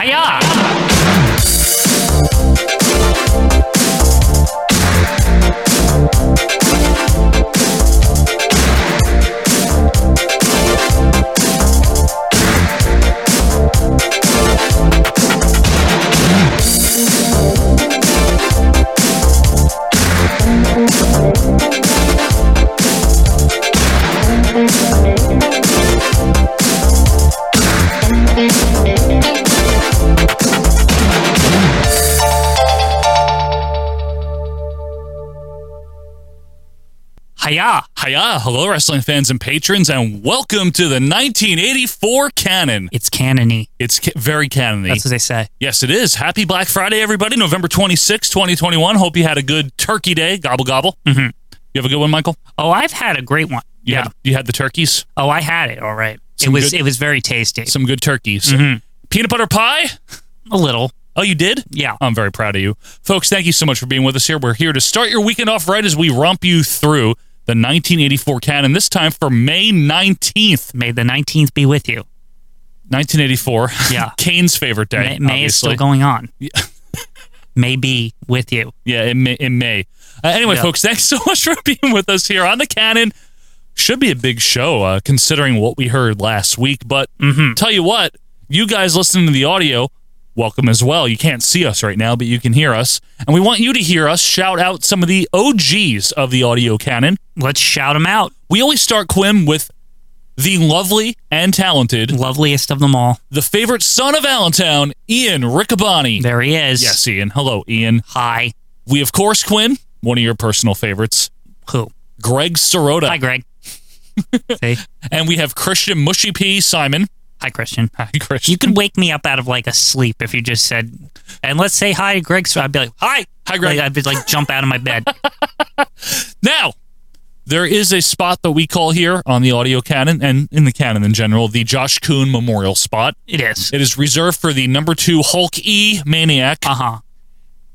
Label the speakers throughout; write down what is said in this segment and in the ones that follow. Speaker 1: ஐயா Hiya, hiya, hello, wrestling fans and patrons, and welcome to the 1984 canon.
Speaker 2: It's canony.
Speaker 1: It's ca- very canony.
Speaker 2: That's what they say.
Speaker 1: yes, it is. Happy Black Friday, everybody, November 26, 2021. Hope you had a good turkey day. Gobble, gobble. Mm-hmm. You have a good one, Michael?
Speaker 2: Oh, I've had a great one.
Speaker 1: You Had, you had the turkeys?
Speaker 2: Oh, I had it. All right.
Speaker 1: Some
Speaker 2: it was
Speaker 1: good-
Speaker 2: it was very tasty.
Speaker 1: Some good turkeys. Peanut butter pie?
Speaker 2: a little.
Speaker 1: Oh, you did?
Speaker 2: Yeah.
Speaker 1: I'm very proud of you. Folks, thank you so much for being with us here. We're here to start your weekend off right as we romp you through the 1984 canon, this time for May 19th.
Speaker 2: May the nineteenth be with you.
Speaker 1: 1984.
Speaker 2: Yeah.
Speaker 1: Kane's favorite day.
Speaker 2: May, May is still
Speaker 1: obviously.
Speaker 2: going on. May be with you.
Speaker 1: Yeah, in May. In May. Uh, anyway,
Speaker 2: Yeah.
Speaker 1: folks, thanks so much for being with us here on the Canon. Should be a big show uh, considering what we heard last week. But
Speaker 2: Mm-hmm.
Speaker 1: tell you what, you guys listening to the audio, welcome as well. You can't see us right now, but you can hear us, and we want you to hear us shout out some of the OGs of the audio canon.
Speaker 2: Let's shout them out.
Speaker 1: We always start Quim with the lovely and talented,
Speaker 2: Loveliest of them all.
Speaker 1: the favorite son of Allentown, Ian Riccaboni.
Speaker 2: There he is.
Speaker 1: Yes, Ian. Hello, Ian.
Speaker 2: Hi.
Speaker 1: We, of course, Quinn, one of your personal favorites,
Speaker 2: Who?
Speaker 1: Greg Sorota.
Speaker 2: Hi, Greg. See?
Speaker 1: And we have Christian Mushy P. Simon.
Speaker 2: Hi, Christian. Hi,
Speaker 1: Christian.
Speaker 2: You could wake me up out of like a sleep if you just said, and let's say hi, to Greg. So I'd be like, hi,
Speaker 1: Hi, Greg.
Speaker 2: Like, I'd be like, jump out of my bed.
Speaker 1: Now, there is a spot that we call here on the audio canon and in the canon in general, the Josh Kuhn Memorial spot.
Speaker 2: It is.
Speaker 1: It is reserved for the number two Hulk E maniac
Speaker 2: Uh huh.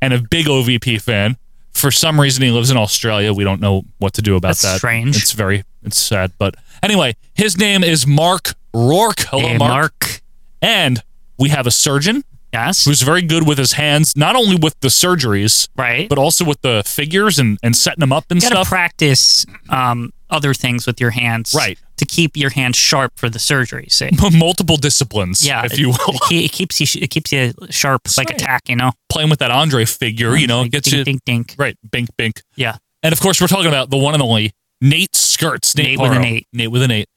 Speaker 1: and a big OVP fan. For some reason, he lives in Australia. We don't know what to do about
Speaker 2: That's
Speaker 1: that.
Speaker 2: strange.
Speaker 1: It's very, it's sad. But anyway, his name is Mark Rourke. Hello,
Speaker 2: Hey,
Speaker 1: Mark.
Speaker 2: Mark.
Speaker 1: And we have a surgeon
Speaker 2: Yes.
Speaker 1: who's very good with his hands, not only with the surgeries,
Speaker 2: right.
Speaker 1: but also with the figures and, and setting them up and
Speaker 2: you gotta
Speaker 1: stuff.
Speaker 2: practice um, other things with your hands,
Speaker 1: Right.
Speaker 2: To keep your hands sharp for the surgery. See,
Speaker 1: Multiple disciplines,
Speaker 2: yeah,
Speaker 1: if you
Speaker 2: it-
Speaker 1: will.
Speaker 2: it, ke- it keeps you sh- it keeps you sharp like
Speaker 1: right.
Speaker 2: a tack. You know,
Speaker 1: Playing with that Andre figure, you know,
Speaker 2: Like
Speaker 1: gets
Speaker 2: dink,
Speaker 1: you
Speaker 2: dink dink.
Speaker 1: right, bink, bink.
Speaker 2: Yeah,
Speaker 1: And of course, we're talking about the one and only Nate Skirts, Nate,
Speaker 2: Nate with an
Speaker 1: Porro.
Speaker 2: eight.
Speaker 1: Nate with an eight,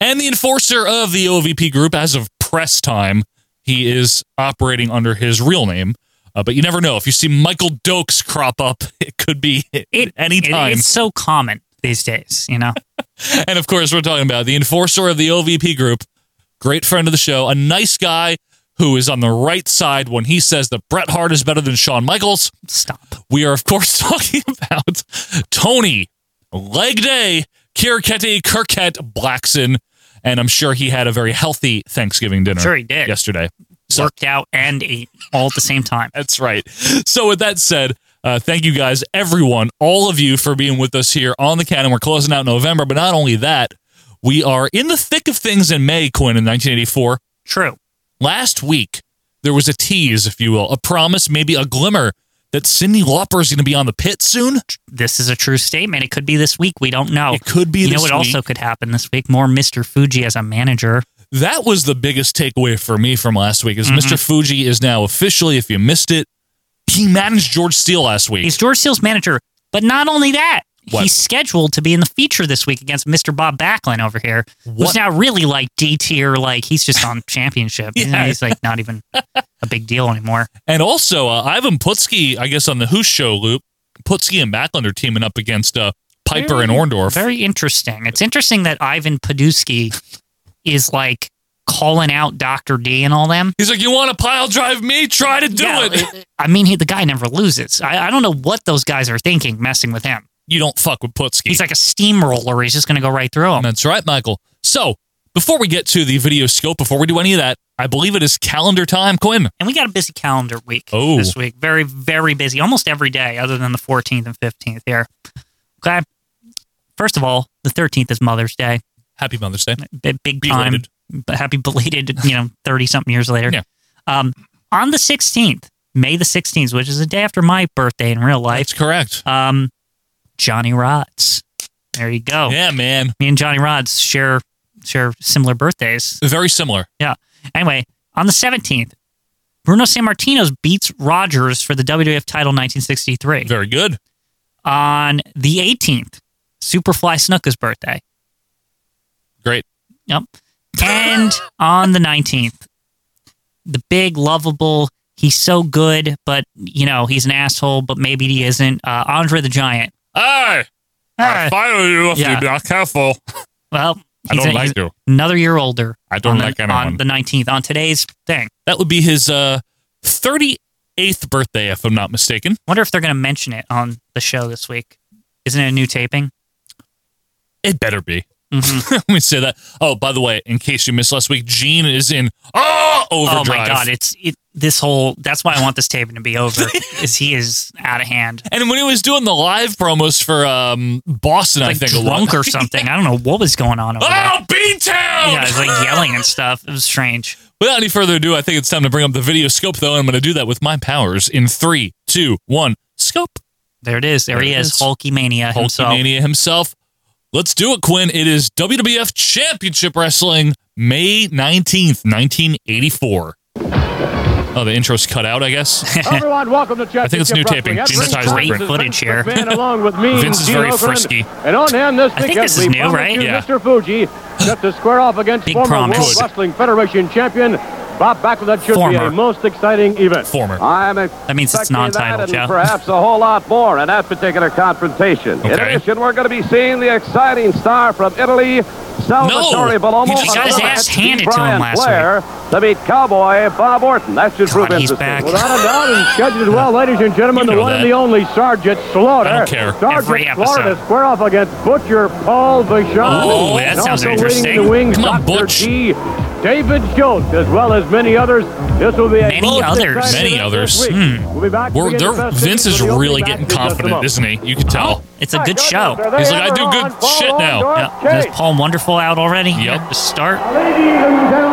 Speaker 1: and the enforcer of the OVP group as of press time. He is operating under his real name, uh, but you never know. If you see Michael Dokes crop up, it could be
Speaker 2: it
Speaker 1: anytime.
Speaker 2: It, it's so common these days. You know,
Speaker 1: And of course, we're talking about the enforcer of the OVP group, great friend of the show, a nice guy who is on the right side when he says that Bret Hart is better than Shawn Michaels.
Speaker 2: stop.
Speaker 1: We are, of course, talking about Tony Leg Day Kirkete Kirkette Blackson. And I'm sure he had a very healthy Thanksgiving dinner
Speaker 2: Sure, he did.
Speaker 1: yesterday. So-
Speaker 2: Worked out and ate all at the same time.
Speaker 1: That's right. So, with that said, uh, thank you guys, everyone, all of you for being with us here on the Canon. We're closing out November, but not only that, we are in the thick of things in May, Quinn, in 1984.
Speaker 2: True.
Speaker 1: Last week, there was a tease, if you will, a promise, maybe a glimmer that Cindy Lauper is going to be on the pit soon.
Speaker 2: This is a true statement. It could be this week. We don't know.
Speaker 1: It could be
Speaker 2: Oh, You know
Speaker 1: this
Speaker 2: what
Speaker 1: week.
Speaker 2: also could happen this week? More Mr. Fuji as a manager.
Speaker 1: That was the biggest takeaway for me from last week is
Speaker 2: Mm-hmm.
Speaker 1: Mr. Fuji is now officially, if you missed it, he managed George Steele last week.
Speaker 2: He's George Steele's manager. But not only that,
Speaker 1: What?
Speaker 2: he's scheduled to be in the feature this week against Mr. Bob Backlund over here.
Speaker 1: What?
Speaker 2: Who's now really like D tier, like he's just on championship. You know,
Speaker 1: Yeah.
Speaker 2: He's like not even a big deal anymore.
Speaker 1: And also, uh, Ivan Putski, I guess on the Who Show loop, Putski and Backlund are teaming up against uh, Piper and Orndorff.
Speaker 2: Very interesting. It's interesting that Ivan Paduski is like calling out Dr. D and all them.
Speaker 1: He's like, "You want to pile drive me? Try to do
Speaker 2: Yeah,
Speaker 1: it.
Speaker 2: it- I mean, he, the guy never loses. I, I don't know what those guys are thinking messing with him.
Speaker 1: You don't fuck with Putski.
Speaker 2: He's like a steamroller. He's just going to go right through him.
Speaker 1: That's right, Michael. So before we get to the video scope, before we do any of that, I believe it is calendar time, Quinn.
Speaker 2: And we got a busy calendar week
Speaker 1: Oh.
Speaker 2: this week. Very, very busy. Almost every day, other than the 14th and 15th here. Okay. First of all, the 13th is Mother's Day.
Speaker 1: Happy Mother's Day.
Speaker 2: Big, big time.
Speaker 1: Belated.
Speaker 2: But Happy belated, you know, 30 something years later.
Speaker 1: Yeah.
Speaker 2: Um, on the 16th, May the 16th, which is the day after my birthday in real life,
Speaker 1: That's correct.
Speaker 2: um, Johnny Rods. There you go.
Speaker 1: Yeah, man.
Speaker 2: Me and Johnny Rods share share similar birthdays.
Speaker 1: Very similar.
Speaker 2: Yeah. Anyway, on the 17th, Bruno San Martino's beats Rogers for the WWF title 1963.
Speaker 1: Very good.
Speaker 2: On the 18th, Superfly Snuka's birthday.
Speaker 1: Great.
Speaker 2: Yep. And on the 19th, the big, lovable, he's so good, but, you know, he's an asshole, but maybe he isn't. Uh, Andre the Giant.
Speaker 1: Hey,
Speaker 2: Ah,
Speaker 1: fire you if
Speaker 2: Yeah.
Speaker 1: you're not careful.
Speaker 2: well, he's,
Speaker 1: I don't
Speaker 2: a- he's
Speaker 1: like you.
Speaker 2: another year older.
Speaker 1: I don't
Speaker 2: on the-
Speaker 1: like anyone.
Speaker 2: On the 19th, on today's thing.
Speaker 1: That would be his uh, 38th birthday, if I'm not mistaken.
Speaker 2: wonder if they're going to mention it on the show this week. Isn't it a new taping?
Speaker 1: It better be.
Speaker 2: Mhm.
Speaker 1: Let me say that. Oh, by the way, in case you missed last week, Gene is in oh
Speaker 2: Oh
Speaker 1: overdrive.
Speaker 2: my god! It's it, this whole. That's why I want this taping to be over. is he is out of hand?
Speaker 1: And when he was doing the live promos for um, Boston,
Speaker 2: Like
Speaker 1: I think
Speaker 2: drunk
Speaker 1: it was.
Speaker 2: or something. I don't know what was going on over there.
Speaker 1: Oh, B Town!
Speaker 2: Yeah, it was like yelling and stuff. It was strange.
Speaker 1: Without any further ado, I think it's time to bring up the video scope, though. and I'm going to do that with my powers in three, two, one. Scope.
Speaker 2: There it is. There, he
Speaker 1: There it
Speaker 2: is.
Speaker 1: is.
Speaker 2: Hulky Mania himself.
Speaker 1: Hulkamania himself. Let's do it, Quinn. It is WWF Championship Wrestling, May 19th, 1984. Oh, the intro's cut out, I guess.
Speaker 3: Everyone, welcome to Championship
Speaker 1: I think it's new taping.
Speaker 3: Wrestling.
Speaker 1: Gene
Speaker 3: Edwin
Speaker 1: Tyson
Speaker 3: Jones
Speaker 1: print.
Speaker 3: is
Speaker 2: Footage
Speaker 3: Vince
Speaker 2: here.
Speaker 3: McMahon along with me,
Speaker 1: Vince is
Speaker 3: Gene
Speaker 1: very
Speaker 3: Okerlund.
Speaker 1: frisky.
Speaker 3: And on hand this
Speaker 2: think
Speaker 3: weekend,
Speaker 2: this is
Speaker 3: we
Speaker 2: new,
Speaker 3: promise
Speaker 2: right?
Speaker 3: you
Speaker 1: Yeah.
Speaker 3: Mr. Fuji set to square off against
Speaker 2: Big
Speaker 3: former
Speaker 2: promise.
Speaker 3: World
Speaker 1: Good.
Speaker 3: Wrestling Federation champion Bob Backlund. That should be
Speaker 2: Former.
Speaker 3: a most exciting event.
Speaker 1: Former.
Speaker 3: I'm
Speaker 2: That means it's
Speaker 3: expecting
Speaker 2: non-titled,
Speaker 3: that
Speaker 2: Joe.
Speaker 3: and perhaps a whole lot more in that particular confrontation. In
Speaker 1: Okay.
Speaker 3: addition, we're going to be seeing the exciting star from Italy, Salvatore
Speaker 1: No.
Speaker 3: Bellomo.
Speaker 1: He just got his
Speaker 3: another
Speaker 2: ass
Speaker 3: match,
Speaker 2: handed to him
Speaker 3: Brian
Speaker 2: last
Speaker 3: Blair, To meet Cowboy Bob Orton. That should
Speaker 2: God,
Speaker 3: prove
Speaker 2: he's
Speaker 3: interesting.
Speaker 2: back.
Speaker 3: Without a doubt, and scheduled well, ladies and gentlemen,
Speaker 1: You
Speaker 3: the
Speaker 1: know
Speaker 3: one and
Speaker 1: that.
Speaker 3: the only Sergeant Slaughter.
Speaker 1: I don't care.
Speaker 3: Sergeant
Speaker 2: Every
Speaker 3: Slaughter
Speaker 2: episode.
Speaker 3: to square off against Butcher Paul Vachon.
Speaker 1: Ooh, that
Speaker 3: And
Speaker 2: sounds
Speaker 3: also
Speaker 2: interesting.
Speaker 3: Waiting in the wings,
Speaker 1: Come on,
Speaker 3: Dr.
Speaker 1: Butch.
Speaker 3: G, David Schultz, as well as many others. This will be a
Speaker 2: Many
Speaker 3: most
Speaker 2: others.
Speaker 3: exciting
Speaker 1: Many
Speaker 3: event
Speaker 1: others. Hmm.
Speaker 3: this week. We'll be back.
Speaker 1: We're,
Speaker 3: again
Speaker 1: they're,
Speaker 3: in the first
Speaker 1: Vince
Speaker 3: season.
Speaker 1: is
Speaker 3: We'll be
Speaker 1: really
Speaker 3: back
Speaker 1: getting
Speaker 3: in just a moment.
Speaker 1: confident, isn't he? You can tell.
Speaker 2: It's a good show.
Speaker 1: He's like, I do good shit now.
Speaker 2: Yeah. Is Paul Wonderful out already?
Speaker 1: Yep.
Speaker 2: To start.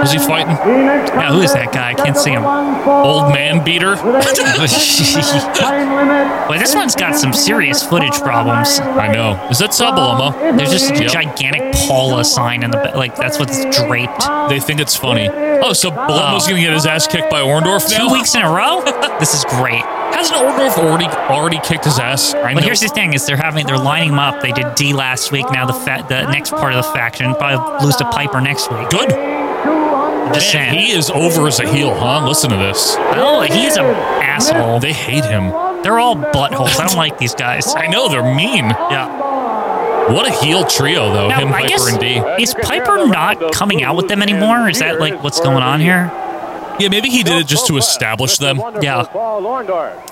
Speaker 1: Is he fighting?
Speaker 3: Yeah,
Speaker 2: who is that guy? I can't see him.
Speaker 1: Old man beater?
Speaker 2: Well, this one's got some serious footage problems.
Speaker 1: I know. Is that Sabalama?
Speaker 2: There's just a
Speaker 1: Yep.
Speaker 2: gigantic Paula sign in the ba- like. That's what's draped.
Speaker 1: They think it's funny. Oh, so Balomo's going to get his ass kicked by Orndorff now?
Speaker 2: Two weeks in a row. This is great.
Speaker 1: Hasn't Orndorff already, already kicked his ass? I know.
Speaker 2: But here's the thing: is they're having they're lining them up. They did D last week. Now the fa- the next part of the faction probably lose to Piper next week.
Speaker 1: Good.
Speaker 2: Just
Speaker 1: Man,
Speaker 2: saying.
Speaker 1: he is over as a heel, huh? Listen to this.
Speaker 2: Oh, he's an asshole.
Speaker 1: They hate him.
Speaker 2: They're all buttholes. I don't like these guys.
Speaker 1: I know they're mean.
Speaker 2: Yeah.
Speaker 1: What a heel trio, though.
Speaker 2: Now,
Speaker 1: him,
Speaker 2: I
Speaker 1: Piper,
Speaker 2: guess
Speaker 1: and D.
Speaker 2: is Piper not coming out with them anymore? Is that like what's going on here?
Speaker 1: Yeah, maybe he did it just to establish them,
Speaker 2: Yeah.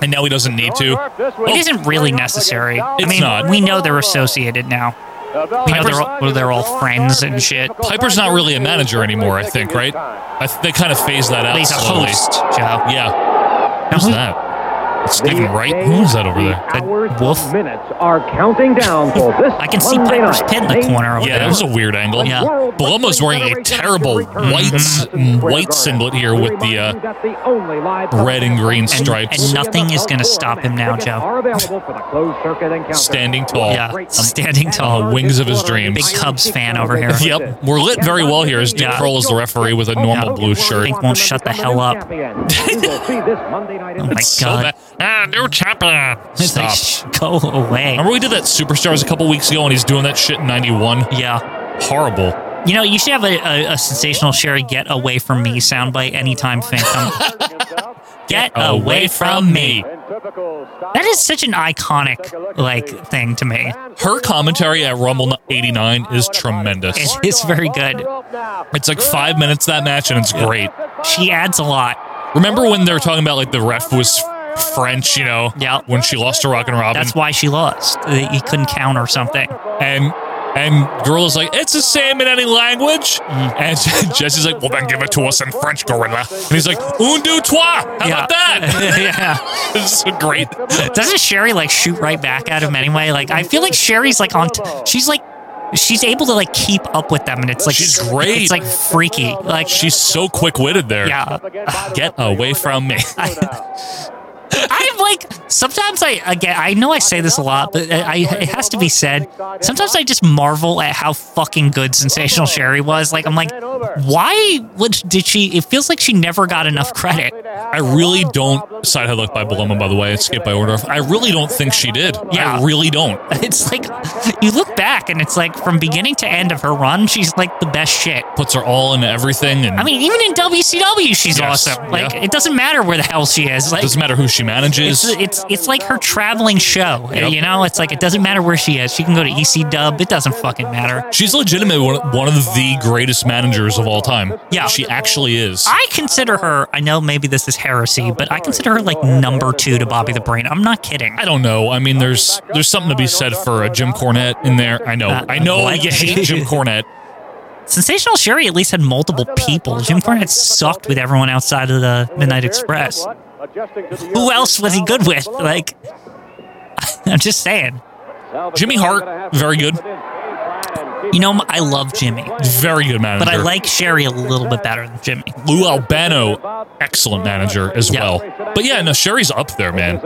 Speaker 1: and now he doesn't need to.
Speaker 2: It isn't really necessary. I
Speaker 1: It's
Speaker 2: mean,
Speaker 1: not.
Speaker 2: we know they're associated now.
Speaker 3: We
Speaker 2: We know they're all, well, they're all friends and shit.
Speaker 1: Piper's not really a manager anymore, I think, right? I th- they kind of phase that out
Speaker 2: He's a
Speaker 1: slowly.
Speaker 2: host, Joe.
Speaker 1: Yeah. Who's
Speaker 2: who-
Speaker 1: that? Stephen Wright? Who is that over there?
Speaker 2: The wolf.
Speaker 3: Minutes are counting down for this.
Speaker 2: I can see Piper's pin in the corner over
Speaker 1: Yeah, that
Speaker 2: there.
Speaker 1: was a weird angle.
Speaker 2: Yeah.
Speaker 1: Balomo's wearing a terrible white s- white singlet here with the uh,
Speaker 3: uh,
Speaker 1: red and green
Speaker 2: And-
Speaker 1: stripes.
Speaker 2: and nothing is gonna stop him now, Joe.
Speaker 1: Standing tall.
Speaker 2: Yeah, standing tall.
Speaker 1: Uh, wings of his dreams.
Speaker 2: Big Cubs fan over here.
Speaker 1: Yep, we're lit very well here as Dick
Speaker 2: Yeah. Oh,
Speaker 1: Kroll is the referee with a normal
Speaker 2: Yeah.
Speaker 1: blue shirt.
Speaker 2: Think won't shut the hell up.
Speaker 3: oh
Speaker 2: my
Speaker 1: So
Speaker 2: God.
Speaker 1: bad. Ah, new champion.
Speaker 2: It's like,
Speaker 1: Stop.
Speaker 2: shh, go away.
Speaker 1: Remember we did that Superstars a couple weeks ago and he's doing that shit in 91?
Speaker 2: Yeah.
Speaker 1: Horrible.
Speaker 2: You know, you should have a, a, a sensational Sherry get away from me soundbite anytime Phantom. get away from me. That is such an iconic like thing to me.
Speaker 1: Her commentary at Rumble 89 is tremendous.
Speaker 2: It is very good.
Speaker 1: It's like five minutes that match and it's great.
Speaker 2: She adds a lot.
Speaker 1: Remember when they were talking about like the ref was French, you know?
Speaker 2: Yeah.
Speaker 1: When she lost to Rock and Robin.
Speaker 2: That's why she lost. That He couldn't count or something.
Speaker 1: and and Gorilla's like, it's the same in any language.
Speaker 2: Mm.
Speaker 1: And Jesse's like, well, then give it to us in French, Gorilla. And he's like, un, deux, trois. How about that?
Speaker 2: yeah.
Speaker 1: this is great.
Speaker 2: Doesn't Sherry like shoot right back at him anyway? Like I feel like Sherry's like on. T- she's like she's able to like keep up with them, and it's like
Speaker 1: She's great.
Speaker 2: It's like freaky. Like
Speaker 1: She's so quick witted there.
Speaker 2: yeah.
Speaker 1: Get away from me.
Speaker 2: I'm like sometimes I again I know I say this a lot, but I, I it has to be said. Sometimes I just marvel at how fucking good Sensational Sherry was. Like I'm like, why would did she? It feels like she never got enough credit.
Speaker 1: I really don't. Side headlock by Baloma, by the way. Skip by order. I really don't think she did.
Speaker 2: Yeah.
Speaker 1: I really don't.
Speaker 2: It's like you look back and it's like from beginning to end of her run, she's like the best shit.
Speaker 1: Puts her all into everything and
Speaker 2: I mean, even in WCW, she's
Speaker 1: Yes,
Speaker 2: awesome. Like
Speaker 1: yeah.
Speaker 2: it doesn't matter where the hell she is. Like
Speaker 1: doesn't matter who she manages.
Speaker 2: it's it's it's like her traveling show.
Speaker 1: Yep.
Speaker 2: You know, it's like it doesn't matter where she is. She can go to EC Dub. It doesn't fucking matter.
Speaker 1: She's legitimately one one of the greatest managers of all time.
Speaker 2: Yeah.
Speaker 1: She actually is.
Speaker 2: I consider her. I know maybe this is heresy, but I consider her like number two to Bobby the Brain. I'm not kidding. Uh,
Speaker 1: I don't know. I mean, there's there's something to be said for a Jim Cornette in there. I know.
Speaker 2: Uh,
Speaker 1: I know
Speaker 2: what?
Speaker 1: you hate Jim Cornette.
Speaker 2: Sensational Sherry at least had multiple people. Jim Cornette sucked with everyone outside of the Midnight Express. Who else was he good with? Like, I'm just saying.
Speaker 1: Jimmy Hart, very good.
Speaker 2: You know, I love Jimmy,
Speaker 1: Very good manager.
Speaker 2: but I like Sherry a little bit better than Jimmy.
Speaker 1: Lou Albano, excellent manager as
Speaker 2: Yeah.
Speaker 1: well. But yeah, no, Sherry's up there, man.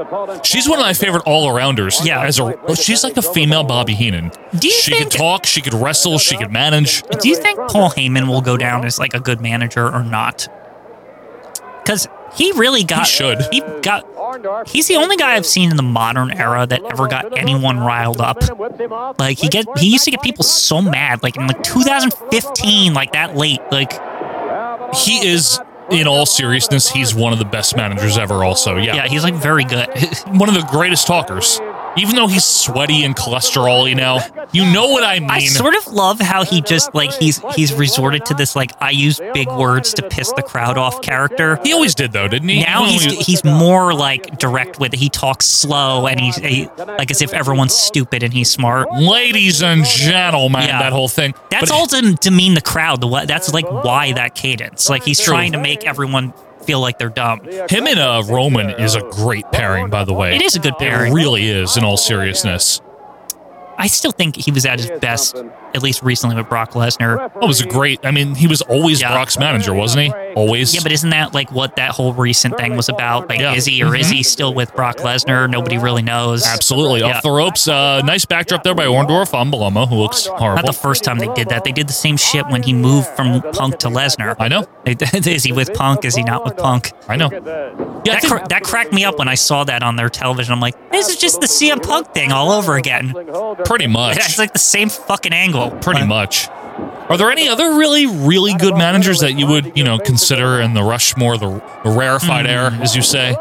Speaker 1: She's one of my favorite all-arounders.
Speaker 2: Yeah.
Speaker 1: as a well, she's like a female Bobby Heenan.
Speaker 2: Do you
Speaker 1: she
Speaker 2: think-
Speaker 1: could talk, she could wrestle, she could manage.
Speaker 2: Do you think Paul Heyman will go down as like a good manager or not? Because he really got.
Speaker 1: should.
Speaker 2: He got. He's the only guy I've seen in the modern era that ever got anyone riled up. Like he get he used to get people so mad. Like in like 2015, like that late. Like
Speaker 1: He is, in all seriousness, he's one of the best managers ever. Also, yeah,
Speaker 2: yeah, he's like very good.
Speaker 1: one of the greatest talkers. Even though he's sweaty and cholesterol y now, you know what I mean.
Speaker 2: I sort of love how he just like he's he's resorted to this like I use big words to piss the crowd off character.
Speaker 1: he always did though, didn't he?
Speaker 2: now
Speaker 1: Even
Speaker 2: he's
Speaker 1: when he-
Speaker 2: he's more like direct with it. He talks slow and he's he, like as if everyone's stupid and he's smart.
Speaker 1: ladies and gentlemen,
Speaker 2: Yeah.
Speaker 1: that whole thing.
Speaker 2: That's
Speaker 1: But-
Speaker 2: all to demean the crowd. The wha- that's like why that cadence. Like he's trying to make everyone feel like they're dumb.
Speaker 1: Him and uh, Roman is a great pairing, by the way.
Speaker 2: It is a good pairing.
Speaker 1: It really is, in all seriousness.
Speaker 2: I still think he was at his best, at least recently with Brock Lesnar.
Speaker 1: That was a great. I mean, he was always
Speaker 2: Yeah.
Speaker 1: Brock's manager, wasn't he? Always.
Speaker 2: Yeah, but isn't that like what that whole recent thing was about? Like,
Speaker 1: Yeah. Mm-hmm.
Speaker 2: is he or is he still with Brock Lesnar? Nobody really knows.
Speaker 1: absolutely
Speaker 2: Yeah.
Speaker 1: off the ropes. Uh, nice backdrop there by Orndorff on Baloma, who looks
Speaker 2: Not
Speaker 1: horrible.
Speaker 2: the first time they did that. They did the same shit when he moved from Punk to Lesnar.
Speaker 1: I know.
Speaker 2: is he with Punk? Is he not with Punk?
Speaker 1: I know.
Speaker 2: Yeah, that, cra- that cracked me up when I saw that on their television. I'm like, this is just the CM Punk thing all over again.
Speaker 1: Pretty much.
Speaker 2: It's like the same fucking angle.
Speaker 1: Pretty
Speaker 2: Like,
Speaker 1: much. Are there any other really, really good managers that you would, you know, consider in the Rushmore, the the rarefied
Speaker 2: Hmm.
Speaker 1: air, as you say?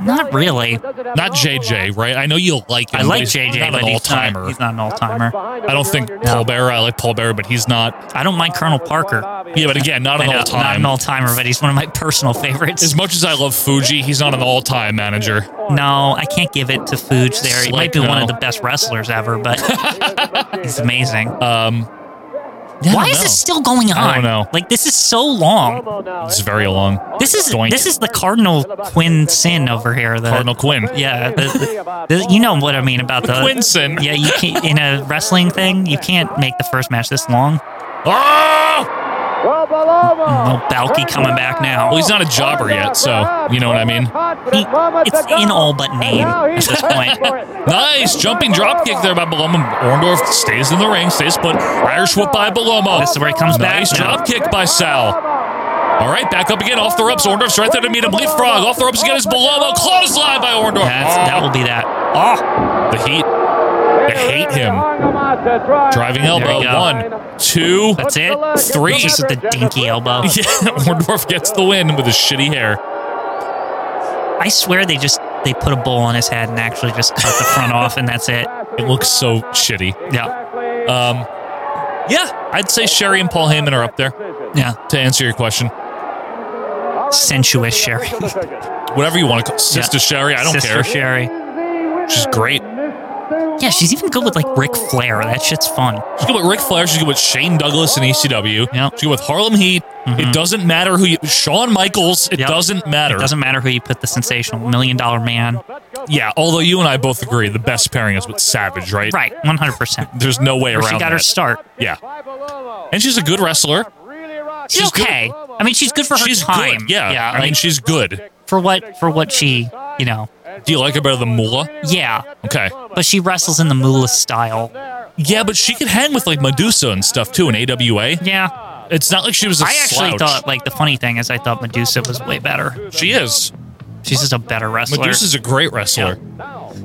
Speaker 2: Not really.
Speaker 1: Not JJ, right? I know you like him.
Speaker 2: I
Speaker 1: but
Speaker 2: like
Speaker 1: he's
Speaker 2: JJ,
Speaker 1: not
Speaker 2: but
Speaker 1: an all
Speaker 2: he's not,
Speaker 1: timer.
Speaker 2: he's not an all timer.
Speaker 1: I don't think Paul Bearer. I like Paul Bearer, but he's not.
Speaker 2: I don't mind Colonel Parker.
Speaker 1: Yeah, but again, not
Speaker 2: I
Speaker 1: an
Speaker 2: know,
Speaker 1: all
Speaker 2: Not
Speaker 1: time.
Speaker 2: an all timer, but he's one of my personal favorites.
Speaker 1: As much as I love Fuji, he's not an all time manager.
Speaker 2: No, I can't give it to Fuge there. He might be
Speaker 1: Slick,
Speaker 2: one
Speaker 1: no.
Speaker 2: of the best wrestlers ever, but he's amazing.
Speaker 1: Um,
Speaker 2: Why
Speaker 1: don't
Speaker 2: is
Speaker 1: know.
Speaker 2: this still going on?
Speaker 1: I don't know.
Speaker 2: Like this is so long.
Speaker 1: It's very long.
Speaker 2: This is
Speaker 1: Doink.
Speaker 2: this is the Cardinal Quinn sin over here. The,
Speaker 1: Cardinal Quinn.
Speaker 2: Yeah, the, the, you know what I mean about the
Speaker 1: Quinn sin.
Speaker 2: Yeah, you can't, in a wrestling thing, you can't make the first match this long.
Speaker 1: Oh!
Speaker 2: No, Balky coming back now.
Speaker 1: Well, he's not a jobber yet, so you know what I mean.
Speaker 2: He- it's in all but name at this point.
Speaker 1: Nice jumping drop kick there by Baloma. Orndorff stays in the ring, stays put. Irish whip by Baloma.
Speaker 2: This is where he comes back
Speaker 1: Nice
Speaker 2: now.
Speaker 1: drop kick by Sal. All right, back up again. Off the ropes. Orndorff's right there to meet him. Leapfrog. Off the ropes again is Baloma. Clothesline by Orndorff.
Speaker 2: That's, that will be that.
Speaker 1: Oh, the heat. They hate him. Driving elbow.
Speaker 2: you go.
Speaker 1: One, two,
Speaker 2: That's it.
Speaker 1: Three.
Speaker 2: It's just with the dinky elbow.
Speaker 1: Yeah, Orndorff gets the win with his shitty hair.
Speaker 2: I swear they just they put a bowl on his head and actually just cut the front off, and that's it.
Speaker 1: It looks so shitty.
Speaker 2: Yeah,
Speaker 1: Um, yeah, I'd say Sherry and Paul Heyman are up
Speaker 2: Uh,
Speaker 1: there
Speaker 2: yeah.
Speaker 1: to answer your question.
Speaker 2: Sensuous Sherry.
Speaker 1: Whatever you want to call Sister
Speaker 2: Yeah.
Speaker 1: Sherry, I don't
Speaker 2: Sister
Speaker 1: care.
Speaker 2: Sherry.
Speaker 1: She's great.
Speaker 2: Yeah, she's even good with like Ric Flair. That shit's fun.
Speaker 1: She's good with Ric Flair. She's good with Shane Douglas in E ECW.
Speaker 2: Yeah. Mm-hmm.
Speaker 1: She's good with Harlem Heat. It doesn't matter who you. Shawn Michaels. It
Speaker 2: Yeah.
Speaker 1: doesn't matter.
Speaker 2: Doesn't matter who you put the sensational million dollar man.
Speaker 1: Yeah, although you and I both agree the best pairing is with Savage, right?
Speaker 2: Right, 100%.
Speaker 1: There's no way
Speaker 2: Where
Speaker 1: around
Speaker 2: she got her
Speaker 1: that.
Speaker 2: start.
Speaker 1: Yeah. And she's a good wrestler.
Speaker 2: She's
Speaker 1: She's good.
Speaker 2: okay. I mean, she's good for her
Speaker 1: She's
Speaker 2: time.
Speaker 1: good. Yeah.
Speaker 2: yeah
Speaker 1: I mean,
Speaker 2: like,
Speaker 1: she's good.
Speaker 2: for what for what she, you know,
Speaker 1: Do you like her better than Moolah?
Speaker 2: yeah.
Speaker 1: Okay.
Speaker 2: But she wrestles in the Moolah style.
Speaker 1: Yeah, but she could hang with like Medusa and stuff too in AWA.
Speaker 2: Yeah.
Speaker 1: It's not like she was a
Speaker 2: I actually
Speaker 1: slouch.
Speaker 2: thought like the funny thing is I thought Medusa was way better.
Speaker 1: she is.
Speaker 2: She's just a better wrestler.
Speaker 1: Medusa's a great wrestler.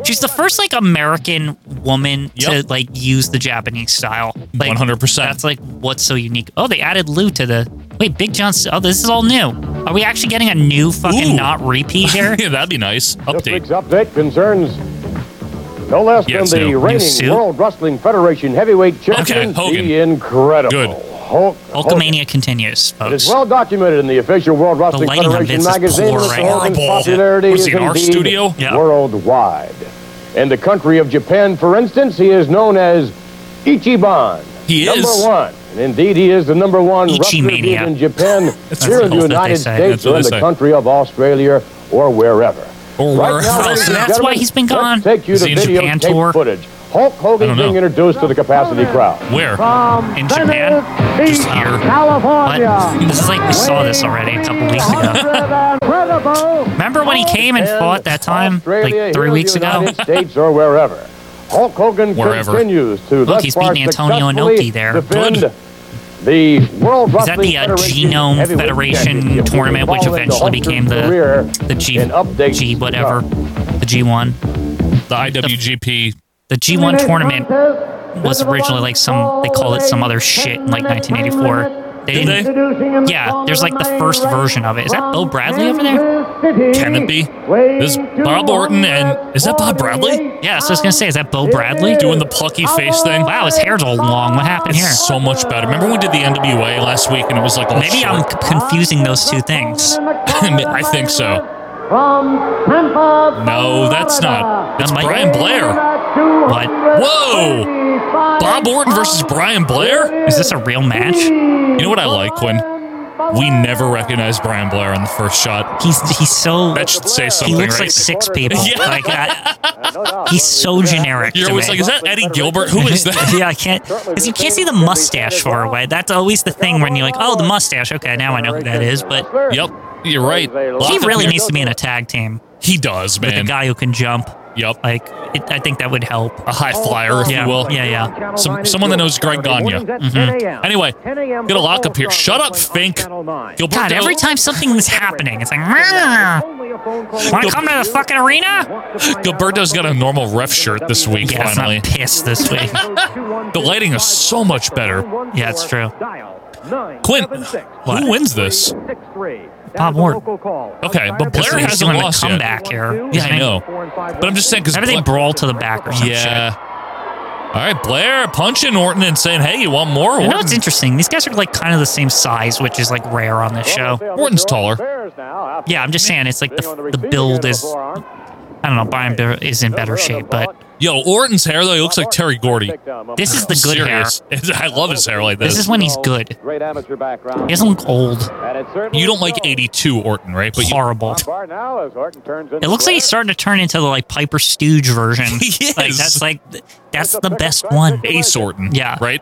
Speaker 2: She's the first like American woman
Speaker 1: Yep.
Speaker 2: to like use the Japanese style. Like
Speaker 1: 100%.
Speaker 2: That's like what's so unique. Oh, they added Lou to the Wait, Big John. Oh, this is all new. Are we actually getting a new fucking
Speaker 1: Ooh.
Speaker 2: not repeat here?
Speaker 1: yeah, that'd be nice.
Speaker 4: This week's
Speaker 1: Update.
Speaker 4: update concerns no less
Speaker 1: Yeah,
Speaker 4: than
Speaker 1: it's
Speaker 4: the
Speaker 1: new. You
Speaker 4: reigning
Speaker 2: suit?
Speaker 4: World Wrestling Federation heavyweight champion,
Speaker 1: Hogan.
Speaker 4: the incredible
Speaker 1: Good.
Speaker 4: Hulk Hogan.
Speaker 2: Hulkamania continues,
Speaker 4: It is
Speaker 2: folks.
Speaker 4: well documented in the official World Wrestling
Speaker 2: lighting on
Speaker 4: Federation
Speaker 2: Vince is
Speaker 4: magazine
Speaker 2: poor
Speaker 4: that
Speaker 2: right now.
Speaker 4: Hogan's
Speaker 1: Horrible.
Speaker 4: popularity
Speaker 1: Was
Speaker 4: is
Speaker 1: he in our
Speaker 4: indeed
Speaker 1: studio?
Speaker 2: Yeah.
Speaker 4: worldwide. In the country of Japan, for instance, he is known as Ichiban.
Speaker 1: He
Speaker 4: number
Speaker 1: is.
Speaker 4: one. And indeed, he is the number one wrestler
Speaker 2: Ichimania.
Speaker 4: in Japan,
Speaker 1: That's
Speaker 4: here
Speaker 1: what
Speaker 4: in the
Speaker 1: they
Speaker 4: United
Speaker 2: say.
Speaker 4: States,
Speaker 1: That's what
Speaker 4: or in
Speaker 1: they
Speaker 4: the
Speaker 1: say.
Speaker 4: country of Australia, or wherever.
Speaker 1: Or
Speaker 4: Right
Speaker 1: wherever
Speaker 4: now,
Speaker 1: else.
Speaker 4: ladies and
Speaker 2: That's
Speaker 4: gentlemen,
Speaker 2: why he's been
Speaker 4: let's
Speaker 2: gone.
Speaker 4: Take you
Speaker 2: Is
Speaker 4: to
Speaker 2: he in Japan
Speaker 4: videotape
Speaker 2: tour?
Speaker 4: footage. Hulk
Speaker 1: I
Speaker 4: Hogan
Speaker 1: don't know.
Speaker 4: being introduced to the capacity crowd.
Speaker 1: Where?
Speaker 2: In Japan?
Speaker 1: Just here.
Speaker 2: What? This is like we saw this already a couple weeks ago. Remember when he came and
Speaker 4: And
Speaker 2: fought that time?
Speaker 4: Australia,
Speaker 2: Like three
Speaker 4: here
Speaker 2: weeks
Speaker 4: in the
Speaker 2: ago?
Speaker 4: United States or wherever. Hulk Hogan
Speaker 1: Wherever.
Speaker 4: continues to
Speaker 2: Look,
Speaker 4: thus
Speaker 2: he's
Speaker 4: far
Speaker 2: beating Antonio
Speaker 4: successfully
Speaker 2: Inoki there.
Speaker 4: defend
Speaker 1: Good.
Speaker 4: The World
Speaker 2: Is that the uh, Genome Federation tournament, which eventually became the the G G whatever, the G one?
Speaker 1: The IWGP.
Speaker 2: The G one tournament was originally like some they called it some other shit in like 1984. They
Speaker 1: Did
Speaker 2: didn't. Yeah, there's like the first version of it. Is that Bo Bradley over there?
Speaker 1: Can it be? Is Bob Orton and is that Bob Bradley?
Speaker 2: Yeah, so I was gonna say, is that Bo Bradley
Speaker 1: Doing the plucky face thing.
Speaker 2: Wow, his hair's all long. What happened here?
Speaker 1: It's so much better. Remember we did the NWA last week and it was like all
Speaker 2: Maybe I'm c- confusing those two things.
Speaker 1: I think so. No, that's not. It's
Speaker 2: That might-
Speaker 1: Brian Blair.
Speaker 2: What?
Speaker 1: Whoa! Bob Orton versus Brian Blair?
Speaker 2: Is this a real match?
Speaker 1: You know what I like, Quinn? We never recognized Brian Blair on the first shot.
Speaker 2: He's he's so
Speaker 1: That should say
Speaker 2: he
Speaker 1: something,
Speaker 2: looks
Speaker 1: right?
Speaker 2: like six people.
Speaker 1: Yeah.
Speaker 2: Like I, he's so generic.
Speaker 1: You're
Speaker 2: to
Speaker 1: always
Speaker 2: me.
Speaker 1: like, is that Eddie Gilbert? Who is that?
Speaker 2: yeah, I can't because you can't see the mustache far away. That's always the thing when you're like, oh, the mustache. Okay, now I know who that is. But
Speaker 1: Yep, you're right.
Speaker 2: he
Speaker 1: Lots of
Speaker 2: really
Speaker 1: people-
Speaker 2: needs to be in a tag team
Speaker 1: He does,
Speaker 2: with a
Speaker 1: man.
Speaker 2: guy who can jump.
Speaker 1: Yep,
Speaker 2: Like, it, I think that would help.
Speaker 1: a high flyer, if
Speaker 2: Oh, yeah,
Speaker 1: you will.
Speaker 2: yeah, yeah.
Speaker 1: Some, someone that knows Greg Gagne. Mm-hmm.
Speaker 2: Mm-hmm.
Speaker 1: Anyway, get a lock up here. Shut up, Fink. Gilberto.
Speaker 2: God, every time something's happening, it's like, want to come to the fucking arena?
Speaker 1: Gilberto's got a normal ref shirt this week.
Speaker 2: Yeah, it's
Speaker 1: finally,
Speaker 2: not pissed this week.
Speaker 1: the lighting is so much better.
Speaker 2: Yeah, it's true.
Speaker 1: Quinn,
Speaker 2: What?
Speaker 1: who wins this?
Speaker 2: Bob Orton.
Speaker 1: Okay, but Blair
Speaker 2: That's what he's
Speaker 1: hasn't
Speaker 2: doing the
Speaker 1: lost
Speaker 2: comeback
Speaker 1: yet.
Speaker 2: here.
Speaker 1: Yeah, I know. But I'm just saying because
Speaker 2: Everything brawl to the back or some shit.
Speaker 1: Yeah. All right, Blair punching Orton and saying, "Hey, you want more?"
Speaker 2: You
Speaker 1: Orton?
Speaker 2: know what's interesting? These guys are like kind of the same size, which is like rare on this show.
Speaker 1: Orton's taller.
Speaker 2: Yeah, I'm just saying it's like the, the build is I don't know, Brian Bear is in better shape, but
Speaker 1: Yo, Orton's hair though he looks like Terry Gordy.
Speaker 2: this is the good hair.
Speaker 1: Serious. I love his hair like this.
Speaker 2: This is when he's good.
Speaker 4: Great
Speaker 2: He
Speaker 4: amateur background.
Speaker 2: doesn't look old.
Speaker 1: you don't like '82 Orton, right? But you,
Speaker 2: Horrible. It
Speaker 4: It
Speaker 2: looks like he's starting to turn into the like Piper Stooge version.
Speaker 1: He
Speaker 2: Like
Speaker 1: is.
Speaker 2: that's like th- that's the best one.
Speaker 1: Ace Orton,
Speaker 2: Yeah.
Speaker 1: right.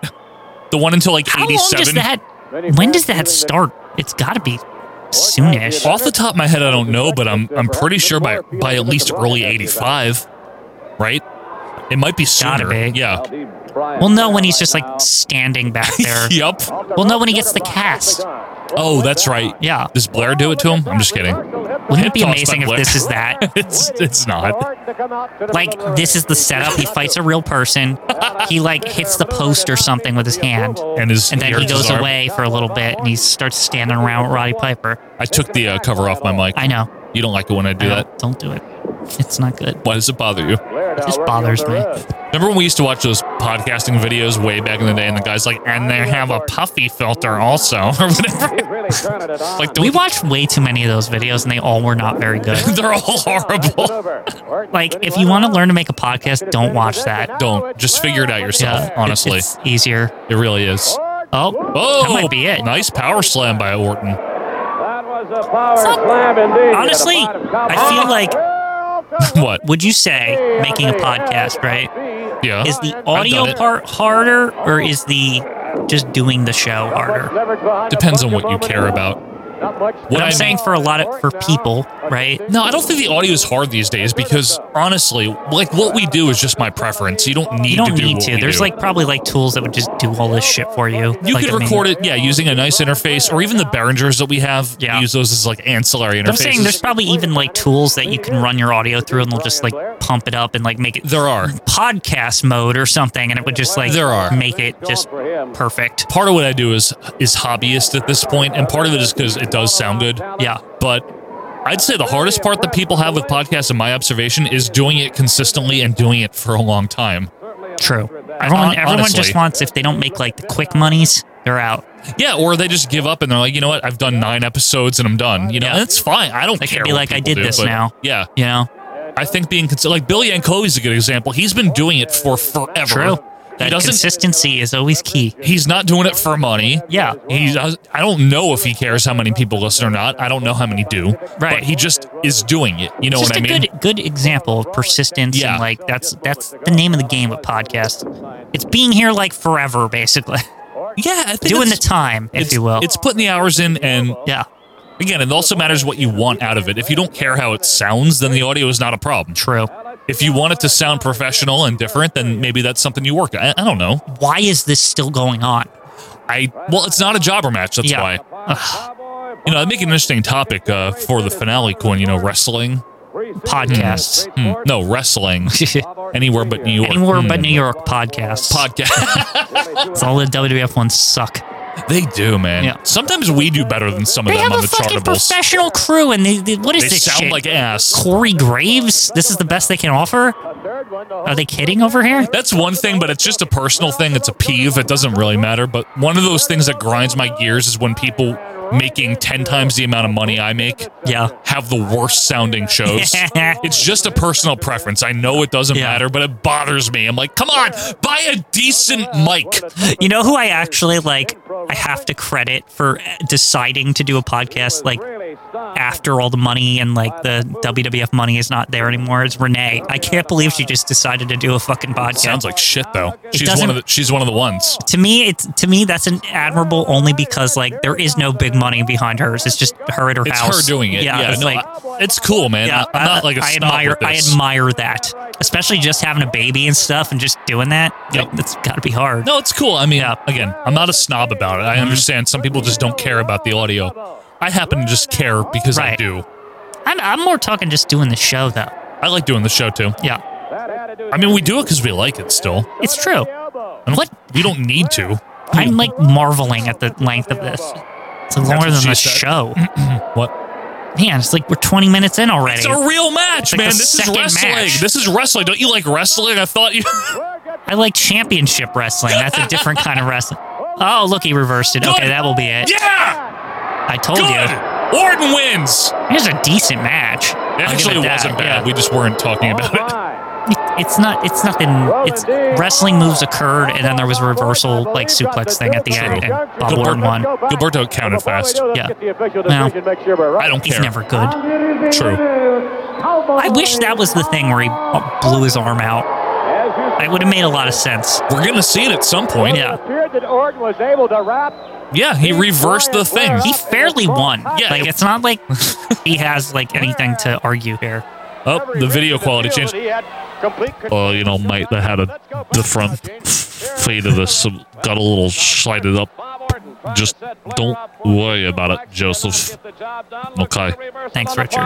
Speaker 1: The one until like
Speaker 2: How long does
Speaker 1: '87.
Speaker 2: that? When does that start? It's got to be soonish.
Speaker 1: Off the top of my head, I don't know, but I'm I'm pretty sure by by at least early '85, right? It might be sooner.
Speaker 2: Gotta be.
Speaker 1: Yeah.
Speaker 2: We'll know when he's just like standing back there.
Speaker 1: Yup.
Speaker 2: We'll know when he gets the cast.
Speaker 1: Oh, that's right.
Speaker 2: Yeah.
Speaker 1: Does Blair do it to him? I'm just kidding.
Speaker 2: Wouldn't it be
Speaker 1: Hip toss by
Speaker 2: amazing if
Speaker 1: Blair.
Speaker 2: this is that?
Speaker 1: it's it's not.
Speaker 2: Like this is the setup. He fights a real person. He like hits the post or something with his hand,
Speaker 1: And his
Speaker 2: and then he
Speaker 1: his
Speaker 2: goes
Speaker 1: arm.
Speaker 2: away for a little bit, and he starts standing around with Roddy Piper.
Speaker 1: I took the uh, cover off my mic.
Speaker 2: I know.
Speaker 1: You don't like it when I do
Speaker 2: I
Speaker 1: that.
Speaker 2: don't, don't do it. It's not good.
Speaker 1: Why does it bother you?
Speaker 4: It
Speaker 2: just bothers me.
Speaker 1: Remember when we used to watch those podcasting videos way back in the day, and the guys like, and they have a puffy filter also, or whatever. Like
Speaker 2: We
Speaker 1: those-
Speaker 2: watched way too many of those videos, and they all were not very good.
Speaker 1: they're all horrible.
Speaker 2: Like, if you want to learn to make a podcast, don't watch that.
Speaker 1: Don't just figure it out yourself.
Speaker 2: it-
Speaker 1: honestly,
Speaker 2: it's easier.
Speaker 1: it really is.
Speaker 2: Oh,
Speaker 1: Oh,
Speaker 2: that might be it.
Speaker 1: Nice power slam by Orton. Oh.
Speaker 4: That was a power slam indeed.
Speaker 2: Honestly, I feel like
Speaker 1: What?
Speaker 2: Would you say making a podcast, right?
Speaker 1: Yeah.
Speaker 2: Is the
Speaker 1: I've done
Speaker 2: audio
Speaker 1: it.
Speaker 2: part harder or is the just doing the show harder?
Speaker 1: Depends on what you care about.
Speaker 4: What
Speaker 2: What I'm saying for a lot of for people, right?
Speaker 1: No, I don't think the audio is hard these days because honestly, like what we do is just my preference. You don't need
Speaker 2: You don't
Speaker 1: to do
Speaker 2: need
Speaker 1: what
Speaker 2: to.
Speaker 1: we
Speaker 2: There's
Speaker 1: do.
Speaker 2: like probably like tools that would just do all this shit for you.
Speaker 1: you
Speaker 2: like,
Speaker 1: could
Speaker 2: I mean-
Speaker 1: record it, yeah, using a nice interface or even the Behringers that we have.
Speaker 2: Yeah.
Speaker 1: We use those as like ancillary interfaces.
Speaker 2: I'm saying there's probably even like tools that you can run your audio through and they'll just like pump it up and like make it
Speaker 1: there are.
Speaker 2: podcast mode or something and it would just like
Speaker 1: There are.
Speaker 2: make it just perfect.
Speaker 1: Part of what I do is is hobbyist at this point, and part of it is because it does sound good.
Speaker 2: Yeah.
Speaker 1: But I'd say the hardest part that people have with podcasts, in my observation, is doing it consistently and doing it for a long time.
Speaker 2: True. Everyone everyone
Speaker 1: honestly.
Speaker 2: just wants if they don't make like the quick monies, they're out.
Speaker 1: Yeah, or they just give up and they're like, you know what, I've done nine episodes and I'm done. You know,
Speaker 2: Yeah.
Speaker 1: and it's fine. I don't
Speaker 2: They could
Speaker 1: care.
Speaker 2: be
Speaker 1: what
Speaker 2: like, I
Speaker 1: people
Speaker 2: did
Speaker 1: do,
Speaker 2: this
Speaker 1: but
Speaker 2: now.
Speaker 1: Yeah,
Speaker 2: You know?
Speaker 1: I think being consi- like Billy Ancovy's a good example. He's been doing it for forever.
Speaker 2: True.
Speaker 1: He
Speaker 2: That
Speaker 1: doesn't.
Speaker 2: consistency is always key.
Speaker 1: He's not doing it for money.
Speaker 2: Yeah.
Speaker 1: He. does- I don't know if he cares how many people listen or not. I don't know how many do. But
Speaker 2: Right.
Speaker 1: he just is doing it. You know
Speaker 2: It's
Speaker 1: what
Speaker 2: just
Speaker 1: I
Speaker 2: a
Speaker 1: mean?
Speaker 2: good good example of persistence
Speaker 1: Yeah.
Speaker 2: and like that's that's the name of the game with podcasts. It's being here like forever basically.
Speaker 1: yeah. I think
Speaker 2: Doing the
Speaker 1: it's-
Speaker 2: time, if
Speaker 1: it's-
Speaker 2: you will.
Speaker 1: It's putting the hours in and
Speaker 2: yeah.
Speaker 1: Again, it also matters what you want out of it. If you don't care how it sounds, then the audio is not a problem.
Speaker 2: True.
Speaker 1: If you want it to sound professional and different, then maybe that's something you work. I, I don't know.
Speaker 2: Why is this still going on?
Speaker 1: I well, it's not a jobber match. That's
Speaker 2: Yeah.
Speaker 1: why. You know, that'd make an interesting topic uh, for the finale, Quinn. You know, wrestling.
Speaker 2: Podcasts.
Speaker 1: Hmm, no, wrestling. Anywhere but New York.
Speaker 2: Anywhere
Speaker 1: Hmm.
Speaker 2: but New York podcasts.
Speaker 1: Podcast.
Speaker 2: It's all the WWF ones suck.
Speaker 1: they do, man.
Speaker 2: Yeah.
Speaker 1: Sometimes we do better than some of
Speaker 2: They
Speaker 1: them
Speaker 2: have
Speaker 1: on
Speaker 2: a
Speaker 1: the
Speaker 2: fucking
Speaker 1: chartables.
Speaker 2: professional crew, and they, they- what is
Speaker 1: They
Speaker 2: this
Speaker 1: sound
Speaker 2: shit?
Speaker 1: like ass.
Speaker 2: Corey Graves. This is the best they can offer. Are they kidding over here?
Speaker 1: That's one thing, but it's just a personal thing. It's a peeve. It doesn't really matter. But one of those things that grinds my gears is when people making 10 times the amount of money I make
Speaker 2: Yeah.
Speaker 1: have the worst sounding shows. it's just a personal preference. I know it doesn't
Speaker 2: Yeah.
Speaker 1: matter, but it bothers me. I'm like, come on, buy a decent mic.
Speaker 2: You know who I actually like? I have to credit for uh, deciding to do a podcast like after all the money and like the WWF money is not there anymore. It's Renee. I can't believe she just decided to do a fucking podcast.
Speaker 1: Sounds like shit though.
Speaker 2: It
Speaker 1: She's one
Speaker 2: doesn't-
Speaker 1: of the she's one of the ones.
Speaker 2: to me it's to me that's an admirable only because like there is no big money behind hers it's just her at her
Speaker 1: It's
Speaker 2: house
Speaker 1: her doing it. Yeah,
Speaker 2: it's
Speaker 1: no,
Speaker 2: like
Speaker 1: I- it's cool, man.
Speaker 2: yeah
Speaker 1: I, am not like a
Speaker 2: I
Speaker 1: snob
Speaker 2: admire
Speaker 1: with
Speaker 2: i
Speaker 1: this.
Speaker 2: admire that especially just having a baby and stuff and just doing that
Speaker 1: Yep.
Speaker 2: like, that's gotta be hard
Speaker 1: No, it's cool. I mean, uh,
Speaker 2: Yeah.
Speaker 1: again, I'm not a snob about it. I
Speaker 2: Mm-hmm.
Speaker 1: understand some people just don't care about the audio. I happen to just care because I
Speaker 2: Right.
Speaker 1: do.
Speaker 2: I'm, I'm more talking just doing the show though
Speaker 1: I like doing the show too.
Speaker 2: yeah
Speaker 1: I mean, we do it because we like it still.
Speaker 2: it's true
Speaker 1: And
Speaker 2: what
Speaker 1: We don't need to.
Speaker 2: i'm like marveling at the length of this it's
Speaker 1: what
Speaker 2: longer than
Speaker 1: she
Speaker 2: the
Speaker 1: said.
Speaker 2: show
Speaker 1: What?
Speaker 2: man it's like we're 20 minutes in already
Speaker 1: It's a real match,
Speaker 2: It's like
Speaker 1: man.
Speaker 2: the
Speaker 1: This is
Speaker 2: second
Speaker 1: wrestling.
Speaker 2: match.
Speaker 1: This is wrestling. Don't you like wrestling? I thought you.
Speaker 2: I like championship wrestling. That's a different kind of wrestling. Oh, look, he reversed it. Okay,
Speaker 1: Good.
Speaker 2: that will be it.
Speaker 1: yeah!
Speaker 2: I told you.
Speaker 1: Good! Orton wins!
Speaker 2: Here's a decent match. I'll
Speaker 1: It
Speaker 2: give
Speaker 1: actually
Speaker 2: that,
Speaker 1: wasn't bad.
Speaker 2: yeah.
Speaker 1: We just weren't talking about it.
Speaker 2: It- it's not. It's nothing. It's wrestling moves occurred, and then there was a reversal like suplex thing at the end, and Bob
Speaker 1: Gilbert-
Speaker 2: Orton won.
Speaker 1: Gilberto counted fast.
Speaker 2: Yeah.
Speaker 4: Now,
Speaker 1: I don't care.
Speaker 2: He's never good.
Speaker 1: True.
Speaker 2: I wish that was the thing where he uh,
Speaker 1: oh,
Speaker 2: blew his arm out. That would have made a lot of sense.
Speaker 1: We're gonna see it at some point.
Speaker 2: Yeah.
Speaker 4: appeared that Orton was able to wrap.
Speaker 1: Yeah, he reversed the thing.
Speaker 2: He fairly won.
Speaker 1: Yeah,
Speaker 2: like
Speaker 1: it-
Speaker 2: it's not like he has like anything to argue here.
Speaker 1: Oh, the video quality changed.
Speaker 4: Well,
Speaker 5: Well, you know, mate, they had a the front feet of this got a little slided up. Just don't worry about it, Joseph.
Speaker 1: Okay.
Speaker 2: Thanks, Richard.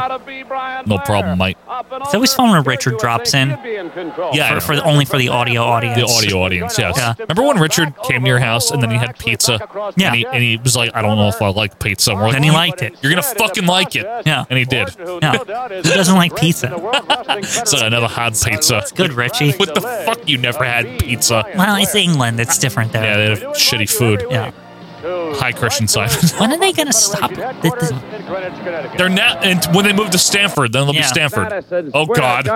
Speaker 1: No problem, mate.
Speaker 2: It's always fun when Richard drops in.
Speaker 1: Yeah, I know.
Speaker 2: For, for the, only for the audio audience.
Speaker 1: the audio audience. Yes.
Speaker 2: Yeah.
Speaker 1: Remember when Richard came to your house and then he had pizza?
Speaker 2: Yeah.
Speaker 1: And he, and he was like, I don't know if I like pizza. And we're like,
Speaker 2: Then he liked it.
Speaker 1: You're gonna fucking like it.
Speaker 2: Yeah.
Speaker 1: And he did.
Speaker 2: Yeah. Who doesn't like pizza?
Speaker 1: It's like I never had pizza.
Speaker 2: Good, Richie.
Speaker 1: What the fuck? You never had pizza?
Speaker 2: Well, it's England. It's different there.
Speaker 1: Yeah, they have shitty food.
Speaker 2: Yeah.
Speaker 1: Hi, Christian Simon.
Speaker 2: When are they gonna stop? This is-
Speaker 1: They're now, and when they move to Stanford, then they'll be
Speaker 2: Yeah.
Speaker 1: Stanford. Oh God.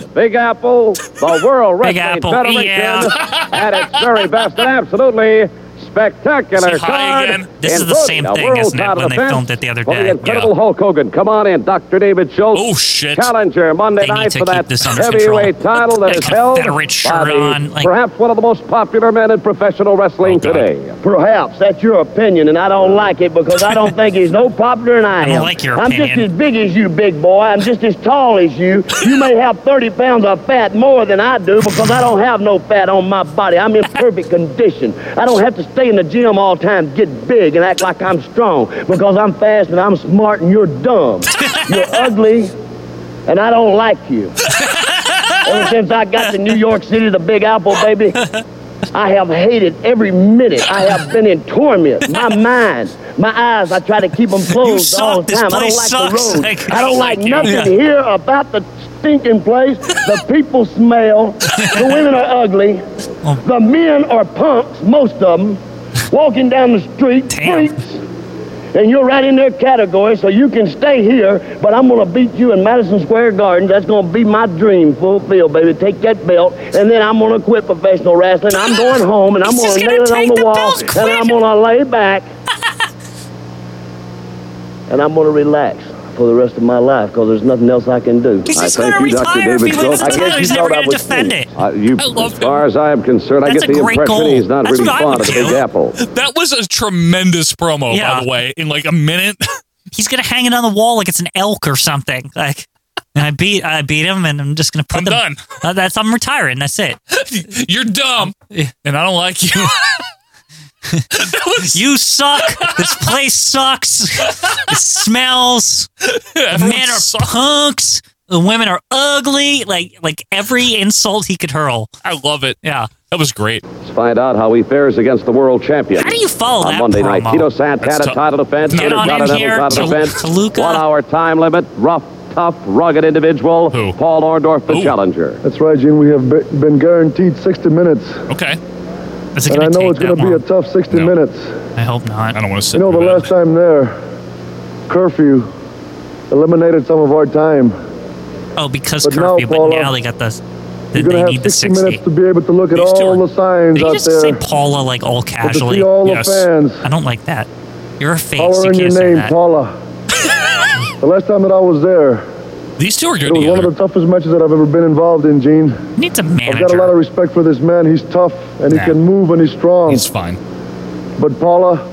Speaker 3: Big Apple, the World
Speaker 2: Big
Speaker 3: Wrestling
Speaker 2: Apple,
Speaker 3: Federation,
Speaker 2: yeah.
Speaker 3: at its very best, and absolutely spectacular
Speaker 1: Say hi
Speaker 3: card.
Speaker 1: again.
Speaker 2: This is the
Speaker 3: including
Speaker 2: same
Speaker 3: a
Speaker 2: thing,
Speaker 3: world
Speaker 2: isn't it,
Speaker 3: title
Speaker 2: when they
Speaker 3: defense
Speaker 2: filmed it the other
Speaker 3: for
Speaker 2: day?
Speaker 3: The incredible
Speaker 1: Yeah.
Speaker 3: Hulk Hogan. Come on in, Dr. David Schultz.
Speaker 1: Oh, shit.
Speaker 3: Challenger Monday
Speaker 2: They need
Speaker 3: night
Speaker 2: to
Speaker 3: for
Speaker 2: keep
Speaker 3: that
Speaker 2: this under
Speaker 3: heavyweight
Speaker 2: control.
Speaker 3: title that
Speaker 2: That
Speaker 3: is held
Speaker 2: Confederate shirt
Speaker 3: by the-
Speaker 2: on, like-
Speaker 3: perhaps one of the most popular men in professional wrestling
Speaker 1: Oh, God.
Speaker 3: today.
Speaker 6: Perhaps that's your opinion, and I don't like it because I don't think he's no popular than I am.
Speaker 2: don't like your
Speaker 6: I'm just
Speaker 2: opinion.
Speaker 6: as big as you, big boy. I'm just as tall as you. You may have 30 pounds of fat more than I do because I don't have no fat on my body. I'm in perfect condition. I don't have to stay in the gym all the time, get big, and act like I'm strong because I'm fast and I'm smart and you're dumb. You're ugly, and I don't like you. Ever since I got to New York City, the Big Apple, baby, I have hated every minute. I have been in torment. My mind, my eyes, I try to keep them closed
Speaker 2: suck.
Speaker 6: all the
Speaker 2: This
Speaker 6: time. I don't
Speaker 2: place
Speaker 6: like
Speaker 2: sucks.
Speaker 6: the road.
Speaker 2: Like,
Speaker 6: I don't like
Speaker 2: you.
Speaker 6: nothing
Speaker 2: Yeah.
Speaker 6: here about the stinking place. The people smell. The women are ugly. The men are punks, most of them, walking down the street,
Speaker 2: Damn.
Speaker 6: freaks. And you're right in their category, so you can stay here, but I'm gonna beat you in Madison Square Garden. That's gonna be my dream fulfilled, baby. Take that belt, and then I'm gonna quit professional wrestling. I'm going home, and I'm
Speaker 2: He's
Speaker 6: gonna
Speaker 2: just gonna
Speaker 6: nail it on
Speaker 2: take
Speaker 6: the,
Speaker 2: the
Speaker 6: wall,
Speaker 2: belt,
Speaker 6: and I'm gonna lay back, and I'm gonna relax for the rest of my life, because there's nothing else I can do.
Speaker 2: He's
Speaker 6: I
Speaker 2: just
Speaker 6: thank
Speaker 2: going to
Speaker 6: you, Dr.
Speaker 2: retire if he
Speaker 6: David
Speaker 2: wins
Speaker 6: Schultz. I
Speaker 2: the
Speaker 6: guess
Speaker 2: title.
Speaker 6: you
Speaker 2: He's
Speaker 6: thought
Speaker 2: never
Speaker 6: I
Speaker 2: going to
Speaker 6: was
Speaker 2: defend
Speaker 6: finished.
Speaker 2: it.
Speaker 3: Uh, you,
Speaker 1: I love
Speaker 3: as far as I'm concerned,
Speaker 2: That's
Speaker 3: I get
Speaker 2: a
Speaker 3: the
Speaker 2: great
Speaker 3: impression
Speaker 2: goal.
Speaker 3: he's not
Speaker 2: That's
Speaker 3: really
Speaker 2: what I
Speaker 3: fond
Speaker 2: would
Speaker 3: of the
Speaker 2: do.
Speaker 3: Big Apple.
Speaker 1: That was a tremendous promo,
Speaker 2: Yeah.
Speaker 1: by the way, in like a minute.
Speaker 2: He's going to hang it on the wall like it's an elk or something. Like, and I beat, I beat him, and I'm just going to put
Speaker 1: I'm
Speaker 2: the-
Speaker 1: done.
Speaker 2: Uh, that's I'm retiring. That's it.
Speaker 1: You're dumb, and I don't like you. that was
Speaker 2: You suck. this place sucks. It smells.
Speaker 1: everyone
Speaker 2: Men are
Speaker 1: sucked.
Speaker 2: punks. The women are ugly. Like like every insult he could hurl.
Speaker 1: I love it.
Speaker 2: Yeah.
Speaker 1: That was great.
Speaker 3: Let's find out how he fares against the world champion.
Speaker 2: How do you follow
Speaker 3: on
Speaker 2: that
Speaker 3: Monday
Speaker 2: promo?
Speaker 3: night, Tito Santana,
Speaker 1: tough.
Speaker 3: title defense,
Speaker 1: Get
Speaker 2: on in
Speaker 3: Intercontinental
Speaker 2: here,
Speaker 3: title
Speaker 2: Tal-
Speaker 3: defense,
Speaker 2: Toluca.
Speaker 3: one-hour time limit, rough, tough, rugged individual,
Speaker 1: Who?
Speaker 3: Paul Orndorff, the
Speaker 1: Who?
Speaker 3: challenger.
Speaker 7: That's right, Gene. We have be- been guaranteed 60 minutes.
Speaker 1: Okay.
Speaker 2: Is it gonna
Speaker 7: And I know
Speaker 2: take
Speaker 7: it's going
Speaker 2: that
Speaker 7: to be a
Speaker 2: long?
Speaker 7: tough 60
Speaker 1: No.
Speaker 7: minutes.
Speaker 2: I hope not.
Speaker 1: I don't want to sit.
Speaker 7: You know, the
Speaker 1: through that.
Speaker 7: last time there, curfew eliminated some of our time.
Speaker 2: Oh, because
Speaker 7: But now,
Speaker 2: curfew. but
Speaker 7: Paula,
Speaker 2: now they got the. the
Speaker 7: You're
Speaker 2: they
Speaker 7: going to
Speaker 2: need
Speaker 7: have
Speaker 2: the
Speaker 7: 60
Speaker 2: sixty.
Speaker 7: minutes to be able to look at
Speaker 1: These two
Speaker 7: all
Speaker 1: are-
Speaker 7: the signs
Speaker 2: Did you
Speaker 7: out
Speaker 2: just say
Speaker 7: there,
Speaker 2: Paula like all
Speaker 7: and to
Speaker 2: casually?
Speaker 7: see all
Speaker 1: Yes.
Speaker 7: the fans
Speaker 2: I don't like that. You're a face. You
Speaker 7: hollering
Speaker 2: can't
Speaker 7: your
Speaker 2: say
Speaker 7: name,
Speaker 2: that.
Speaker 7: Paula. the last time that I was there,
Speaker 1: These two are good
Speaker 7: it was one
Speaker 1: together.
Speaker 7: of the toughest matches that I've ever been involved in, Gene.
Speaker 2: You need a
Speaker 7: I've got a
Speaker 2: manager.
Speaker 7: lot of respect for this man. He's tough, and he
Speaker 1: Nah.
Speaker 7: can move, and he's strong.
Speaker 1: He's fine.
Speaker 7: but Paula,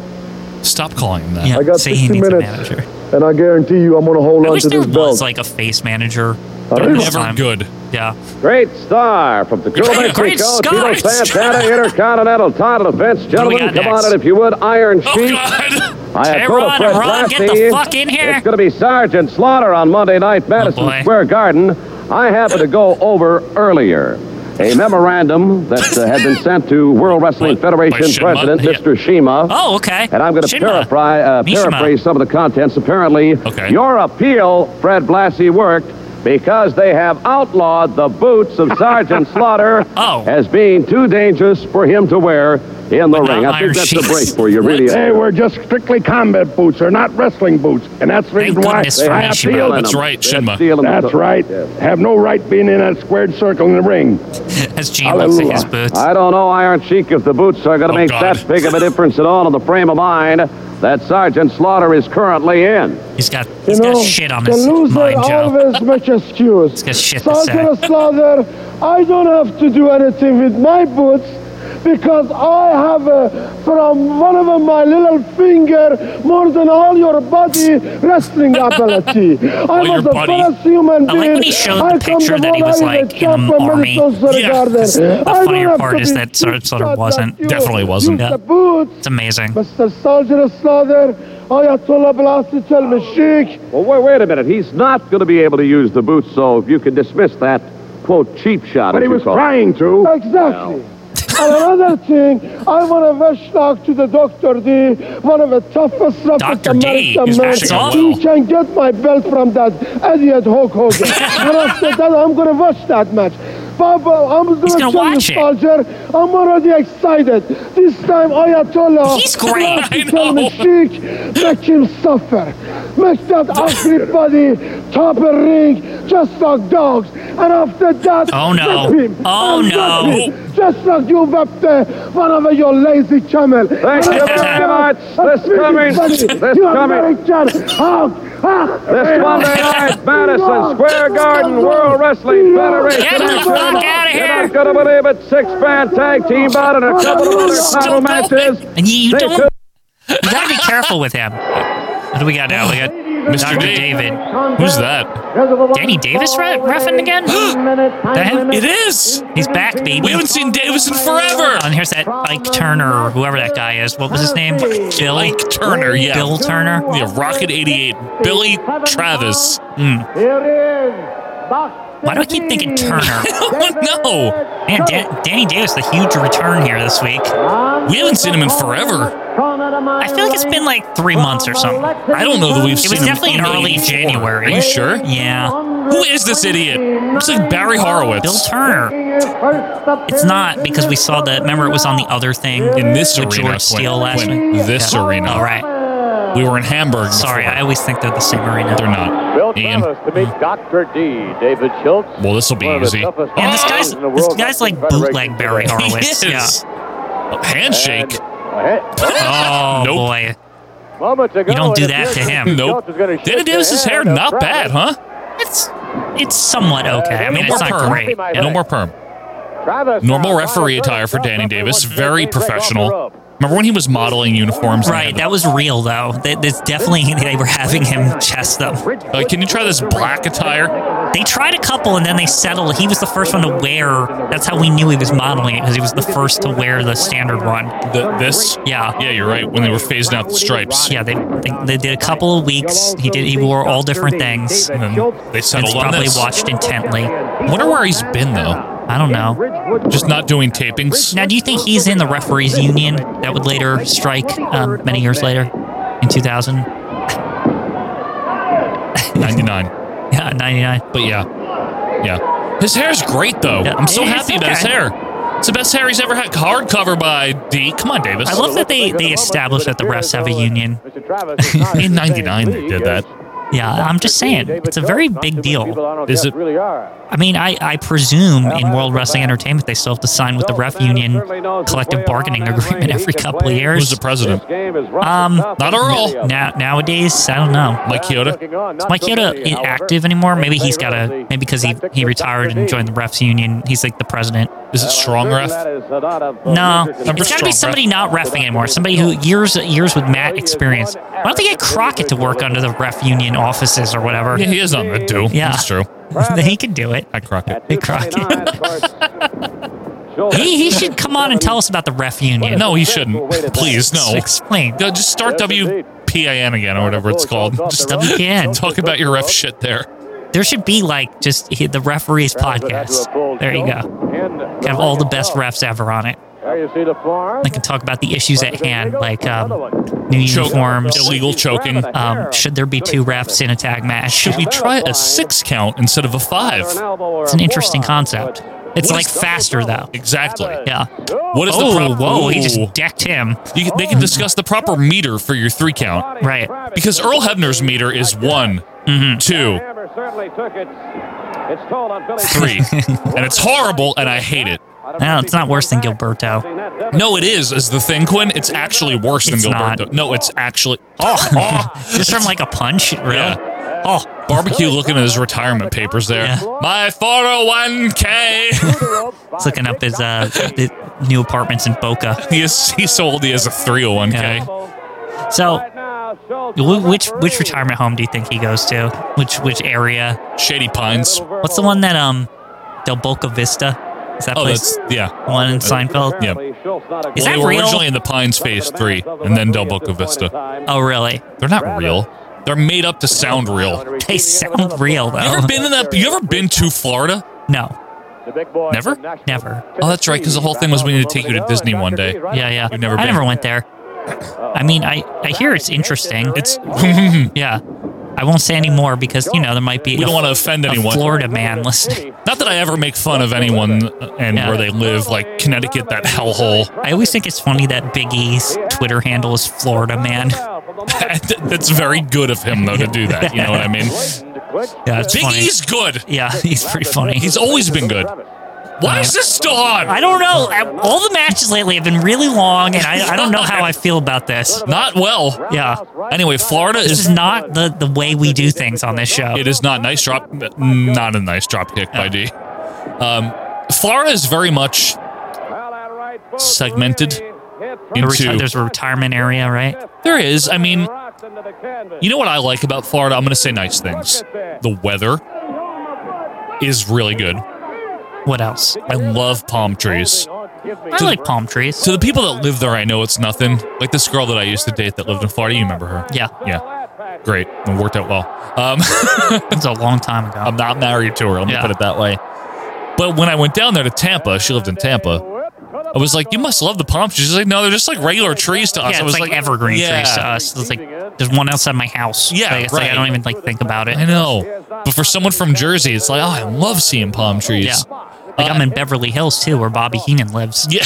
Speaker 1: Stop calling him that.
Speaker 2: yeah,
Speaker 7: I got
Speaker 2: say he
Speaker 7: 60
Speaker 2: needs
Speaker 7: minutes.
Speaker 2: a manager.
Speaker 7: and I guarantee you, I'm going to hold
Speaker 2: I
Speaker 7: on
Speaker 2: wish
Speaker 7: to
Speaker 2: there
Speaker 7: this
Speaker 2: was
Speaker 7: belt.
Speaker 2: like a face manager.
Speaker 7: don't
Speaker 2: during this
Speaker 1: Never
Speaker 2: time.
Speaker 1: good.
Speaker 2: Yeah.
Speaker 3: Great star from Tacoma,
Speaker 2: Great
Speaker 3: Mexico,
Speaker 2: Scott.
Speaker 3: Tito Santana, Intercontinental title defense.
Speaker 2: we
Speaker 3: Gentlemen,
Speaker 2: got
Speaker 3: come on
Speaker 2: next?
Speaker 3: in if you would, Iron
Speaker 1: Oh
Speaker 3: Sheik.
Speaker 1: God.
Speaker 2: Tehran,
Speaker 3: Ayatollah Fred
Speaker 2: Iran, get the
Speaker 3: Lassie.
Speaker 2: fuck in here. Oh,
Speaker 3: It's going to be Sergeant Slaughter on Monday night, Madison
Speaker 2: boy.
Speaker 3: Square Garden. I happened to go over earlier a memorandum that uh, had been sent to World Wrestling
Speaker 1: By- by
Speaker 3: Federation
Speaker 1: Shinma,
Speaker 3: President
Speaker 1: yeah.
Speaker 3: Mr. Shima.
Speaker 2: Oh, okay.
Speaker 3: And I'm going to
Speaker 2: Shinma.
Speaker 3: paraphrase, uh,
Speaker 2: Mishima.
Speaker 3: paraphrase some of the contents. Apparently,
Speaker 1: Okay.
Speaker 3: your appeal, Fred Blassie, worked because they have outlawed the boots of Sergeant Slaughter
Speaker 2: Oh.
Speaker 3: as being too dangerous for him to wear in the
Speaker 2: But
Speaker 3: ring.
Speaker 2: not
Speaker 3: I think
Speaker 2: Iron
Speaker 3: that's
Speaker 2: Sheik.
Speaker 3: a break for you, really.
Speaker 2: What?
Speaker 3: Hey,
Speaker 6: They were just strictly combat boots. They're not wrestling boots. And that's the
Speaker 2: Thank
Speaker 6: reason why
Speaker 2: goodness
Speaker 6: they
Speaker 2: for
Speaker 6: have
Speaker 2: Mishima.
Speaker 6: deal in
Speaker 1: That's
Speaker 6: them.
Speaker 1: right, Shinma.
Speaker 3: Stealing the-
Speaker 6: That's right. Have no right being in that squared circle in the ring.
Speaker 2: As Gene looks at his
Speaker 6: Hallelujah.
Speaker 2: boots.
Speaker 3: I don't know, Iron Sheik, if the boots are going to
Speaker 1: Oh,
Speaker 3: make
Speaker 1: God.
Speaker 3: that big of a difference at all in the frame of mind that Sergeant Slaughter is currently in.
Speaker 2: He's got he's got shit on
Speaker 7: the
Speaker 2: his
Speaker 7: loser
Speaker 2: mind, Joe.
Speaker 7: always makes excuse.
Speaker 2: He's got shit to say.
Speaker 7: Sergeant Slaughter, I don't have to do anything with my boots because I have uh from one of my little finger more than all your body wrestling ability. I
Speaker 1: your
Speaker 7: was the
Speaker 1: body.
Speaker 7: first human
Speaker 2: I
Speaker 7: being.
Speaker 2: like when he showed the
Speaker 7: I
Speaker 2: picture that he was, like, in an army.
Speaker 1: Yeah.
Speaker 2: The funnier part is that Sergeant Slaughter wasn't.
Speaker 1: Definitely wasn't.
Speaker 2: Yeah.
Speaker 7: The boots.
Speaker 2: It's amazing.
Speaker 7: Mr. Soldier Slaughter, Ayatollah Blasi tell me, Sheikh,
Speaker 3: Well, wait, wait a minute. He's not going to be able to use the boots, so if you can dismiss that, quote, cheap shot.
Speaker 6: But
Speaker 3: as
Speaker 6: he
Speaker 3: you
Speaker 6: was
Speaker 3: call it.
Speaker 6: trying to.
Speaker 7: exactly. and another thing, I want to wish luck to the Dr. D, one of the toughest, roughest
Speaker 2: Dr. D,
Speaker 7: American
Speaker 2: he's
Speaker 7: men.
Speaker 2: rushing on
Speaker 7: He
Speaker 1: well.
Speaker 7: can get my belt from that idiot Hulk Hogan. and after that, I'm going to watch that match.
Speaker 8: Baba, uh, I'm the
Speaker 2: He's gonna
Speaker 8: Russian
Speaker 2: watch it.
Speaker 8: soldier. I'm already excited. This time Ayatollah
Speaker 2: He's great.
Speaker 8: wants to
Speaker 1: I
Speaker 8: tell
Speaker 1: know.
Speaker 8: Mashik, make him suffer. Make that everybody top a ring just like dogs. And after that,
Speaker 2: Oh, no.
Speaker 8: whip him.
Speaker 2: Oh,
Speaker 8: And
Speaker 2: no.
Speaker 8: whip him. Just like you whipped uh, one of your lazy camel.
Speaker 3: Thank you very much. This coming, this
Speaker 8: you
Speaker 3: coming,
Speaker 8: American hog.
Speaker 3: this Monday night, Madison Square Garden, World Wrestling Federation.
Speaker 2: Get the fuck out of
Speaker 3: You're not
Speaker 2: here!
Speaker 3: gonna believe it. Six-man tag team bout and a couple of other title matches.
Speaker 2: And you, you
Speaker 3: They
Speaker 2: don't.
Speaker 3: could-
Speaker 2: You gotta be careful with him. What do we got now? We got Mr.
Speaker 1: D.
Speaker 2: David.
Speaker 1: Who's that?
Speaker 2: Danny Davis re- reffing again? That him?
Speaker 1: It is.
Speaker 2: He's back, baby.
Speaker 1: We haven't seen Davis in forever.
Speaker 2: Oh, and here's that Ike Turner or whoever that guy is. What was his name? Bill
Speaker 1: Ike Turner, yeah.
Speaker 2: Bill Turner.
Speaker 1: Yeah, Rocket 88, Billy Travis. Mm.
Speaker 2: Why do I keep thinking Turner?
Speaker 1: no,
Speaker 2: Man, Dan- Danny Davis, the huge return here this week.
Speaker 1: we haven't seen him in forever.
Speaker 2: I feel like it's been like three months or something.
Speaker 1: I don't know that we've
Speaker 2: It
Speaker 1: seen
Speaker 2: was
Speaker 1: him
Speaker 2: definitely in early
Speaker 1: 84.
Speaker 2: January.
Speaker 1: Are you sure?
Speaker 2: Yeah.
Speaker 1: Who is this idiot? Looks like Barry Horowitz.
Speaker 2: Bill Turner. It's not because we saw that. Remember, it was on the other thing
Speaker 1: in this
Speaker 2: with
Speaker 1: arena,
Speaker 2: George Steele
Speaker 1: Quinn.
Speaker 2: last
Speaker 1: Quinn,
Speaker 2: week.
Speaker 1: This
Speaker 2: Yeah.
Speaker 1: arena.
Speaker 2: All right.
Speaker 1: We were in Hamburg.
Speaker 2: Sorry,
Speaker 1: before.
Speaker 2: I always think they're the same arena.
Speaker 1: they're not.
Speaker 4: Bill
Speaker 1: Ian.
Speaker 4: Travis to meet Dr. D. David Schultz.
Speaker 1: Well, this will be easy.
Speaker 2: And this guy's this guy's like bootleg Barry Horowitz.
Speaker 1: He
Speaker 2: Yeah.
Speaker 1: is. Handshake.
Speaker 2: Oh
Speaker 1: Nope.
Speaker 2: boy.
Speaker 4: Moments ago,
Speaker 2: You don't do
Speaker 4: it
Speaker 2: that to
Speaker 4: appears
Speaker 2: him.
Speaker 4: Mr.
Speaker 1: Nope.
Speaker 4: Schultz is gonna
Speaker 1: Danny
Speaker 4: shake the
Speaker 1: Davis's hair,
Speaker 4: hand of
Speaker 1: not
Speaker 4: Travis.
Speaker 1: bad, huh?
Speaker 2: It's it's somewhat okay. I mean,
Speaker 1: no
Speaker 2: it's
Speaker 1: more
Speaker 2: not
Speaker 1: perm.
Speaker 2: great.
Speaker 1: No more perm.
Speaker 4: Travis
Speaker 1: Normal
Speaker 4: now,
Speaker 1: referee
Speaker 4: Robert
Speaker 1: attire for
Speaker 4: Curtis,
Speaker 1: Danny
Speaker 4: referee
Speaker 1: Davis.
Speaker 4: wants
Speaker 1: Very
Speaker 4: Davis break off the
Speaker 1: professional.
Speaker 4: rope.
Speaker 1: Remember when he was modeling uniforms? and
Speaker 2: Right,
Speaker 1: they had
Speaker 2: that was real though. That that's definitely they were having him chest them.
Speaker 1: the- Uh, can you try this black attire?
Speaker 2: They tried a couple and then they settled. He was the first one to wear. That's how we knew he was modeling it because he was the first to wear the standard one.
Speaker 1: The, this?
Speaker 2: Yeah.
Speaker 1: Yeah, you're right. When they were phasing out the stripes.
Speaker 2: Yeah, they, they, they did a couple of weeks. He did. He wore all different things.
Speaker 1: And then they
Speaker 2: And
Speaker 1: settled on
Speaker 2: probably
Speaker 1: this.
Speaker 2: watched intently.
Speaker 1: I wonder where he's been though.
Speaker 2: I don't know.
Speaker 1: Just not doing tapings.
Speaker 2: Now, do you think he's in the referees union that would later strike um, many years later in 2000?
Speaker 1: 99.
Speaker 2: Yeah, 99.
Speaker 1: But yeah, yeah. His hair's great though.
Speaker 2: Yeah,
Speaker 1: I'm so
Speaker 2: it is
Speaker 1: happy about his
Speaker 2: okay.
Speaker 1: hair. It's the best hair he's ever had. Hardcover by D. Come on, Davis.
Speaker 2: I love that they, they established that the refs have a union.
Speaker 4: Mr. Travis is not
Speaker 1: In
Speaker 4: the same
Speaker 1: 99 they
Speaker 4: league
Speaker 1: did
Speaker 4: as
Speaker 1: that.
Speaker 2: Yeah, I'm just saying. It's a very big deal.
Speaker 1: Is it-
Speaker 4: Really are.
Speaker 2: I mean, I, I presume in World Wrestling Entertainment they still have to sign with the ref union collective bargaining agreement every couple of
Speaker 1: Who's
Speaker 2: years.
Speaker 1: the president?
Speaker 2: Um,
Speaker 1: Not Earl.
Speaker 2: Now, nowadays, I don't know.
Speaker 1: Mike Chioda.
Speaker 2: Is Mike Yoda i- active anymore? Maybe he's got a maybe because he he retired and joined the refs union. He's like the president.
Speaker 1: Is it strong ref?
Speaker 4: uh,
Speaker 2: No,
Speaker 1: Number
Speaker 2: it's got to
Speaker 1: strong
Speaker 2: be
Speaker 1: ref.
Speaker 2: somebody not refing anymore. Somebody who years years with Matt experience. Why don't they get Crockett to work under the ref union offices or whatever?
Speaker 1: Yeah, he is on that too.
Speaker 2: Yeah.
Speaker 1: That's true.
Speaker 2: he could do it.
Speaker 1: I Crockett.
Speaker 2: Hey, Crockett. he, he should come on and tell us about the ref union.
Speaker 1: No, he shouldn't. Please, no.
Speaker 2: Explain.
Speaker 1: Yeah, just start
Speaker 4: Yes, indeed.
Speaker 1: WPIN again or whatever it's called. Just
Speaker 2: WPIN.
Speaker 1: Talk about your ref shit there.
Speaker 2: There should be like just he- the referees podcast. There you go.
Speaker 4: go.
Speaker 2: Have all the best refs ever on it.
Speaker 4: There you see the farm.
Speaker 2: They can talk about the issues at hand, like um, new
Speaker 1: Choke.
Speaker 2: uniforms,
Speaker 1: Illegal choking.
Speaker 2: Um, should there be two refs in a tag match?
Speaker 1: Should we try a six count instead of a five?
Speaker 2: It's an interesting concept. It's
Speaker 1: What
Speaker 2: like
Speaker 1: is-
Speaker 2: faster though.
Speaker 1: Exactly.
Speaker 2: Yeah.
Speaker 1: What is
Speaker 2: oh,
Speaker 1: the proper?
Speaker 2: whoa! He
Speaker 1: Ooh.
Speaker 2: just decked him.
Speaker 1: You can- they can discuss the proper meter for your three count
Speaker 2: Right. Mm-hmm.
Speaker 1: because Earl Hebner's meter is one, two, three, and it's horrible, and I hate it.
Speaker 2: No, it's not worse than Gilberto.
Speaker 1: No, it is. Is the thing, Quinn? It's actually worse than
Speaker 2: It's
Speaker 1: Gilberto.
Speaker 2: not.
Speaker 1: No, it's actually. Oh, oh.
Speaker 2: Just from like a punch, really.
Speaker 1: Yeah.
Speaker 2: Oh,
Speaker 1: barbecue looking at his retirement papers there.
Speaker 2: Yeah.
Speaker 1: My 401k.
Speaker 2: he's looking up his uh the new apartments in Boca.
Speaker 1: he is he's so old he has a 301k.
Speaker 2: So, wh- which which retirement home do you think he goes to? Which which area?
Speaker 1: Shady Pines. Oh,
Speaker 2: What's the one that um Del Boca Vista? Is that
Speaker 1: Oh,
Speaker 2: place
Speaker 1: that's yeah.
Speaker 2: the one in Seinfeld?
Speaker 1: Yeah.
Speaker 2: Is
Speaker 1: well,
Speaker 2: that
Speaker 1: they were
Speaker 2: real?
Speaker 1: originally in the Pines Phase 3 and then Del Boca Vista.
Speaker 2: Oh, really?
Speaker 1: They're not real. They're made up to sound real. You
Speaker 2: They sound real though.
Speaker 1: ever been in that you ever been to Florida?
Speaker 2: No.
Speaker 1: Never?
Speaker 2: Never.
Speaker 1: Oh, that's right cuz the whole thing was we need to take you to Disney one day.
Speaker 2: Yeah, yeah.
Speaker 1: You've never
Speaker 2: I
Speaker 1: been.
Speaker 2: never went there. I mean, I I hear it's interesting.
Speaker 1: It's
Speaker 2: Yeah. I won't say any more because you know there might be
Speaker 1: We
Speaker 2: a,
Speaker 1: don't want to offend
Speaker 2: a
Speaker 1: anyone.
Speaker 2: Florida man listening.
Speaker 1: Not that I ever make fun of anyone and
Speaker 2: Yeah.
Speaker 1: where they live, like Connecticut, that hellhole.
Speaker 2: I always think it's funny that Big E's Twitter handle is Florida man.
Speaker 1: That's very good of him, though, to do that. You know what I mean?
Speaker 2: Yeah, it's
Speaker 1: Big
Speaker 2: funny.
Speaker 1: E's good.
Speaker 2: yeah, he's pretty funny.
Speaker 1: He's always been good. Why is this still on?
Speaker 2: I don't know. I- All the matches lately have been really long, and I, I don't know how I feel about this.
Speaker 1: Not well.
Speaker 2: Yeah.
Speaker 1: Anyway, Florida
Speaker 2: This
Speaker 1: is
Speaker 2: is not the, the way we do things on this show.
Speaker 1: It is not nice drop. Not a nice drop kick by D. Um, Florida is very much segmented
Speaker 2: A reti-
Speaker 1: into.
Speaker 2: there's a retirement area, right?
Speaker 1: There is. I mean, you know what I like about Florida? I'm going to say nice things. The weather is really good.
Speaker 2: What else?
Speaker 1: I love palm trees.
Speaker 2: I like palm trees.
Speaker 1: To the people that live there, I know it's nothing. Like this girl that I used to date that lived in Florida. You remember her?
Speaker 2: Yeah,
Speaker 1: Yeah. Great. It worked out well. Um,
Speaker 2: it's a long time ago.
Speaker 1: I'm not married to her. Let me
Speaker 2: Yeah.
Speaker 1: put it that way. But when I went down there to Tampa, she lived in Tampa. I was like, "You must love the palm trees." She's like, "No, they're just like regular trees to us."
Speaker 2: yeah,
Speaker 1: I
Speaker 2: it's
Speaker 1: was
Speaker 2: like, evergreen
Speaker 1: yeah.
Speaker 2: trees to us. It's like there's one outside my house.
Speaker 1: Yeah,
Speaker 2: Like, it's like
Speaker 1: right.
Speaker 2: I don't even like think about it.
Speaker 1: I know, but for someone from Jersey, it's like, "Oh, I love seeing palm trees."
Speaker 2: Yeah. Like I'm in Beverly Hills too, where Bobby Heenan lives
Speaker 1: Yeah,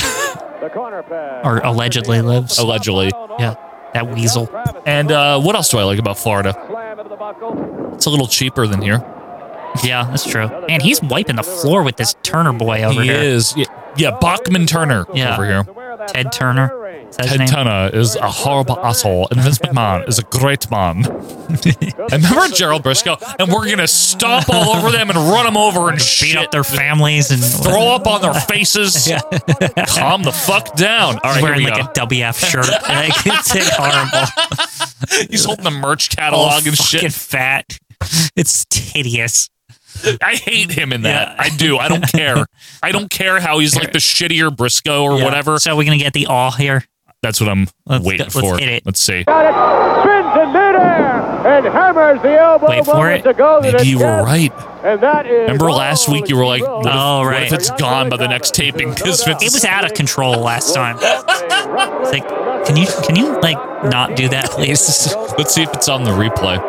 Speaker 2: or allegedly lives.
Speaker 1: allegedly.
Speaker 2: Yeah, that weasel.
Speaker 1: And uh, what else do I like about Florida? It's a little cheaper than here.
Speaker 2: Yeah, that's true. And he's wiping the floor with this Turner boy over
Speaker 1: he
Speaker 2: here.
Speaker 1: is. Yeah, yeah, Bachman Turner
Speaker 2: Yeah.
Speaker 1: over here.
Speaker 2: Ted Turner. Is that his
Speaker 1: Ted
Speaker 2: name?
Speaker 1: Turner is a horrible asshole, and Vince McMahon is a great man. I remember Gerald Briscoe, and we're gonna stomp all over them and run them over and
Speaker 2: Beat
Speaker 1: shit.
Speaker 2: up their families and
Speaker 1: throw up on their faces. Calm the fuck down. Oh, All right, here
Speaker 2: wearing
Speaker 1: we
Speaker 2: like
Speaker 1: go.
Speaker 2: a WF shirt. like, it's like horrible.
Speaker 1: He's holding the merch
Speaker 2: All
Speaker 1: catalog and
Speaker 2: fucking
Speaker 1: shit.
Speaker 2: fat. It's hideous.
Speaker 1: I hate him in that.
Speaker 2: Yeah.
Speaker 1: I do. I don't care. I don't care how he's like the shittier Briscoe or
Speaker 2: Yeah.
Speaker 1: whatever.
Speaker 2: So we're gonna get the all here.
Speaker 1: That's what I'm
Speaker 2: Let's go-
Speaker 1: waiting
Speaker 2: let's
Speaker 1: for.
Speaker 2: hit it.
Speaker 1: Let's see.
Speaker 4: Spins in midair and hammers the elbow.
Speaker 2: Wait for
Speaker 4: moment
Speaker 2: it.
Speaker 4: To go to the
Speaker 1: Maybe you were
Speaker 4: chest,
Speaker 1: right.
Speaker 4: And that is
Speaker 1: Remember last week you were like, what if,
Speaker 2: Oh,
Speaker 1: what
Speaker 2: right.
Speaker 1: if it's gone by the next taping? Because Vince
Speaker 2: It was out of control last time. It's like, can you can you like not do that, please?
Speaker 1: Let's see if it's on the replay.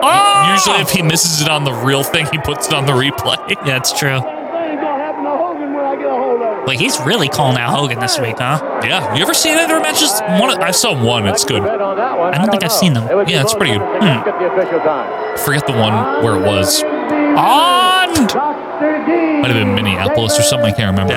Speaker 2: Ah!
Speaker 1: Usually, if he misses it on the real thing, he puts it on the replay.
Speaker 2: Yeah, it's true. But he's really calling out Hogan this week, huh?
Speaker 1: Yeah, you ever seen any of their matches? One, I saw one. It's good.
Speaker 2: I don't think I've seen them.
Speaker 1: Yeah, it's pretty good. Hmm.
Speaker 4: Get the official time.
Speaker 1: Forget the one where it was.
Speaker 2: On
Speaker 1: Might have been Minneapolis or something. I can't remember.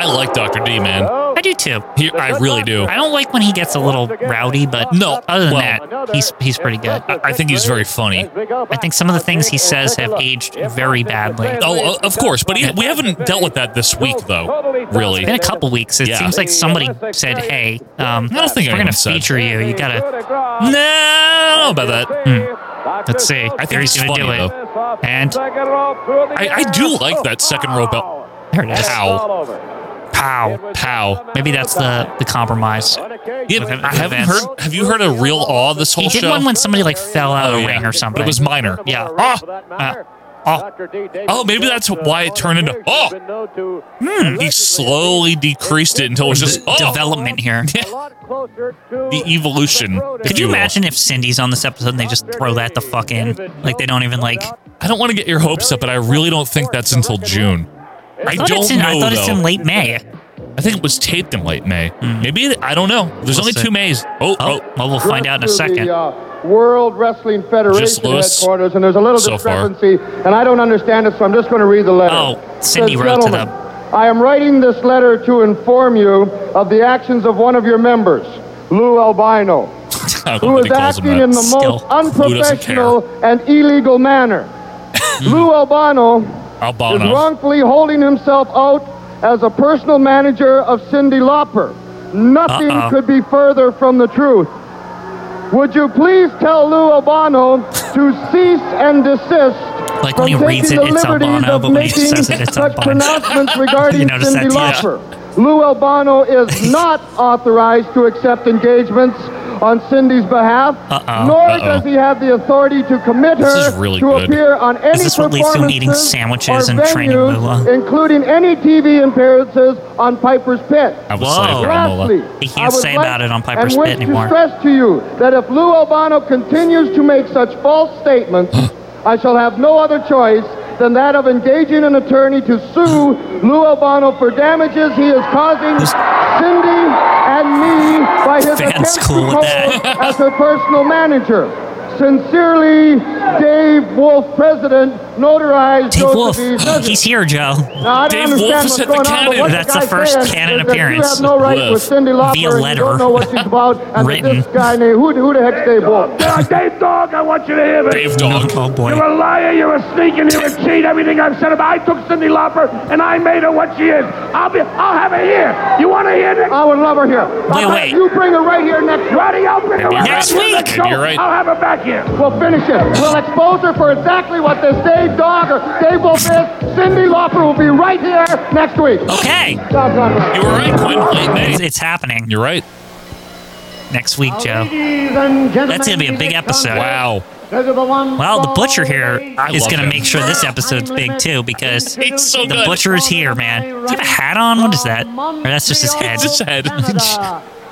Speaker 1: I like Dr. D, man.
Speaker 2: I do too.
Speaker 1: He, I really do.
Speaker 2: I don't like when he gets a little rowdy, but
Speaker 1: No,
Speaker 2: other than
Speaker 1: well-
Speaker 2: that, he's he's pretty good.
Speaker 1: I, I think he's very funny.
Speaker 2: I think some of the things he says have aged very badly.
Speaker 1: Oh, o- of course. But he, we haven't dealt with that this week, though. Really.
Speaker 2: It's been a couple weeks. It
Speaker 1: Yeah.
Speaker 2: seems like somebody said, "Hey, um,
Speaker 1: I don't think
Speaker 2: we're
Speaker 1: anyone
Speaker 2: gonna
Speaker 1: said.
Speaker 2: feature you. You gotta."
Speaker 1: No, I don't know about that. Hmm.
Speaker 2: Hmm. Let's see. I
Speaker 1: think
Speaker 2: he's
Speaker 1: it's
Speaker 2: gonna
Speaker 1: funny,
Speaker 2: do it. And
Speaker 1: I, I do like that second row belt.
Speaker 2: there it is.
Speaker 1: Pow.
Speaker 2: Pow.
Speaker 1: Pow.
Speaker 2: Maybe that's the the compromise.
Speaker 1: Yeah,
Speaker 2: With him-
Speaker 1: I haven't
Speaker 2: Vince.
Speaker 1: heard. Have you heard a real awe this whole
Speaker 2: He did
Speaker 1: show?
Speaker 2: one when somebody like fell out of
Speaker 1: Oh,
Speaker 2: the
Speaker 1: yeah.
Speaker 2: ring or something.
Speaker 1: But it was minor.
Speaker 2: Yeah.
Speaker 1: Ah,
Speaker 2: Uh, oh,
Speaker 1: Oh, maybe that's why it turned into. Oh, Hmm. he slowly decreased it until it was just
Speaker 2: the
Speaker 1: oh,
Speaker 2: development here.
Speaker 1: the evolution. if
Speaker 2: Could you
Speaker 1: will.
Speaker 2: imagine if Cindy's on this episode and they just throw that the fuck in? Like they don't even like.
Speaker 1: I don't want to get your hopes up, but I really don't think that's until June. I,
Speaker 2: thought
Speaker 1: don't
Speaker 2: it's in,
Speaker 1: know
Speaker 2: I thought
Speaker 1: though.
Speaker 2: it's in late May.
Speaker 1: I think it was taped in late May. Maybe it, I don't know. There's
Speaker 2: Let's
Speaker 1: only
Speaker 2: see.
Speaker 1: two Mays. Oh,
Speaker 2: Oh,
Speaker 1: oh,
Speaker 2: well, we'll find out in a
Speaker 8: to
Speaker 2: second.
Speaker 8: The, uh, World Wrestling Federation
Speaker 1: Just Lewis
Speaker 8: headquarters, and there's a little
Speaker 1: so far.
Speaker 8: discrepancy, and I don't understand it, so I'm just going to read the letter.
Speaker 2: Oh, Cindy
Speaker 8: Says,
Speaker 2: wrote to
Speaker 8: "Gentlemen,
Speaker 2: them.
Speaker 8: I am writing this letter to inform you of the actions of one of your members, Lou Albino,
Speaker 1: I don't know
Speaker 8: who
Speaker 1: what
Speaker 8: is
Speaker 1: he calls him
Speaker 8: acting in the
Speaker 1: that.
Speaker 8: most
Speaker 2: Still,
Speaker 1: Lou doesn't care.
Speaker 8: unprofessional and illegal manner. Lou Albano is
Speaker 1: Albano.
Speaker 8: wrongfully holding himself out as a personal manager of Cindy Lauper. Nothing
Speaker 2: Uh-oh.
Speaker 8: could be further from the truth. Would you please tell Lou Albano to cease and desist?
Speaker 2: Like when
Speaker 8: from
Speaker 2: he
Speaker 8: taking
Speaker 2: reads it,
Speaker 8: the
Speaker 2: it's
Speaker 8: liberties
Speaker 2: Albano,
Speaker 8: of
Speaker 2: but when he
Speaker 8: making
Speaker 2: says it, it's
Speaker 8: such
Speaker 2: Albano.
Speaker 8: pronouncements regarding
Speaker 2: You notice
Speaker 8: Cindy
Speaker 2: that, yeah.
Speaker 8: Lauper. Lou Albano is not authorized to accept engagements on Cindy's behalf,
Speaker 2: Uh-uh. Uh-oh.
Speaker 8: nor
Speaker 5: Uh-oh.
Speaker 8: does he have the authority to commit
Speaker 5: This
Speaker 8: her
Speaker 5: is really
Speaker 8: to
Speaker 5: good.
Speaker 8: appear on any
Speaker 2: this what leads to him eating
Speaker 8: performances
Speaker 2: sandwiches
Speaker 8: or
Speaker 2: and training
Speaker 8: venues,
Speaker 2: Moolah?
Speaker 8: including any TV appearances on Piper's Pit.
Speaker 5: I would say
Speaker 2: Whoa.
Speaker 5: Romola.
Speaker 8: Lastly,
Speaker 2: He can't
Speaker 8: I would
Speaker 2: say
Speaker 8: like
Speaker 2: about it on Piper's
Speaker 8: and wish
Speaker 2: Pit
Speaker 8: to
Speaker 2: anymore.
Speaker 8: stress to you that if Lou Albano continues to make such false statements, I shall have no other choice than that of engaging an attorney to sue Lou Albano for damages he is causing
Speaker 2: Who's-
Speaker 8: Cindy and me by his
Speaker 2: Van's
Speaker 8: attempts
Speaker 2: cool with
Speaker 8: to pose
Speaker 2: that.
Speaker 8: as her personal manager. Sincerely, Dave Wolf, President, notarized
Speaker 2: Dave Wolf,
Speaker 8: Joseph E. Sessions.
Speaker 2: he's here, Joe.
Speaker 8: Now, I
Speaker 1: Dave
Speaker 8: don't
Speaker 1: Wolf
Speaker 8: understand what's
Speaker 1: is at the
Speaker 8: going on, but
Speaker 1: Cannon.
Speaker 8: what
Speaker 2: That's
Speaker 8: guy
Speaker 2: the first
Speaker 8: said
Speaker 2: Cannon
Speaker 8: is that
Speaker 2: appearance
Speaker 8: You have no right
Speaker 5: with
Speaker 8: with Cindy Lauper.
Speaker 2: via
Speaker 8: and
Speaker 2: letter.
Speaker 8: You don't know what she's about. And that
Speaker 2: Written.
Speaker 8: This guy named, who, who the heck's Dave Wolf?
Speaker 9: Dave Dog, I want you to hear me.
Speaker 5: Dave
Speaker 2: No,
Speaker 5: Dog.
Speaker 2: oh boy.
Speaker 9: You're a liar, you're a sneak, and you're a cheat. Everything I've said about I took Cindy Lauper and I made her what she is. I'll be I'll have her here. You wanna hear Nick?
Speaker 8: I would love her here.
Speaker 2: Wait, wait.
Speaker 8: You bring her right here next week.
Speaker 9: Roddy, I'll bring her right
Speaker 2: Next
Speaker 9: back here.
Speaker 2: week.
Speaker 9: Let's
Speaker 5: Maybe
Speaker 9: go.
Speaker 5: you're right.
Speaker 9: I'll have her back here.
Speaker 8: We'll finish it. We'll expose her for exactly what this Dave Dog or Dave Wolf is. Cindy Lauper will be right here next week.
Speaker 2: Okay,
Speaker 8: Stop, stop, stop.
Speaker 1: You were right, Quinn. Late
Speaker 2: it's,
Speaker 1: night.
Speaker 2: it's happening
Speaker 5: You're right.
Speaker 2: next week, Joe.
Speaker 8: Ladies and gentlemen,
Speaker 2: That's gonna be a big episide. episode.
Speaker 5: Wow.
Speaker 2: Well,
Speaker 8: Well,
Speaker 2: the butcher here
Speaker 5: I
Speaker 2: is
Speaker 5: love
Speaker 2: going to
Speaker 5: him.
Speaker 2: make sure this episode's big too because
Speaker 1: It's so
Speaker 2: the
Speaker 1: good.
Speaker 2: butcher is here, man. Does he have a hat on? What is that? Or that's just his head.
Speaker 5: It's his head.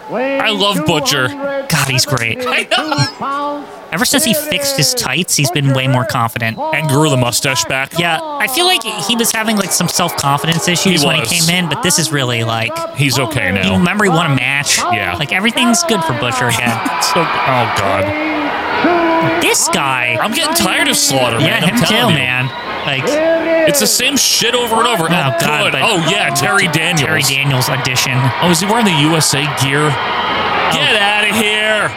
Speaker 1: I love Butcher.
Speaker 2: God, he's great.
Speaker 1: I know.
Speaker 2: Ever since he fixed his tights, he's been way more confident.
Speaker 1: And grew the mustache back.
Speaker 2: Yeah, I feel like he was having like some self confidence issues when he
Speaker 1: was.
Speaker 2: came in, but this is really like.
Speaker 1: He's okay
Speaker 2: You
Speaker 1: now.
Speaker 2: remember he won a match?
Speaker 1: Yeah.
Speaker 2: Like everything's good for Butcher again.
Speaker 1: So, oh, God.
Speaker 2: This guy.
Speaker 1: I'm getting tired of Slaughter,
Speaker 2: yeah,
Speaker 1: man. I'm
Speaker 2: him too,
Speaker 1: telling you.
Speaker 2: man. Like,
Speaker 1: It's the same shit over and over. Oh,
Speaker 2: Oh, God,
Speaker 1: good.
Speaker 2: but-
Speaker 1: oh yeah, Terry Daniels.
Speaker 2: Terry Daniels audition. Oh.
Speaker 1: Oh, is he wearing the USA gear? Get out of here!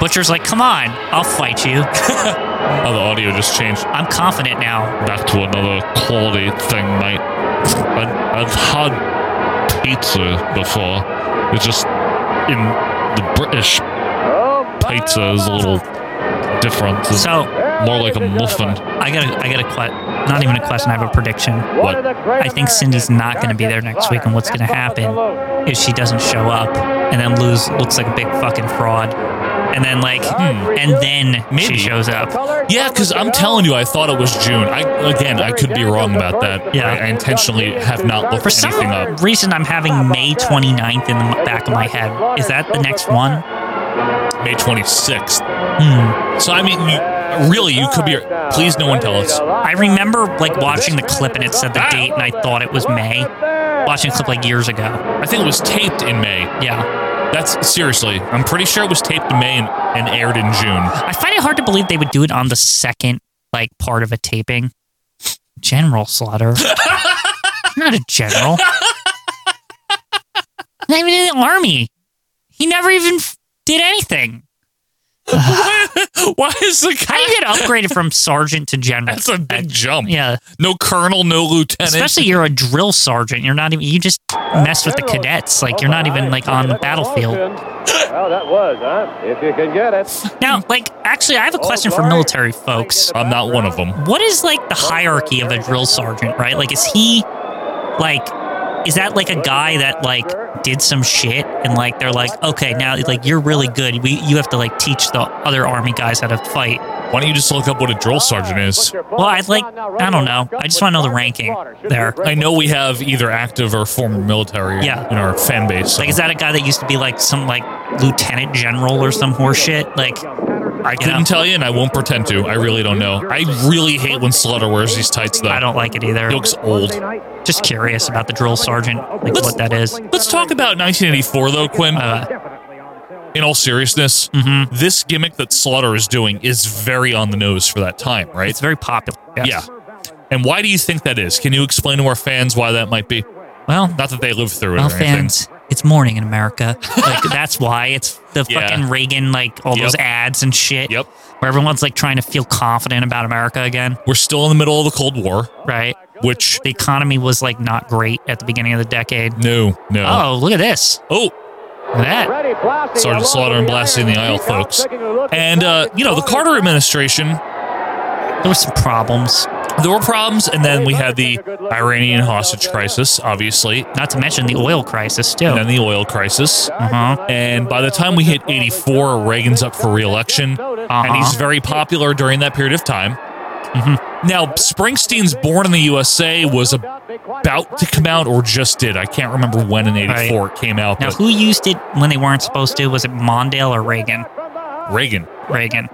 Speaker 2: Butcher's like, come on, I'll fight you.
Speaker 5: Oh, the audio just changed
Speaker 2: I'm confident now.
Speaker 5: back to another quality thing, mate. I, I've had pizza before. It's just in the British pizza is a little different. It's
Speaker 2: So
Speaker 5: more like a muffin.
Speaker 2: I got a, I got a que- not even a question. I have a prediction.
Speaker 5: What?
Speaker 2: I think Cindy's not going to be there next week, and what's going to happen is she doesn't show up, and then Luz looks like a big fucking fraud, and then like, hmm, and then she
Speaker 1: Maybe.
Speaker 2: shows up.
Speaker 1: Yeah, because I'm telling you, I thought it was June. I again, I could be wrong about that.
Speaker 2: Yeah.
Speaker 1: I intentionally have not looked
Speaker 2: For some
Speaker 1: anything up.
Speaker 2: reason, I'm having May 29th in the m- back of my head. Is that the next one?
Speaker 1: May 26th.
Speaker 2: Hmm.
Speaker 1: So I mean, you, really, you could be. Please, no one tell us.
Speaker 2: I remember like watching the clip, and it said the date, and I thought it was May. Watching a clip like years ago.
Speaker 1: I think it was taped in May.
Speaker 2: Yeah,
Speaker 1: That's seriously. I'm pretty sure it was taped in May and, and aired in June.
Speaker 2: I find it hard to believe they would do it on the second like part of a taping. General Slaughter, not a general. Not even in the army. He never even f- did anything.
Speaker 1: Why is the
Speaker 2: How do
Speaker 1: guy?
Speaker 2: you get upgraded from sergeant to general?
Speaker 1: That's a big jump.
Speaker 2: yeah,
Speaker 1: No colonel, no lieutenant.
Speaker 2: especially you're a drill sergeant. You're not even. You just mess with the cadets. Like you're not even like on the battlefield.
Speaker 4: well, that was, huh? If you can get it.
Speaker 2: Now, like, actually, Oh, I have a question for military folks. Um,
Speaker 1: I'm not one of them.
Speaker 2: What is like the hierarchy of a drill sergeant, right? Like, is he like, is that like a guy that like did some shit and like they're like, okay, now like you're really good. We you have to like teach the other army guys how to fight.
Speaker 1: Why don't you just look up what a drill sergeant is?
Speaker 2: Well, I'd like, I don't know. I just want to know the ranking there.
Speaker 1: I know we have either active or former military
Speaker 2: Yeah.
Speaker 1: in our fan base. so-
Speaker 2: Like, is that a guy that used to be like some like lieutenant general or some horseshit? Like,
Speaker 1: I couldn't
Speaker 2: know.
Speaker 1: tell you, and I won't pretend to. I really don't know. I really hate when Slaughter wears these tights, though.
Speaker 2: I don't like it either.
Speaker 1: He looks old.
Speaker 2: Just curious about the drill sergeant, like what that is.
Speaker 1: Let's talk about 1984, though, Quinn.
Speaker 2: Uh,
Speaker 1: in all seriousness,
Speaker 2: Mm-hmm.
Speaker 1: this gimmick that Slaughter is doing is very on the nose for that time, right?
Speaker 2: It's very popular. yes.
Speaker 1: Yeah. And why do you think that is? Can you explain to our fans why that might be?
Speaker 2: Well,
Speaker 1: Not that they lived through it
Speaker 2: well,
Speaker 1: or anything.
Speaker 2: fans, it's morning in America. Like that's why it's the
Speaker 1: Yeah.
Speaker 2: fucking Reagan, like all those
Speaker 1: Yep.
Speaker 2: ads and shit.
Speaker 1: Yep.
Speaker 2: Where everyone's like trying to feel confident about America again,
Speaker 1: We're still in the middle of the Cold War,
Speaker 2: right?
Speaker 1: which
Speaker 2: The economy was like not great at the beginning of the decade.
Speaker 1: no, no.
Speaker 2: Oh, look at this!
Speaker 1: Oh,
Speaker 2: Look at that.
Speaker 1: Sergeant Slaughter and Blasty in the aisle, Oh, folks. And, uh, you know, the Carter administration,
Speaker 2: There were some problems.
Speaker 1: There were problems, and then we had the Iranian hostage crisis, obviously,
Speaker 2: Not to mention the oil crisis too.
Speaker 1: and then the oil crisis.
Speaker 2: uh-huh.
Speaker 1: And by the time we hit 84, Reagan's up for reelection, and
Speaker 2: Uh-huh.
Speaker 1: he's very popular during that period of time. Mm-hmm. Now, Springsteen's Born in the USA was about to come out or just did. I can't remember when in 84 it came out,
Speaker 2: Now,
Speaker 1: but
Speaker 2: who used it when they weren't supposed to? Was it Mondale or Reagan?
Speaker 1: Reagan.
Speaker 2: Reagan.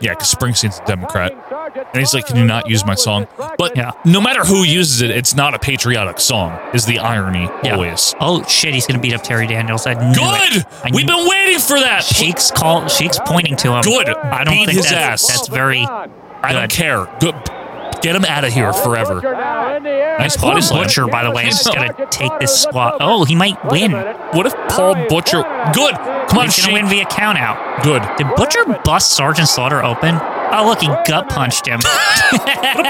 Speaker 1: Yeah, because Springsteen's a Democrat. And he's like, can you not use my song? But
Speaker 2: Yeah.
Speaker 1: no matter who uses it, it's not a patriotic song, is the irony always.
Speaker 2: Oh shit, he's gonna beat up Terry Daniels. I knew it.
Speaker 1: Good!
Speaker 2: I
Speaker 1: We've
Speaker 2: knew-
Speaker 1: been waiting for that!
Speaker 2: Sheik's call. Sheik's pointing to him.
Speaker 1: Good.
Speaker 2: I don't
Speaker 1: Beat
Speaker 2: think
Speaker 1: his
Speaker 2: that's
Speaker 1: ass.
Speaker 2: that's very.
Speaker 1: I don't Oh,
Speaker 2: Good.
Speaker 1: care. Good. Get him out of here forever. Nice
Speaker 2: Poor
Speaker 1: body slam.
Speaker 2: Butcher, by the way, is just
Speaker 1: I know.
Speaker 2: gonna take this squat. Oh, he might win.
Speaker 1: What if Paul Butcher? Good. Come on,
Speaker 2: He's gonna
Speaker 1: Shane.
Speaker 2: win via countout.
Speaker 1: Good.
Speaker 2: Did Butcher bust Sergeant Slaughter open? Oh look, he gut punched him.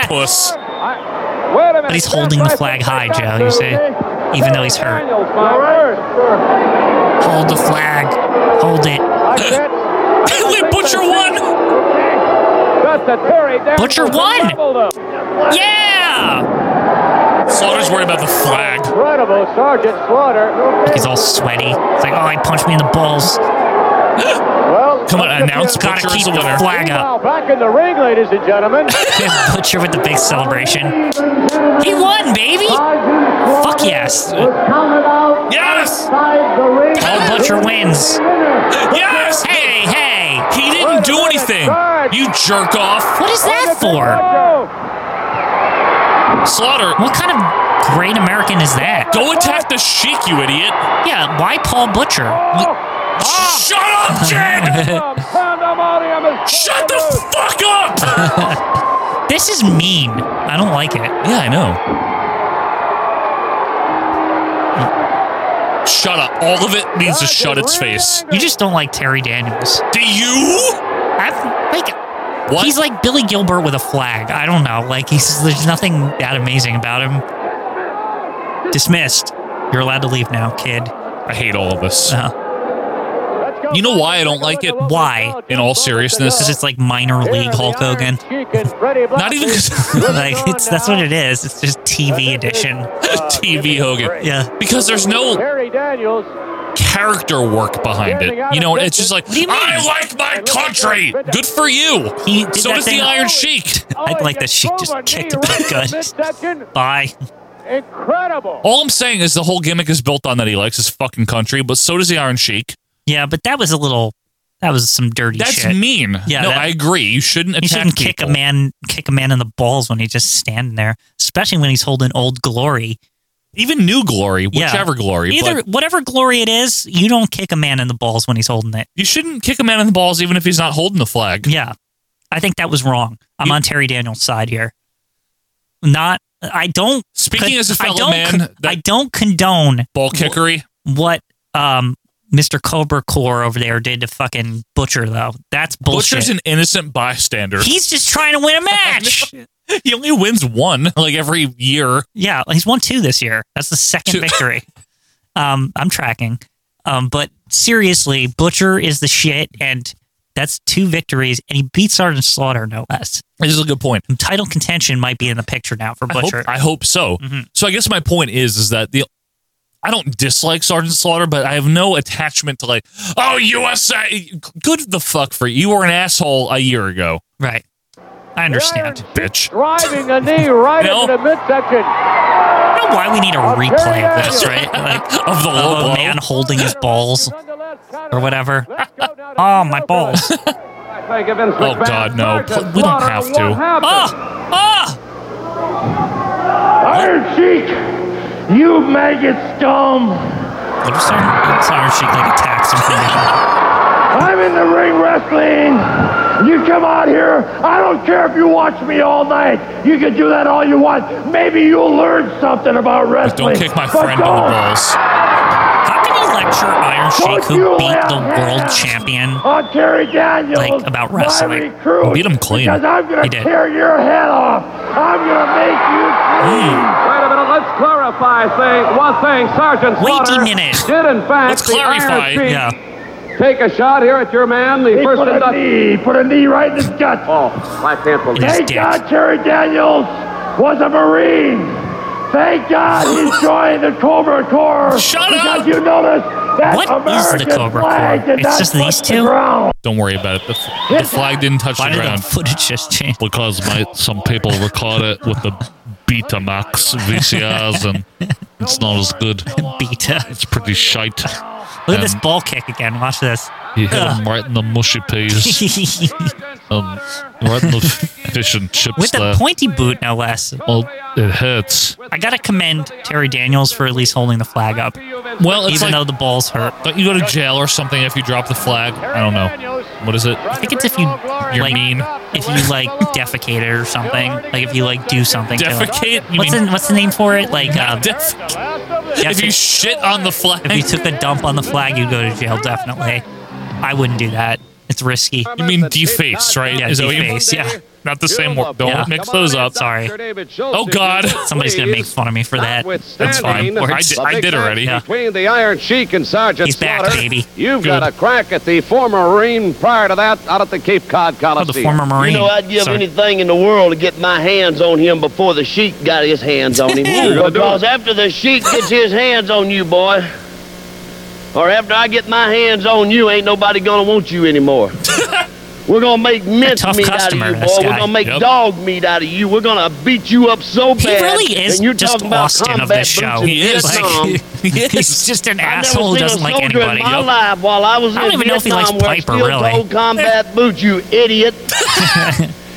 Speaker 1: Puss.
Speaker 2: but he's holding the flag high, Joe. You see, even though he's hurt, hold the flag, hold it.
Speaker 1: Wait, Butcher won.
Speaker 2: Butcher won. Yeah.
Speaker 1: Slaughter's worried about the flag.
Speaker 4: Incredible Sergeant Slaughter.
Speaker 2: He's all sweaty. It's like, oh, he punched me in the balls.
Speaker 4: Well,
Speaker 1: Come on, announce
Speaker 2: Gotta
Speaker 1: Butcher
Speaker 2: keep
Speaker 1: is
Speaker 2: the
Speaker 1: the winner.
Speaker 2: flag up.
Speaker 4: now back in the ring, ladies and gentlemen.
Speaker 2: Butcher with the big celebration. He won, baby. Fuck yes.
Speaker 1: Yes.
Speaker 2: Paul Butcher wins.
Speaker 1: Yes.
Speaker 2: Hey, hey.
Speaker 1: He didn't do anything. You jerk off.
Speaker 2: What is that for?
Speaker 1: Slaughter,
Speaker 2: What kind of great American is that?
Speaker 1: go attack the Sheik, you idiot.
Speaker 2: Yeah, why Paul Butcher?
Speaker 1: Shut up, Jed. Shut the fuck up.
Speaker 2: This is mean. I don't like it.
Speaker 1: Yeah, I know. Shut up. All of it needs to shut its face.
Speaker 2: You just don't like Terry Daniels.
Speaker 1: Do you?
Speaker 2: I've, like,
Speaker 1: What?
Speaker 2: he's like Billy Gilbert with a flag. I don't know. Like, he's there's nothing that amazing about him. Dismissed. You're allowed to leave now, kid.
Speaker 1: I hate all of this.
Speaker 2: Uh,
Speaker 1: You know why I don't like it?
Speaker 2: Why?
Speaker 1: In all seriousness,
Speaker 2: this
Speaker 1: is
Speaker 2: is like minor league Hulk Hogan.
Speaker 1: not even 'cause-
Speaker 2: like it's that's what it is. It's just TV edition.
Speaker 1: TV Hogan.
Speaker 2: Yeah.
Speaker 1: Because there's no
Speaker 4: Terry Daniels.
Speaker 1: character work behind it. You know, it's just like,
Speaker 2: do you mean?
Speaker 1: I like my country. Good for you.
Speaker 2: He did
Speaker 1: So
Speaker 2: that
Speaker 1: does
Speaker 2: thing-
Speaker 1: the Iron Sheik.
Speaker 4: Oh,
Speaker 2: I'd like that she just kicked him back gun.
Speaker 4: Midsection.
Speaker 2: Bye.
Speaker 4: Incredible.
Speaker 1: All I'm saying is the whole gimmick is built on that he likes his fucking country, but so does the Iron Sheik.
Speaker 2: Yeah, but that was a little. That was some dirty
Speaker 1: That's
Speaker 2: shit.
Speaker 1: mean.
Speaker 2: Yeah,
Speaker 1: no,
Speaker 2: that-
Speaker 1: I agree. You shouldn't attack
Speaker 2: You shouldn't kick
Speaker 1: people.
Speaker 2: a man, kick a man in the balls when he's just standing there, especially when he's holding old glory.
Speaker 1: Even New Glory,
Speaker 2: Yeah.
Speaker 1: whichever glory.
Speaker 2: Either
Speaker 1: but
Speaker 2: whatever glory it is, you don't kick a man in the balls when he's holding it.
Speaker 1: you shouldn't kick a man in the balls even if he's not holding the flag.
Speaker 2: Yeah, I think that was wrong. I'm
Speaker 1: You-
Speaker 2: on Terry Daniels' side here. Not, I don't.
Speaker 1: Speaking as a
Speaker 2: I
Speaker 1: fellow
Speaker 2: don't
Speaker 1: man,
Speaker 2: con-
Speaker 1: that-
Speaker 2: I don't condone
Speaker 1: Ball kickery.
Speaker 2: what um Mr. Cobra Core over there did to fucking Butcher though. That's bullshit.
Speaker 1: Butcher's an innocent bystander.
Speaker 2: he's just trying to win a match.
Speaker 1: he only wins one like every year.
Speaker 2: yeah, he's won two this year. That's the second
Speaker 1: Two.
Speaker 2: victory. Um, I'm tracking. Um, but seriously, Butcher is the shit, and that's two victories, and he beat Sergeant Slaughter no less.
Speaker 1: This is a good point.
Speaker 2: Title contention might be in the picture now for
Speaker 1: I hope,
Speaker 2: Butcher. Mm-hmm.
Speaker 1: I hope so. So I guess my point is is that the I don't dislike Sergeant Slaughter, but I have no attachment to like, oh USA, good the fuck for you. You were an asshole a year ago,
Speaker 2: right. I understand.
Speaker 1: bitch.
Speaker 4: Driving a knee right
Speaker 1: No.
Speaker 4: into the midsection.
Speaker 2: I don't know why we need a replay of this, right? Like
Speaker 1: Of the low
Speaker 2: of
Speaker 1: blow.
Speaker 2: a man holding his balls or whatever.
Speaker 4: Oh,
Speaker 2: Oh, my balls.
Speaker 1: Oh God, no! Pl- We don't have to. Ah!
Speaker 2: Oh, oh,
Speaker 9: Iron Sheik, you maggot scum!
Speaker 2: What if Sergeant, Sergeant Sheik like attacks him from behind?
Speaker 9: I'm in the ring wrestling. You come out here. I don't care if you watch me all night. You can do that all you want. Maybe you'll learn something about wrestling.
Speaker 1: Don't kick my
Speaker 9: But
Speaker 1: friend in the
Speaker 9: don't-
Speaker 1: balls.
Speaker 2: How can you lecture Iron Sheik who
Speaker 9: you
Speaker 2: beat the
Speaker 9: laugh.
Speaker 2: world champion?
Speaker 9: on Terry Daniels.
Speaker 2: Like, about
Speaker 9: my
Speaker 2: wrestling.
Speaker 9: recruit,
Speaker 1: Beat him clean.
Speaker 9: Because I'm
Speaker 2: He
Speaker 9: gonna
Speaker 2: did.
Speaker 9: tear your head off. I'm gonna make you clean.
Speaker 2: Mm,
Speaker 3: Wait a minute, let's clarify thing, one thing. Sergeant
Speaker 2: Wait
Speaker 3: Slaughter
Speaker 2: a minute.
Speaker 3: did, in fact,
Speaker 1: Let's
Speaker 3: the Iron
Speaker 1: clarify.
Speaker 3: Sheik
Speaker 2: Yeah.
Speaker 3: take a shot here at your man, the
Speaker 9: He
Speaker 3: first
Speaker 9: put a
Speaker 3: inductee.
Speaker 9: knee. Put a knee right in his gut.
Speaker 3: Oh, I can't believe
Speaker 2: His
Speaker 9: Thank
Speaker 2: dick.
Speaker 9: God, Terry Daniels. was a Marine. Thank God he joined the Cobra Corps.
Speaker 1: Shut
Speaker 9: because
Speaker 1: up!
Speaker 9: You notice that
Speaker 2: What is the
Speaker 9: American
Speaker 2: Cobra
Speaker 9: flag
Speaker 2: Corps?
Speaker 9: did
Speaker 2: It's
Speaker 9: not
Speaker 2: just
Speaker 9: touch
Speaker 2: these
Speaker 9: the
Speaker 2: two?
Speaker 9: ground.
Speaker 1: Don't worry about it. The, f- the flag didn't touch
Speaker 2: Why
Speaker 1: the
Speaker 2: did the
Speaker 1: ground
Speaker 2: footage just change?
Speaker 5: because my some people record it with the Betamax VCRs and it's not as good.
Speaker 2: Beta.
Speaker 5: It's pretty shite.
Speaker 2: Look at this
Speaker 1: Um,
Speaker 5: And
Speaker 2: ball kick again. Watch this.
Speaker 5: He hit him right in the mushy peas, um, right in the fish and chips
Speaker 2: With
Speaker 5: there.
Speaker 2: a pointy boot, no less.
Speaker 5: well, it hurts.
Speaker 2: I gotta commend Terry Daniels for at least holding the flag up,
Speaker 5: Well, it's
Speaker 2: even
Speaker 5: like,
Speaker 2: though the balls hurt.
Speaker 5: don't you go to jail or something if you drop the flag? I don't know. What is it?
Speaker 2: I think it's if you
Speaker 5: You're
Speaker 2: like,
Speaker 5: mean.
Speaker 2: if you like defecate it or something, like if you like do something.
Speaker 1: Defecate?
Speaker 2: To it.
Speaker 1: You
Speaker 2: What's
Speaker 1: mean-
Speaker 2: the what's the name for it? Like uh,
Speaker 1: Def-
Speaker 2: yes,
Speaker 1: if you
Speaker 2: it-
Speaker 1: shit on the flag,
Speaker 2: if you took a dump on the flag, you go to jail definitely. I wouldn't do that. It's risky.
Speaker 1: you mean deface, right?
Speaker 2: Yeah,
Speaker 1: Is that what you mean?
Speaker 2: deface, yeah.
Speaker 1: Not the same word. Don't
Speaker 2: Yeah.
Speaker 1: mix those up.
Speaker 2: Sorry.
Speaker 1: Oh, God.
Speaker 2: Somebody's gonna make fun of me for that.
Speaker 1: That's fine. I did, I did already.
Speaker 2: Yeah.
Speaker 4: Between the Iron Sheik and Sergeant
Speaker 2: He's back,
Speaker 4: Slaughter,
Speaker 2: baby.
Speaker 4: you've
Speaker 1: Good.
Speaker 4: got a crack at the former Marine prior to that out at the Cape Cod
Speaker 2: Oh,
Speaker 4: Coliseum.
Speaker 2: the former Marine.
Speaker 6: You know, I'd give
Speaker 2: Sorry.
Speaker 6: anything in the world to get my hands on him before the sheik got his hands on him. because after the sheik gets his hands on you, boy, or after I get my hands on you, ain't nobody gonna want you anymore. We're gonna make mince
Speaker 2: tough
Speaker 6: meat
Speaker 2: customer,
Speaker 6: out of you,
Speaker 2: this
Speaker 6: boy.
Speaker 2: guy.
Speaker 6: We're gonna make
Speaker 1: Yep.
Speaker 6: dog meat out of you. We're gonna beat you up so
Speaker 2: He
Speaker 6: bad.
Speaker 2: really is
Speaker 6: and you're
Speaker 2: just
Speaker 6: talking about
Speaker 2: Austin of
Speaker 6: combat
Speaker 2: this show.
Speaker 6: boots in
Speaker 1: He is.
Speaker 6: Vietnam.
Speaker 1: Like, he
Speaker 2: He's
Speaker 1: is.
Speaker 2: just an
Speaker 6: I've never
Speaker 2: asshole.
Speaker 6: seen
Speaker 2: who
Speaker 6: a
Speaker 2: Doesn't like
Speaker 6: soldier
Speaker 2: anybody.
Speaker 6: In my
Speaker 2: Yep.
Speaker 6: life while I was
Speaker 2: I don't
Speaker 6: in
Speaker 2: even know if he
Speaker 6: Vietnam
Speaker 2: likes
Speaker 6: wearing
Speaker 2: Piper, really.
Speaker 6: steel-toed combat boots, you idiot.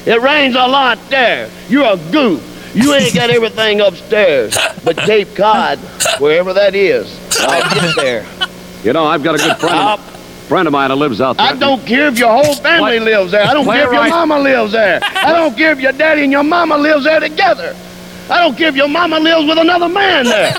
Speaker 6: it rains a lot there. You're a goof. You ain't got everything upstairs, but Cape Cod, wherever that is, I'll get there.
Speaker 3: You know, I've got a good friend,
Speaker 6: I'll-
Speaker 3: friend of mine that lives out there.
Speaker 6: I don't care if your whole family lives there. I don't care if your mama lives there. I don't care if your daddy and your mama lives there together. I don't care if your mama lives with another man there.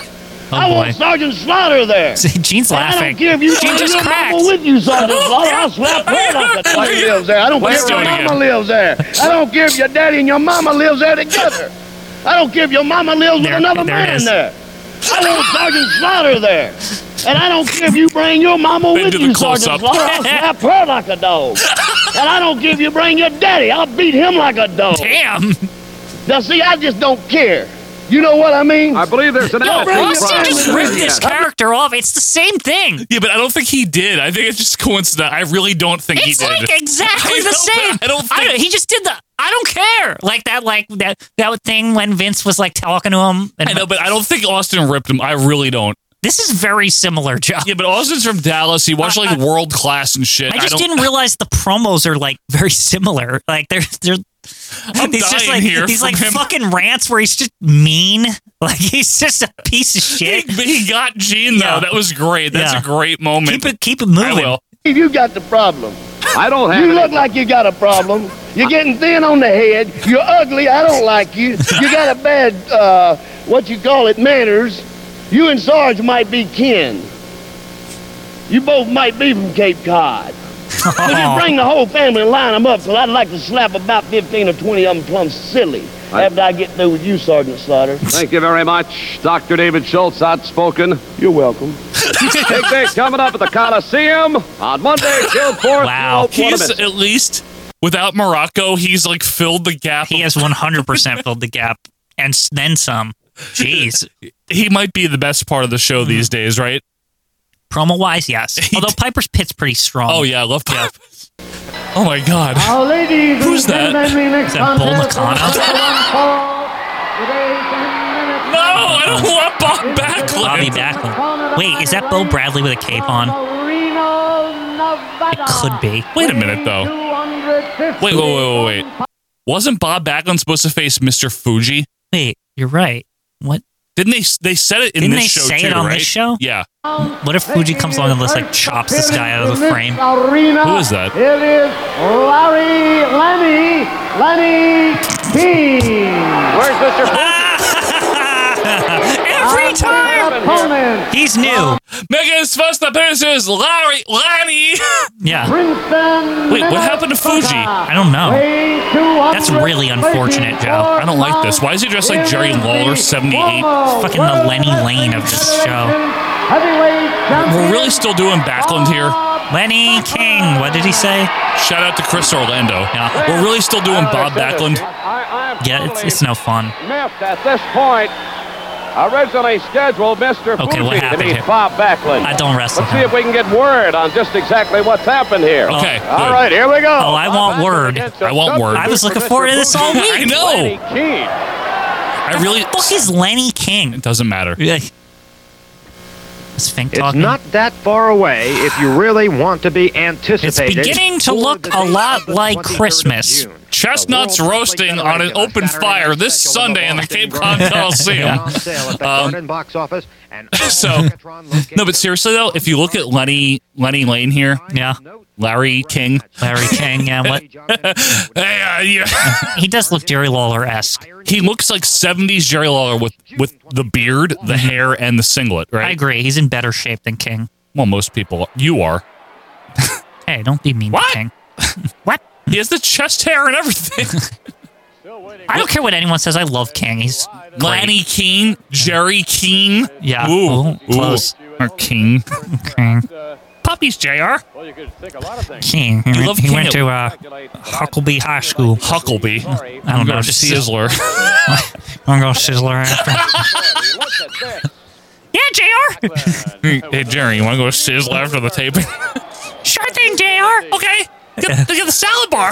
Speaker 1: Oh,
Speaker 6: I
Speaker 2: boy.
Speaker 6: want Sergeant Slaughter there.
Speaker 2: Gene's
Speaker 6: I
Speaker 2: laughing.
Speaker 6: don't care if you
Speaker 2: Gene just
Speaker 6: your
Speaker 2: cracked.
Speaker 6: mama with you, Sergeant Slaughter. I'll slap right off the top of lives there. I don't
Speaker 1: Let's
Speaker 6: care
Speaker 1: do
Speaker 6: if
Speaker 1: it
Speaker 6: your mama
Speaker 1: again.
Speaker 6: lives there. I don't care if your daddy and your mama lives there together. I don't care if your mama lives
Speaker 2: There-
Speaker 6: with another
Speaker 2: there it
Speaker 6: man
Speaker 2: is.
Speaker 6: there. I want Sergeant Slaughter there. And I don't care if you bring your mama
Speaker 1: Then
Speaker 6: with
Speaker 1: do the
Speaker 6: you, Sergeant
Speaker 1: close-up.
Speaker 6: Slaughter. I'll slap her like a dog. And I don't care if you bring your daddy. I'll beat him like a dog.
Speaker 2: Damn.
Speaker 6: Now, see, I just don't care. You know what I mean?
Speaker 3: I believe there's an
Speaker 1: Oh,
Speaker 2: Yo,
Speaker 3: apathy
Speaker 2: Austin
Speaker 3: problem
Speaker 2: just
Speaker 3: there,
Speaker 2: ripped this
Speaker 3: yes.
Speaker 2: character off. It's the same thing.
Speaker 1: Yeah, but I don't think he did. I think it's just coincidence. I really don't think
Speaker 2: It's
Speaker 1: he did.
Speaker 2: like exactly
Speaker 1: I
Speaker 2: the
Speaker 1: don't-
Speaker 2: same.
Speaker 1: I don't think-
Speaker 2: he just did the. I don't care. Like that. Like that. That thing when Vince was like talking to him. And
Speaker 1: I know, but I don't think Austin ripped him. I really don't.
Speaker 2: this is very similar, Joe.
Speaker 1: Yeah, but Austin's from Dallas. He watched like
Speaker 2: I-
Speaker 1: world class and shit.
Speaker 2: I just
Speaker 1: don't,
Speaker 2: didn't realize the promos are like very similar. Like they're they're.
Speaker 1: I'm
Speaker 2: he's just
Speaker 1: dying
Speaker 2: like
Speaker 1: here
Speaker 2: these
Speaker 1: from
Speaker 2: like
Speaker 1: him.
Speaker 2: fucking rants where he's just mean. Like he's just a piece of shit.
Speaker 1: But he got Gene though.
Speaker 2: Yeah.
Speaker 1: That was great. That's
Speaker 2: Yeah.
Speaker 1: a great moment.
Speaker 2: keep it keep it
Speaker 1: I
Speaker 2: moving.
Speaker 1: will.
Speaker 6: You got the problem.
Speaker 3: I don't have
Speaker 6: You
Speaker 3: any-
Speaker 6: look like you got a problem. You're getting thin on the head. You're ugly. I don't like you. You got a bad, uh, what you call it, manners. You and Sarge might be kin. You both might be from Cape Cod. So just bring the whole family and line them up, because I'd like to slap about 15 or 20 of them plumb silly after I get through with you, Sergeant Slaughter.
Speaker 3: Thank you very much, Dr. David Schultz, outspoken.
Speaker 6: You're welcome.
Speaker 3: Big Big coming up at the Coliseum on Monday, June 4th.
Speaker 2: Wow.
Speaker 1: He's at least without Morocco, he's like filled the gap.
Speaker 2: He
Speaker 1: He,
Speaker 2: has 100% filled the gap and s- then some. Jeez.
Speaker 1: might be the best part of the show these
Speaker 2: Mm-hmm.
Speaker 1: days, right?
Speaker 2: Promo wise, yes. Although Piper's pit's pretty strong.
Speaker 1: Oh yeah, I love Pop. Oh my god.
Speaker 2: Uh,
Speaker 8: Our ladies
Speaker 1: Who's that?
Speaker 2: Is that Bull Nakano?
Speaker 1: No, I don't want Bob Backlund.
Speaker 2: uh, Bobby Backlund. Wait, is that Bo Bradley with a cape on? It could be.
Speaker 1: Wait a minute though. Wait, wait, wait, wait, wait. Wasn't Bob Backlund supposed to face Mr. Fuji?
Speaker 2: Wait, you're right. What
Speaker 1: Didn't they? They said it in
Speaker 2: Didn't
Speaker 1: this
Speaker 2: they
Speaker 1: show
Speaker 2: say
Speaker 1: too,
Speaker 2: it on
Speaker 1: right?
Speaker 2: this show?
Speaker 1: Yeah.
Speaker 2: what if Fuji comes along and just like chops this guy out of the frame?
Speaker 1: Who is that?
Speaker 8: It is Larry Lenny, Lenny King.
Speaker 4: Where's Mr.
Speaker 2: Every time!
Speaker 8: Opponent,
Speaker 2: He's new.
Speaker 1: Making his first appearance is Larry Lanny.
Speaker 2: Yeah.
Speaker 8: Princeton.
Speaker 1: Wait, what happened to Fuji?
Speaker 2: I don't know.
Speaker 8: That's
Speaker 2: That's really unfortunate, Joe.
Speaker 1: I don't like this. Why is he dressed like Jerry Lawler, 78?
Speaker 2: Fucking the Lenny Lane of this show.
Speaker 8: Heavyweight champion,
Speaker 1: We're really still doing Backlund here.
Speaker 2: Lenny King. What did he say?
Speaker 1: Shout out to Chris Orlando.
Speaker 2: Yeah.
Speaker 1: We're really still doing Bob Backlund.
Speaker 4: I, I've
Speaker 2: Yeah, it's, it's no fun.
Speaker 4: missed at this point. Originally scheduled Mr.
Speaker 2: Okay, what
Speaker 4: Boozy to
Speaker 2: happened
Speaker 4: meet
Speaker 2: here?
Speaker 4: Bob Backlund.
Speaker 2: I don't wrestle
Speaker 4: Let's see
Speaker 2: him.
Speaker 4: if we can get word on just exactly what's happened here.
Speaker 1: Okay, good.
Speaker 4: All right, here we go.
Speaker 2: Oh, I want word.
Speaker 1: I want word.
Speaker 2: I was looking forward to this all week.
Speaker 1: I know.
Speaker 4: Keene.
Speaker 1: I really.
Speaker 2: What the fuck is Lenny King?
Speaker 1: It doesn't matter.
Speaker 2: Yeah. Is Fink
Speaker 10: It's
Speaker 2: talking?
Speaker 10: not that far away if you really want to be anticipated.
Speaker 2: beginning to
Speaker 10: for
Speaker 2: look
Speaker 10: the
Speaker 2: a
Speaker 10: day
Speaker 2: lot
Speaker 10: of the
Speaker 2: like
Speaker 10: 23rd of
Speaker 2: Christmas.
Speaker 10: June.
Speaker 1: Chestnuts
Speaker 10: The world
Speaker 1: roasting
Speaker 10: Wrestling
Speaker 1: on an
Speaker 10: Federation
Speaker 1: open
Speaker 10: Saturday
Speaker 1: fire
Speaker 10: night
Speaker 1: this
Speaker 10: special in
Speaker 1: Sunday in the
Speaker 10: Boston
Speaker 1: Cape
Speaker 10: Grand
Speaker 1: Cod Coliseum.
Speaker 10: On sale at the
Speaker 1: Um,
Speaker 10: Gordon box office and
Speaker 1: so-
Speaker 10: all Megatron
Speaker 1: No, but
Speaker 10: locations.
Speaker 1: seriously though, if you look at Lenny Lenny Lane here,
Speaker 2: Yeah.
Speaker 1: Larry King.
Speaker 2: Larry King. Yeah, what?
Speaker 1: Hey, uh, yeah.
Speaker 2: He does look Jerry Lawler esque.
Speaker 1: he looks like '70s Jerry Lawler with with the beard, the hair, and the singlet. Right?
Speaker 2: I agree. He's in better shape than King.
Speaker 1: Well, most people. You are.
Speaker 2: Hey, don't be mean
Speaker 1: What?
Speaker 2: to King. what?
Speaker 1: He has the chest hair and everything.
Speaker 2: I don't care what anyone says. I love King. He's great.
Speaker 1: Lanny Keene, Jerry Keene.
Speaker 2: Yeah.
Speaker 1: Ooh.
Speaker 2: Ooh, close.
Speaker 1: Ooh. Or King.
Speaker 2: King.
Speaker 1: Puppies, JR.
Speaker 4: Well, you could think a lot of things.
Speaker 2: King. He,
Speaker 1: love
Speaker 2: went, he
Speaker 1: King
Speaker 2: went
Speaker 1: at-
Speaker 2: to uh, Huckleby High School.
Speaker 1: Huckleby.
Speaker 2: I don't
Speaker 1: I'm
Speaker 2: know.
Speaker 1: going to
Speaker 2: Just
Speaker 1: Sizzler.
Speaker 2: I'm going to Sizzler after. yeah, JR.
Speaker 1: hey, Jerry, you want to go to Sizzler after the taping?
Speaker 2: Sure thing, JR.
Speaker 1: okay. Get, get the salad bar.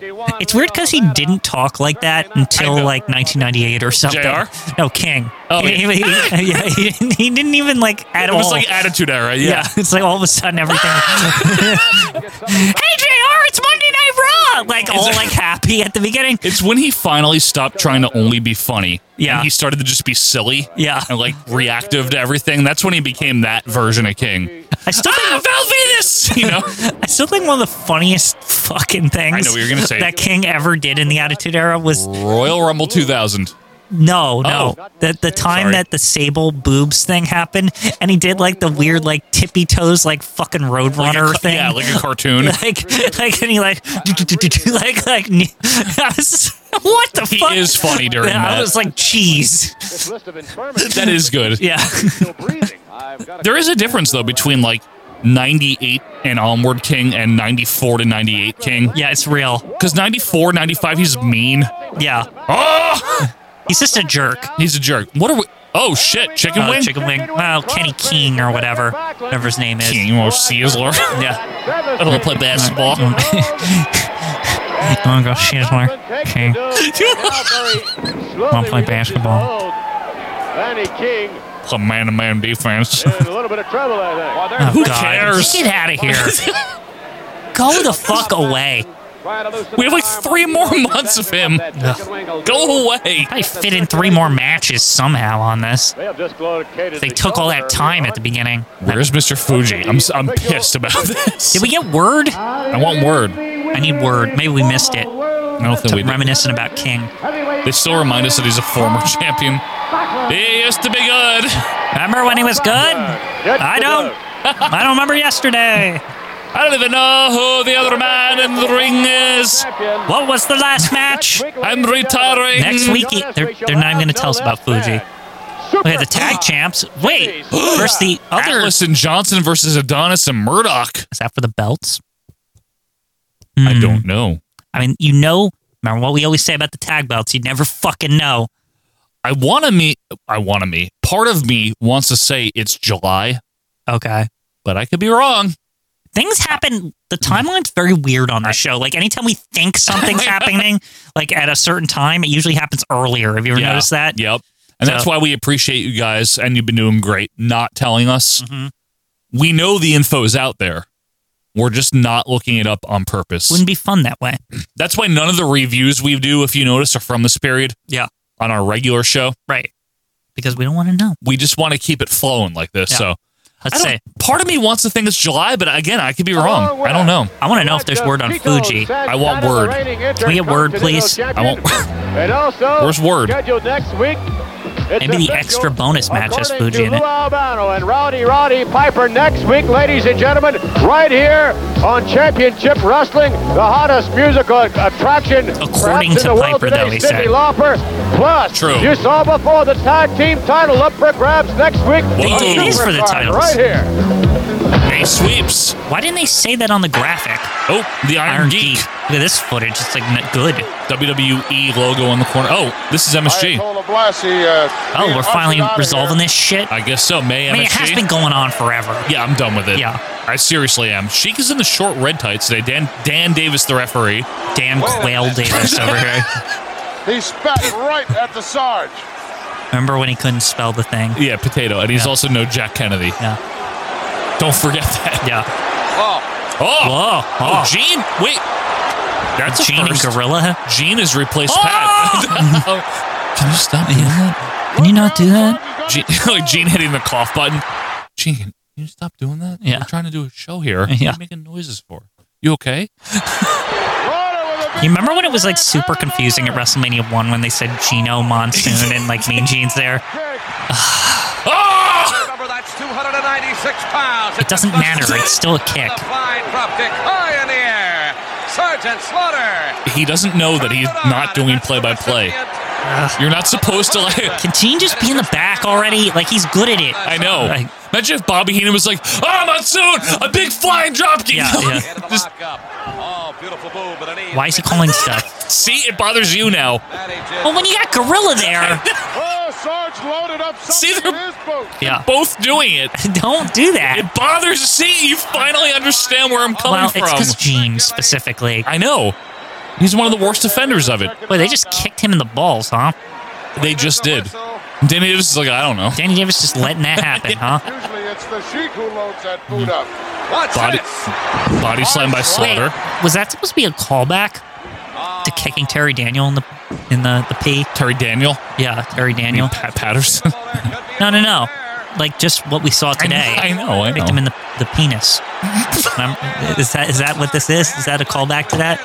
Speaker 2: It's weird because he didn't talk like that until like 1998 or something.
Speaker 1: JR?
Speaker 2: No, King.
Speaker 1: Oh,
Speaker 2: he, he- he- yeah, he didn't, he didn't even like at
Speaker 1: it
Speaker 2: all.
Speaker 1: was like attitude era.
Speaker 2: yeah.
Speaker 1: Yeah.
Speaker 2: it's like all of a sudden everything. hey Jr, it's Monday Night Raw. Like all like happy at the beginning.
Speaker 1: It's when he finally stopped trying to only be funny.
Speaker 2: Yeah.
Speaker 1: And he started to just be silly.
Speaker 2: Yeah.
Speaker 1: And like reactive to everything. That's when he became that version of King.
Speaker 2: I still
Speaker 1: ah,
Speaker 2: think
Speaker 1: Val Venus! You know?
Speaker 2: I still think one of the funniest fucking things
Speaker 1: I know what you're gonna say.
Speaker 2: that King ever did in the Attitude Era was
Speaker 1: Royal Rumble 2000.
Speaker 2: No, no.
Speaker 1: Oh.
Speaker 2: The the time
Speaker 1: Sorry.
Speaker 2: that the sable boobs thing happened, and he did like the weird like tippy toes like fucking
Speaker 1: Like a
Speaker 2: roadrunner
Speaker 1: ca-
Speaker 2: thing.
Speaker 1: Yeah, like a cartoon.
Speaker 2: like like and he like like like I was- what the
Speaker 1: He
Speaker 2: fuck
Speaker 1: is funny during
Speaker 2: Yeah, I
Speaker 1: that.
Speaker 2: was like cheese.
Speaker 1: that is good.
Speaker 2: Yeah,
Speaker 1: There is a difference though between like 98 and onward King and 94 to 98 King.
Speaker 2: yeah, it's real.
Speaker 1: Because 94, 95, he's mean.
Speaker 2: Yeah, Ah!
Speaker 1: Oh,
Speaker 2: he's just a jerk.
Speaker 1: he's a jerk. What are we? Oh shit, chicken
Speaker 2: Uh,
Speaker 1: wing.
Speaker 2: chicken wing. Well, Kenny King or whatever, whatever his name is.
Speaker 1: King or Sizzler.
Speaker 2: Yeah,
Speaker 1: I don't want to play basketball. Oh,
Speaker 2: don't go Sizzler. King.
Speaker 4: Won't
Speaker 2: play basketball.
Speaker 4: Lanny King
Speaker 1: It's a man-to-man defense.
Speaker 4: in a little bit of trouble, I think.
Speaker 2: Oh,
Speaker 1: Who
Speaker 2: God.
Speaker 1: cares?
Speaker 2: Get out of here. Go the fuck away.
Speaker 1: We have like three more months of him. Go away.
Speaker 2: I fit in three more matches somehow on this. They took all that time at the beginning.
Speaker 1: Where's Mr. Fuji? I'm s- I'm pissed about this.
Speaker 2: Did we get word?
Speaker 1: I want word.
Speaker 2: I need word. Maybe we missed it.
Speaker 1: I don't think we
Speaker 2: To
Speaker 1: did.
Speaker 2: reminiscing about King.
Speaker 1: They still remind us that he's a former champion. He used to be good.
Speaker 2: Remember when he was good? I don't. I don't remember yesterday.
Speaker 1: I don't even know who the other man in the ring is.
Speaker 2: What was the last match?
Speaker 1: I'm retiring.
Speaker 2: Next week, he- they're, they're not even going to tell us about Fuji. We have the tag champs. Wait, versus the other.
Speaker 1: Atlas and Johnson versus Adonis and Murdoch.
Speaker 2: Is that for the belts? Hmm.
Speaker 1: I don't know.
Speaker 2: I mean, you know, remember what we always say about the tag belts? You never fucking know.
Speaker 1: I want to meet. I want to meet. Part of me wants to say it's July,
Speaker 2: Okay.
Speaker 1: but I could be wrong.
Speaker 2: Things happen. The timeline's very weird on the show. Like anytime we think something's happening, like at a certain time, it usually happens earlier. Have you ever noticed that?
Speaker 1: Yep. And that's
Speaker 2: So-
Speaker 1: why we appreciate you guys, and you've been doing great not telling us.
Speaker 2: Mm-hmm.
Speaker 1: We know the info is out there. We're just not looking it up on purpose.
Speaker 2: Wouldn't be fun that way.
Speaker 1: That's why none of the reviews we do, if you notice, are from this period
Speaker 2: Yeah.
Speaker 1: on our regular show.
Speaker 2: Right. Because we don't want to know.
Speaker 1: We just want to keep it flowing like this.
Speaker 2: Yeah.
Speaker 1: So I
Speaker 2: Let's
Speaker 1: don't-
Speaker 2: say
Speaker 1: part of me wants to think it's July, but again, I could be wrong. I don't know.
Speaker 2: I want to know if there's word on Fuji.
Speaker 1: I want word.
Speaker 2: Can we get word, please?
Speaker 1: I want.
Speaker 4: And also,
Speaker 1: Where's word?
Speaker 4: scheduled next week. it's
Speaker 2: Maybe the
Speaker 4: official.
Speaker 2: extra bonus match has
Speaker 4: According
Speaker 2: Fuji
Speaker 4: to
Speaker 2: in it.
Speaker 4: Lou Albano and Rowdy Roddy Piper next week, ladies and gentlemen, right here on Championship Wrestling, the hottest musical attraction.
Speaker 2: According
Speaker 4: perhaps
Speaker 2: to
Speaker 4: in the
Speaker 2: Piper,
Speaker 4: world today,
Speaker 2: though, he
Speaker 4: Cyndi
Speaker 2: said.
Speaker 4: Lauper. Plus,
Speaker 1: True.
Speaker 4: you saw before the tag team title up for grabs next week.
Speaker 1: They
Speaker 4: on
Speaker 1: did. It
Speaker 2: is for the
Speaker 4: Supercard,
Speaker 2: titles.
Speaker 4: Right here.
Speaker 2: They
Speaker 1: He sweeps.
Speaker 2: Why didn't they say that on the graphic?
Speaker 1: Oh, the Iron,
Speaker 2: Iron
Speaker 1: Geek.
Speaker 2: Geek. Look at this footage. It's like n- good.
Speaker 1: WWE logo in the corner. Oh, this is MSG.
Speaker 2: Oh, we're finally resolving this shit.
Speaker 1: I guess so. May
Speaker 2: I mean, it has
Speaker 1: MSG.
Speaker 2: been going on forever.
Speaker 1: yeah, I'm done with it.
Speaker 2: Yeah.
Speaker 1: I seriously am. Sheik is in the short red tights today. Dan Dan Davis, the referee.
Speaker 2: Damn Quail Davis over here.
Speaker 11: He spat right at the Sarge.
Speaker 2: Remember when he couldn't spell the thing?
Speaker 1: Yeah, potato, and he's
Speaker 2: Yeah.
Speaker 1: also no Jack Kennedy.
Speaker 2: Yeah.
Speaker 1: Don't forget that.
Speaker 2: Yeah.
Speaker 1: Oh,
Speaker 2: Whoa.
Speaker 1: oh,
Speaker 2: Oh,
Speaker 1: Gene. Wait, that's
Speaker 2: Gene
Speaker 1: a
Speaker 2: and
Speaker 1: first.
Speaker 2: Gorilla.
Speaker 1: Gene has replaced
Speaker 2: Oh!
Speaker 1: Pat. Can you stop doing that?
Speaker 2: Can you not do that?
Speaker 1: Gene, like Gene hitting the cough button. Gene, can you stop doing that?
Speaker 2: Yeah.
Speaker 1: We're trying to do a show here. What are
Speaker 2: Yeah.
Speaker 1: you making noises for? You okay?
Speaker 2: You remember when it was like super confusing at WrestleMania 1 when they said Gino Monsoon and like Mean Gene's there?
Speaker 1: Oh!
Speaker 11: Remember, that's 296 pounds.
Speaker 2: It doesn't matter. It's still a kick.
Speaker 11: flying drop kick high in the air. Sergeant Slaughter.
Speaker 1: He doesn't know that he's not doing play by play. You're not supposed to like.
Speaker 2: Can Gene just be in the back already? Like, he's good at it.
Speaker 1: I know.
Speaker 2: Like,
Speaker 1: Imagine if Bobby Heenan was like, "Oh, Monsoon, a big flying dropkick."
Speaker 2: Yeah, yeah.
Speaker 1: Just
Speaker 11: Oh, beautiful move, but a knee.
Speaker 2: why is he calling stuff?
Speaker 1: see, it bothers you now.
Speaker 11: That he
Speaker 2: Well, when you got Gorilla there,
Speaker 11: Oh, Sarge loaded up
Speaker 1: See,
Speaker 11: something
Speaker 1: they're-
Speaker 11: in his boot.
Speaker 2: yeah.
Speaker 1: Both doing it.
Speaker 2: Don't do
Speaker 1: It
Speaker 2: that.
Speaker 1: bothers. See, you finally understand where I'm coming
Speaker 2: Well, it's
Speaker 1: from.
Speaker 2: because Gene specifically.
Speaker 1: I know. He's one of the worst offenders of it.
Speaker 2: Wait, they just kicked him in the balls, huh?
Speaker 1: They just did. Danny Davis is like, I don't know.
Speaker 2: Danny Davis just letting that happen, huh?
Speaker 11: Usually it's the Sheik who loads that boot up. Watch
Speaker 1: Body,
Speaker 11: this.
Speaker 1: body slam by
Speaker 2: Wait,
Speaker 1: Slaughter.
Speaker 2: was that supposed to be a callback to kicking Terry Daniel in the in the the pee?
Speaker 1: Terry Daniel,
Speaker 2: Yeah, Terry Daniel.
Speaker 1: Pat Patterson.
Speaker 2: No, no, no. Like just what we saw today.
Speaker 1: I know. I know.
Speaker 2: Kicked him in the, the penis. Remember- is that is that what this is? Is that a callback to that?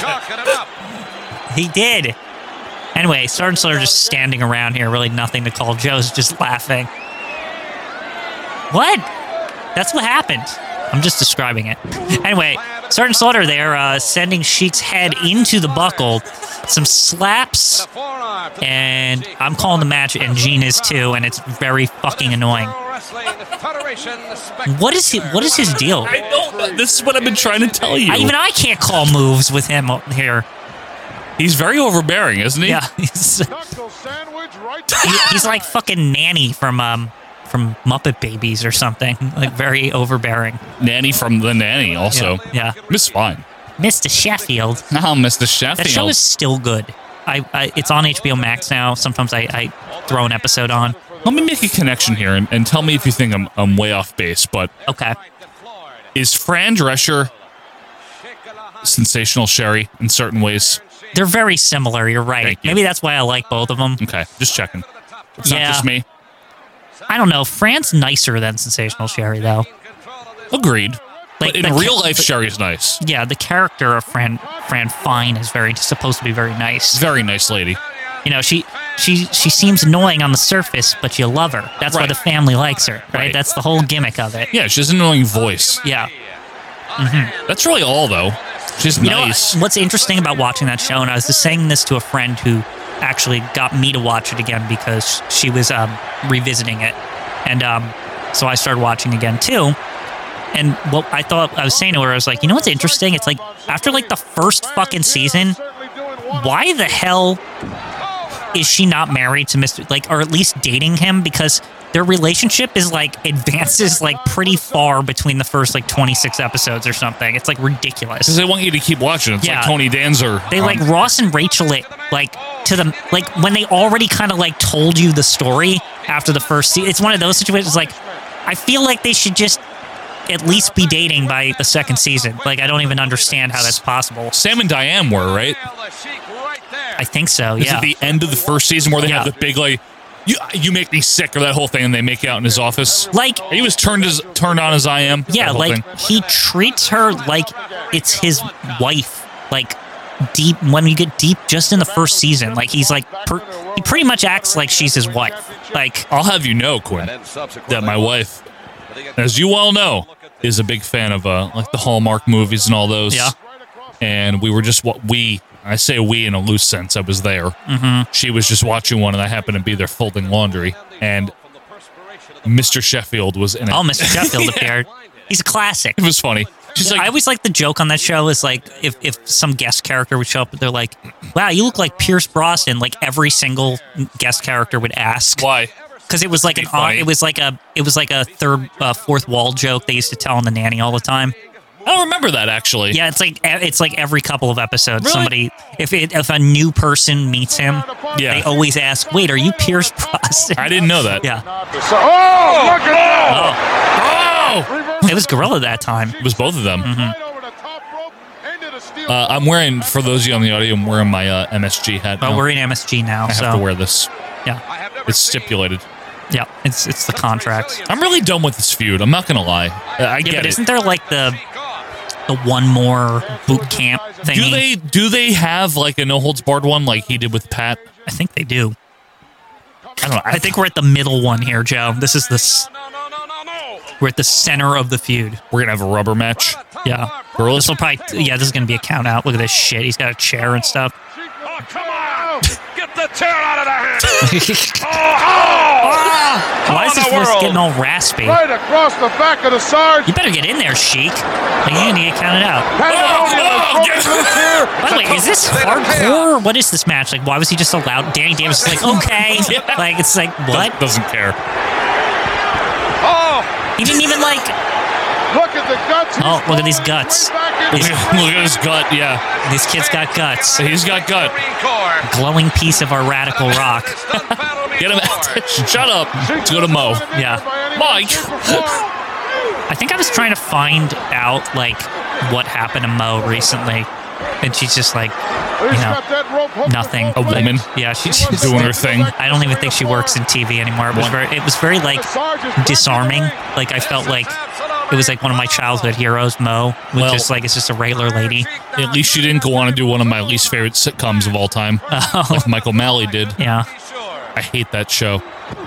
Speaker 11: Chalking it up.
Speaker 2: He did. Anyway, Sergeant Slaughter just standing around here, really nothing to call. Joe's just laughing. What? That's what happened. I'm just describing it. Anyway, Sergeant Slaughter there uh, sending Sheik's head into the buckle, some slaps,
Speaker 11: Forearm to
Speaker 2: and I'm calling the match, and Gene is too, and it's very fucking annoying.
Speaker 11: Pro Wrestling Federation
Speaker 2: What is he? What is his deal?
Speaker 1: I don't. This is what I've been trying to tell you.
Speaker 2: I, even I can't call moves with him up here.
Speaker 1: He's very overbearing, isn't he?
Speaker 2: Yeah, he's,
Speaker 11: Knuckle sandwich right
Speaker 2: he- he's like fucking nanny from um from Muppet Babies or something. Like very overbearing.
Speaker 1: Nanny from the Nanny, also.
Speaker 2: Yeah,
Speaker 1: Miss Fine.
Speaker 2: Mr. Sheffield.
Speaker 1: Now, Mr. Sheffield.
Speaker 2: That show is still good. I, I it's on HBO Max now. Sometimes I, I throw an episode on.
Speaker 1: Let me make a connection here and, and tell me if you think I'm, I'm way off base, but
Speaker 2: Okay,
Speaker 1: is Fran Drescher sensational Sherry in certain ways?
Speaker 2: they're very similar. You're right.
Speaker 1: Thank you.
Speaker 2: Maybe that's why I like both of them.
Speaker 1: Okay, just checking. It's
Speaker 2: Yeah.
Speaker 1: not just me.
Speaker 2: I don't know. Fran's nicer than Sensational Sherry though.
Speaker 1: Agreed.
Speaker 2: Like,
Speaker 1: but in
Speaker 2: the ca-
Speaker 1: real life, Sherry's nice.
Speaker 2: Yeah, the character of Fran Fran Fine is very supposed to be very nice.
Speaker 1: Very nice lady.
Speaker 2: You know, she she she seems annoying on the surface, but you love her. That's why
Speaker 1: Right.
Speaker 2: the family likes her, right?
Speaker 1: Right.
Speaker 2: That's the whole gimmick of it.
Speaker 1: Yeah, she has an annoying voice.
Speaker 2: Yeah.
Speaker 1: That's really all, though. She's
Speaker 2: You
Speaker 1: nice.
Speaker 2: know what's interesting about watching that show, and I was just saying this to a friend who actually got me to watch it again because she was um, revisiting it, and um, so I started watching again too. And what I thought I was saying to her, I was like, you know what's interesting? It's like after like the first fucking season, why the hell is she not married to Mr. Like, or at least dating him? Because their relationship is like advances like pretty far between the first like 26 episodes or something. It's like ridiculous.
Speaker 1: Because they want you to keep watching. It's
Speaker 2: Yeah.
Speaker 1: like Tony um, Danzer.
Speaker 2: They
Speaker 1: on-
Speaker 2: like Ross and Rachel it like to the like when they already kind of like told you the story after the first season. It's one of those situations like I feel like they should just at least be dating by the second season. Like I don't even understand how that's possible.
Speaker 1: Sam and Diane were, right?
Speaker 2: I think so.
Speaker 1: Is
Speaker 2: Yeah.
Speaker 1: it the end of the first season where they have
Speaker 2: Yeah.
Speaker 1: the big like you you make me sick or that whole thing and they make out in his office?
Speaker 2: like
Speaker 1: He was turned as turned on as I am.
Speaker 2: yeah,
Speaker 1: that whole
Speaker 2: like
Speaker 1: thing.
Speaker 2: he treats her like it's his wife. Like deep when you get deep just in the first season, like he's like per, he pretty much acts like she's his wife. Like
Speaker 1: I'll have you know, Quinn, that my wife, as you all know, is a big fan of uh like the Hallmark movies and all those.
Speaker 2: Yeah.
Speaker 1: And we were just what we I say we in a loose sense. I was there. Mm-hmm. She was just watching one, and I happened to be there folding laundry. And Mr. Sheffield was in it.
Speaker 2: Oh, Mr. Sheffield appeared. He's a classic.
Speaker 1: It was funny. She's
Speaker 2: I
Speaker 1: like,
Speaker 2: always like the joke on that show is like if, if some guest character would show up, they're like, "Wow, you look like Pierce Brosnan." Like every single guest character would ask
Speaker 1: why?
Speaker 2: because it was like an
Speaker 1: Be
Speaker 2: on,
Speaker 1: funny.
Speaker 2: it was like a it was like a third uh, fourth wall joke they used to tell on the nanny all the time.
Speaker 1: I don't remember that actually.
Speaker 2: Yeah, it's like e, it's like every couple of episodes,
Speaker 1: Really?
Speaker 2: somebody if it, if a new person meets him,
Speaker 1: Yeah.
Speaker 2: they always ask, "Wait, are you Pierce Brosnan?"
Speaker 1: I didn't know that.
Speaker 2: Yeah,
Speaker 11: Oh, look at that!
Speaker 1: Oh,
Speaker 2: it was Gorilla that time.
Speaker 1: it was both of them.
Speaker 2: Mm-hmm.
Speaker 11: Over the top rope, into the steel.
Speaker 1: Uh, I'm wearing, for those of you on the audio, I'm wearing my uh, MSG hat.
Speaker 2: But
Speaker 1: now.
Speaker 2: we're in MSG now,
Speaker 1: I have
Speaker 2: so
Speaker 1: to wear this.
Speaker 11: I have never
Speaker 1: It's
Speaker 11: seen
Speaker 1: stipulated.
Speaker 2: yeah, it's it's the contract.
Speaker 1: I'm really done with this feud. I'm not gonna lie. Uh, I, I
Speaker 2: Yeah,
Speaker 1: get
Speaker 2: but
Speaker 1: it.
Speaker 2: isn't there like the
Speaker 11: take off.
Speaker 2: the one more boot camp thingy?
Speaker 1: do they do they have like a no holds barred one like he did with Pat?
Speaker 2: I think they do. I don't know. I think we're at the middle one here, Joe. This is the s-
Speaker 11: No, no, no, no, no.
Speaker 2: we're at the center of the feud.
Speaker 1: We're gonna have a rubber match.
Speaker 2: Yeah,
Speaker 1: Gorillas-
Speaker 2: This will probably yeah. This is gonna be a count out. Look at this shit. He's got a chair and stuff.
Speaker 11: Oh, come on! Get the chair out of the hand!
Speaker 2: Why
Speaker 11: Oh!
Speaker 2: is this
Speaker 11: the
Speaker 2: list
Speaker 11: world.
Speaker 2: getting all raspy?
Speaker 4: Right across the back of the Sarge.
Speaker 2: You better get in there, Sheik. Like, you need to count it out.
Speaker 4: Has it over the
Speaker 1: Oh,
Speaker 4: throat loop here.
Speaker 2: By the way, is this hardcore? Or what is this match? Like, why was he just allowed? Danny Davis is like, okay. Like, it's like, what?
Speaker 1: Doesn't care.
Speaker 11: Oh!
Speaker 2: He didn't even like.
Speaker 4: Look at the guts. He's
Speaker 2: Oh, look at these
Speaker 4: falling way
Speaker 2: guts.
Speaker 4: back
Speaker 1: Look
Speaker 4: into
Speaker 1: at look at his gut. Yeah,
Speaker 2: These kids got guts.
Speaker 1: he's got gut.
Speaker 11: Marine Corps.
Speaker 2: Glowing piece of our radical rock.
Speaker 11: It's done battle
Speaker 1: Get him
Speaker 11: before.
Speaker 1: out. Shut up. Let's go to Mo.
Speaker 2: Yeah.
Speaker 1: Mike.
Speaker 2: I think I was trying to find out like what happened to Mo recently, and she's just like, you know, nothing.
Speaker 1: A woman.
Speaker 2: Yeah, she's just
Speaker 1: Doing her thing.
Speaker 2: I don't even think she works in TV anymore. It was very, it was very like disarming. Like I felt like it was like one of my childhood heroes, Mo, which
Speaker 1: Well-
Speaker 2: just like it's just a regular lady.
Speaker 1: At least she didn't go on to do one of my least favorite sitcoms of all time, like Michael Malley did.
Speaker 2: Oh. Yeah,
Speaker 1: I hate that show.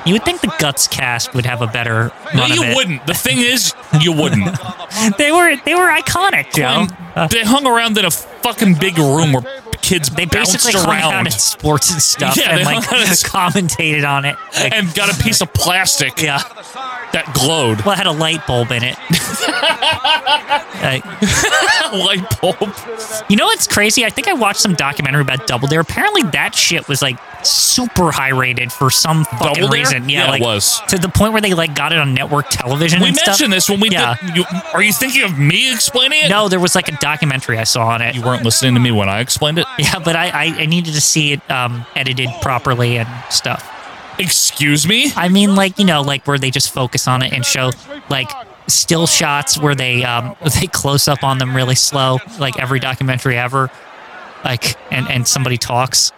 Speaker 2: you would think the Guts cast would have a better
Speaker 1: No,
Speaker 2: run of
Speaker 1: you
Speaker 2: it.
Speaker 1: wouldn't. The thing is, you wouldn't.
Speaker 2: They were they were iconic, Joe. Uh,
Speaker 1: they hung around in a fucking big room where kids
Speaker 2: they
Speaker 1: bounced
Speaker 2: basically hung out
Speaker 1: around
Speaker 2: at sports and stuff
Speaker 1: Yeah,
Speaker 2: and
Speaker 1: they
Speaker 2: like
Speaker 1: hung out at-
Speaker 2: commentated on it. Like,
Speaker 1: and got a piece of plastic
Speaker 2: yeah.
Speaker 1: that glowed.
Speaker 2: Well, it had a light bulb in it. Like,
Speaker 1: Light bulb.
Speaker 2: You know what's crazy? I think I watched some documentary about Double Dare. Apparently, that shit was like super high rated for some fucking
Speaker 1: Double Dare?
Speaker 2: reason. Yeah,
Speaker 1: Yeah, it
Speaker 2: like,
Speaker 1: was.
Speaker 2: to the point where they like got it on network television.
Speaker 1: We
Speaker 2: and stuff.
Speaker 1: mentioned this when we
Speaker 2: Yeah.
Speaker 1: did. You, are you thinking of me explaining it?
Speaker 2: No, there was like a documentary I saw on it.
Speaker 1: You weren't listening to me when I explained it.
Speaker 2: Yeah, but I, I, I needed to see it um, edited properly and stuff.
Speaker 1: Excuse me?
Speaker 2: I mean, like you know, like where they just focus on it and show like still shots where they um they close up on them really slow, like every documentary ever, like and and somebody talks.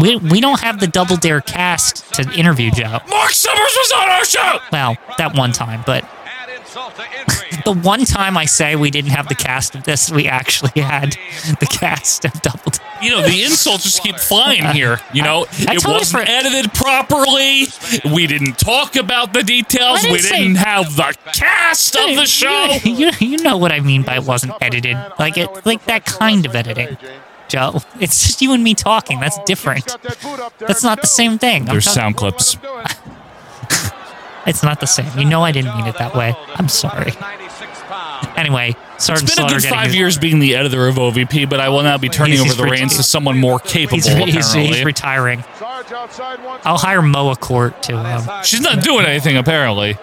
Speaker 2: We we don't have the Double Dare cast to interview Joe.
Speaker 1: Mark Summers was on our show!
Speaker 2: Well, that one time, but
Speaker 11: Add insult to injury.
Speaker 2: the one time I say we didn't have the cast of this, we actually had the cast of Double Dare.
Speaker 1: You know, the insults just keep flying here. You know,
Speaker 2: I
Speaker 1: it
Speaker 2: totally
Speaker 1: wasn't
Speaker 2: for-
Speaker 1: edited properly. We didn't talk about the details.
Speaker 2: I didn't
Speaker 1: we
Speaker 2: say-
Speaker 1: didn't have the cast of the show.
Speaker 2: You, you know what I mean by it wasn't edited, like it like that kind of editing. Joe, it's Oh, just you and me talking. That's different. That's not the same thing. I'm
Speaker 1: There's
Speaker 2: talk-
Speaker 1: sound clips.
Speaker 2: It's not the same. You know I didn't mean it that way. I'm sorry.
Speaker 11: 96 pounds.
Speaker 2: Anyway, Sergeant
Speaker 1: It's been a
Speaker 2: Slaughter
Speaker 1: good
Speaker 2: getting
Speaker 1: five
Speaker 2: his-
Speaker 1: years being the editor of OVP, but I will now be turning
Speaker 2: He's-
Speaker 1: over
Speaker 2: he's
Speaker 1: the
Speaker 2: reti-
Speaker 1: reins to someone more capable.
Speaker 2: He's, he's,
Speaker 1: apparently,
Speaker 2: he's retiring. I'll hire Moa Court to. Um,
Speaker 1: she's not doing anything. Apparently,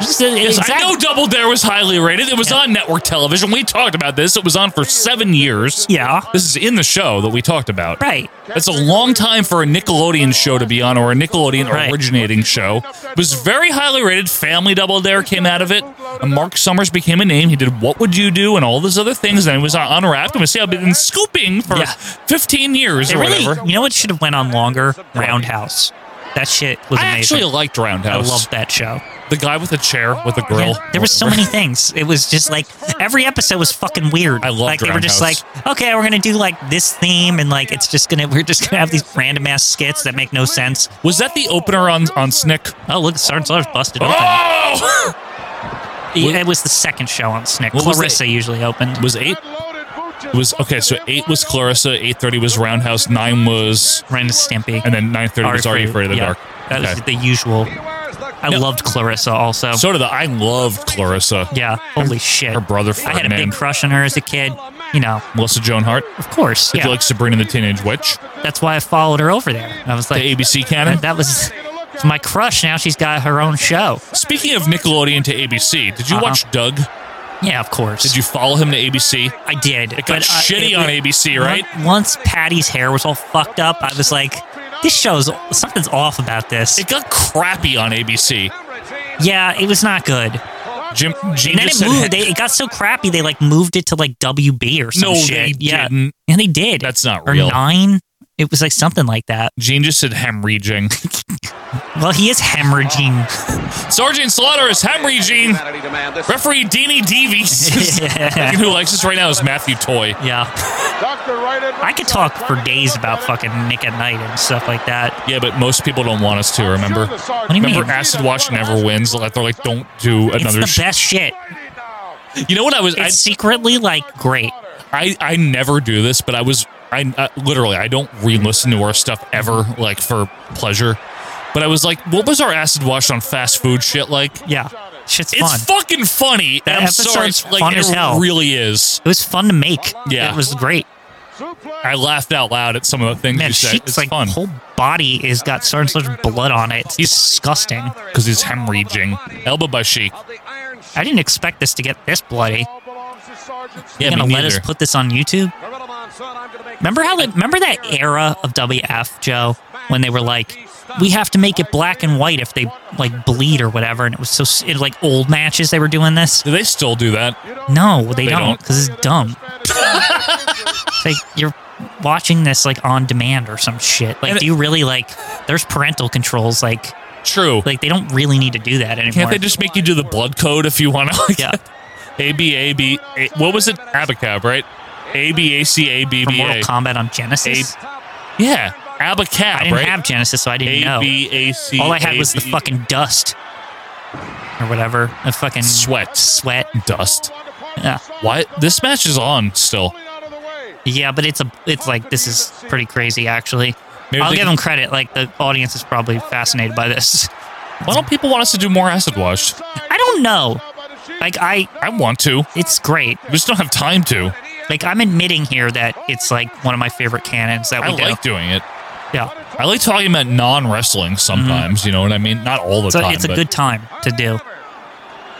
Speaker 2: just, uh,
Speaker 1: Yes,
Speaker 2: exact-
Speaker 1: I know Double Dare was highly rated. It was
Speaker 2: Yeah.
Speaker 1: on network television. We talked about this. It was on for seven years.
Speaker 2: Yeah.
Speaker 1: This is in the show that we talked about.
Speaker 2: Right.
Speaker 1: That's a long time for a Nickelodeon show to be on, or a Nickelodeon
Speaker 2: Right.
Speaker 1: originating show. It was very highly rated. Family Double Dare came out of it. And Mark Summers became a name. He did What Would You Do and all those other things. And it was on Unwrapped. And we see I've been scooping for
Speaker 2: Yeah.
Speaker 1: 15 years
Speaker 2: It
Speaker 1: or
Speaker 2: really,
Speaker 1: whatever.
Speaker 2: you know what should have went on longer? Roundhouse. That shit was
Speaker 1: I
Speaker 2: amazing.
Speaker 1: actually liked
Speaker 2: I
Speaker 1: Roundhouse.
Speaker 2: loved that show.
Speaker 1: the guy with the chair with the grill.
Speaker 2: Yeah, there were so many things. It was just like every episode was fucking weird.
Speaker 1: I loved
Speaker 2: like they were just like,
Speaker 1: Roundhouse.
Speaker 2: okay, we're gonna do like this theme, and like it's just gonna we're just gonna have these random ass skits that make no sense.
Speaker 1: Was that the opener on on Snick?
Speaker 2: Oh look, Sergeant Slaughter's busted open.
Speaker 1: Oh!
Speaker 2: Yeah, It was the second show on Snick.
Speaker 1: What was
Speaker 2: Clarissa
Speaker 1: it?
Speaker 2: usually opened.
Speaker 1: was eight was okay so eight was clarissa 8.30 was roundhouse nine was
Speaker 2: Ren and Stimpy.
Speaker 1: and then 9.30 was
Speaker 2: Ari
Speaker 1: already
Speaker 2: Fre-
Speaker 1: afraid of the
Speaker 2: yeah.
Speaker 1: dark
Speaker 2: That
Speaker 1: okay.
Speaker 2: was the usual.
Speaker 11: Where's the
Speaker 2: I I loved Clarissa also.
Speaker 1: So did I. I loved Clarissa.
Speaker 2: Oh. yeah. Holy shit.
Speaker 1: Her brother
Speaker 2: I had a
Speaker 1: Ferdinand.
Speaker 2: big crush on her as a kid. You know,
Speaker 1: Melissa Joan Hart.
Speaker 2: of course.
Speaker 1: Did
Speaker 2: Yeah.
Speaker 1: you like Sabrina the Teenage Witch?
Speaker 2: That's why I followed her over there. I was
Speaker 1: The
Speaker 2: like,
Speaker 1: ABC
Speaker 2: that,
Speaker 1: canon?
Speaker 2: that was it's my crush. Now she's got her own show.
Speaker 1: Speaking of Nickelodeon to ABC, did you
Speaker 2: Uh-huh.
Speaker 1: watch Doug?
Speaker 2: Yeah, of course.
Speaker 1: Did you follow him to ABC?
Speaker 2: I did.
Speaker 1: It got
Speaker 2: but, uh,
Speaker 1: shitty
Speaker 2: it- uh-huh.
Speaker 1: on ABC, right?
Speaker 2: on- Once Patty's hair was all fucked up, I was like, this show's something's off about this.
Speaker 1: It got crappy on ABC.
Speaker 2: yeah, it was not good.
Speaker 1: Jim, Gene
Speaker 2: And then
Speaker 1: just
Speaker 2: it
Speaker 1: said,
Speaker 2: moved. They, it got so crappy they like moved it to like WB or some
Speaker 1: No,
Speaker 2: shit.
Speaker 1: they
Speaker 2: yeah.
Speaker 1: didn't.
Speaker 2: And they did.
Speaker 1: That's not
Speaker 2: or
Speaker 1: real.
Speaker 2: nine. It was like something like that.
Speaker 1: Gene just said hemorrhaging.
Speaker 2: Well, he is hemorrhaging.
Speaker 1: Sergeant Slaughter is hemorrhaging. Referee Deanie Devies.
Speaker 2: yeah.
Speaker 1: who likes this right now is Matthew Toy.
Speaker 2: I could talk for days about fucking Nick at Night and stuff like that.
Speaker 1: Yeah, but most people don't want us to, remember?
Speaker 2: do you
Speaker 1: remember
Speaker 2: mean?
Speaker 1: Acid Wash never wins. Like, They're like, don't do another
Speaker 2: it's the best shit.
Speaker 1: sh-" You know what I was
Speaker 2: It's secretly like great.
Speaker 1: I, I never do this, but I was I uh, literally I don't re-listen to our stuff ever like for pleasure. But I was like, what was our acid wash on fast food shit like?
Speaker 2: Yeah, shit's
Speaker 1: It's
Speaker 2: fun.
Speaker 1: fucking funny.
Speaker 2: That
Speaker 1: I'm sorry,
Speaker 2: episode's
Speaker 1: like
Speaker 2: fun
Speaker 1: it
Speaker 2: as hell.
Speaker 1: really is.
Speaker 2: it was fun to make.
Speaker 1: Yeah.
Speaker 2: it was great.
Speaker 1: I laughed out loud at some of the things
Speaker 2: Man,
Speaker 1: you said.
Speaker 2: Sheik's
Speaker 1: it's
Speaker 2: like
Speaker 1: fun
Speaker 2: whole body is got Sergeant Slaughter's blood on it. It's disgusting.
Speaker 1: because he's hemorrhaging. Elbow by Sheik.
Speaker 2: I didn't expect this to get this bloody.
Speaker 1: Yeah,
Speaker 2: You're
Speaker 1: me
Speaker 2: gonna let us
Speaker 1: neither.
Speaker 2: put this on YouTube? Remember how? They, remember that era of WF Joe when they were like, we have to make it black and white if they like bleed or whatever, and it was so s- it, like old matches they were doing this.
Speaker 1: do they still do that?
Speaker 2: No, they,
Speaker 1: They
Speaker 2: don't
Speaker 1: don't.
Speaker 2: because it's dumb. It's like you're watching this like on demand or some shit. Like,
Speaker 1: And
Speaker 2: do you really like? There's parental controls. Like,
Speaker 1: True.
Speaker 2: like they don't really need to do that anymore.
Speaker 1: Can't they just make you do the blood code if you want to? Like,
Speaker 2: Yeah.
Speaker 1: A B A B. A- What was it? Abacab, right? A B A C A B
Speaker 2: for
Speaker 1: B
Speaker 2: Mortal
Speaker 1: A.
Speaker 2: Kombat on Genesis?
Speaker 1: Yeah,
Speaker 2: I
Speaker 1: Abacab,
Speaker 2: didn't
Speaker 1: right?
Speaker 2: have Genesis, so I didn't
Speaker 1: A
Speaker 2: know.
Speaker 1: B A C.
Speaker 2: All I had was the
Speaker 1: A, B, E.
Speaker 2: fucking dust or whatever. The fucking
Speaker 1: Sweat.
Speaker 2: Sweat.
Speaker 1: dust.
Speaker 2: Yeah.
Speaker 1: Why this match is on still?
Speaker 2: Yeah, but it's a it's like this is pretty crazy actually.
Speaker 1: Maybe
Speaker 2: I'll
Speaker 1: they
Speaker 2: give
Speaker 1: can-
Speaker 2: them credit. Like the audience is probably fascinated by this.
Speaker 1: Why don't people want us to do more acid wash?
Speaker 2: I don't know. Like I,
Speaker 1: I want to.
Speaker 2: it's great.
Speaker 1: We just don't have time to.
Speaker 2: Like I'm admitting here that it's like one of my favorite canons that
Speaker 1: I
Speaker 2: we do.
Speaker 1: like doing it.
Speaker 2: yeah,
Speaker 1: I like talking about non wrestling sometimes. You know what I mean? Not all the
Speaker 2: so
Speaker 1: time.
Speaker 2: Mm-hmm. it's a
Speaker 1: but
Speaker 2: good time to do.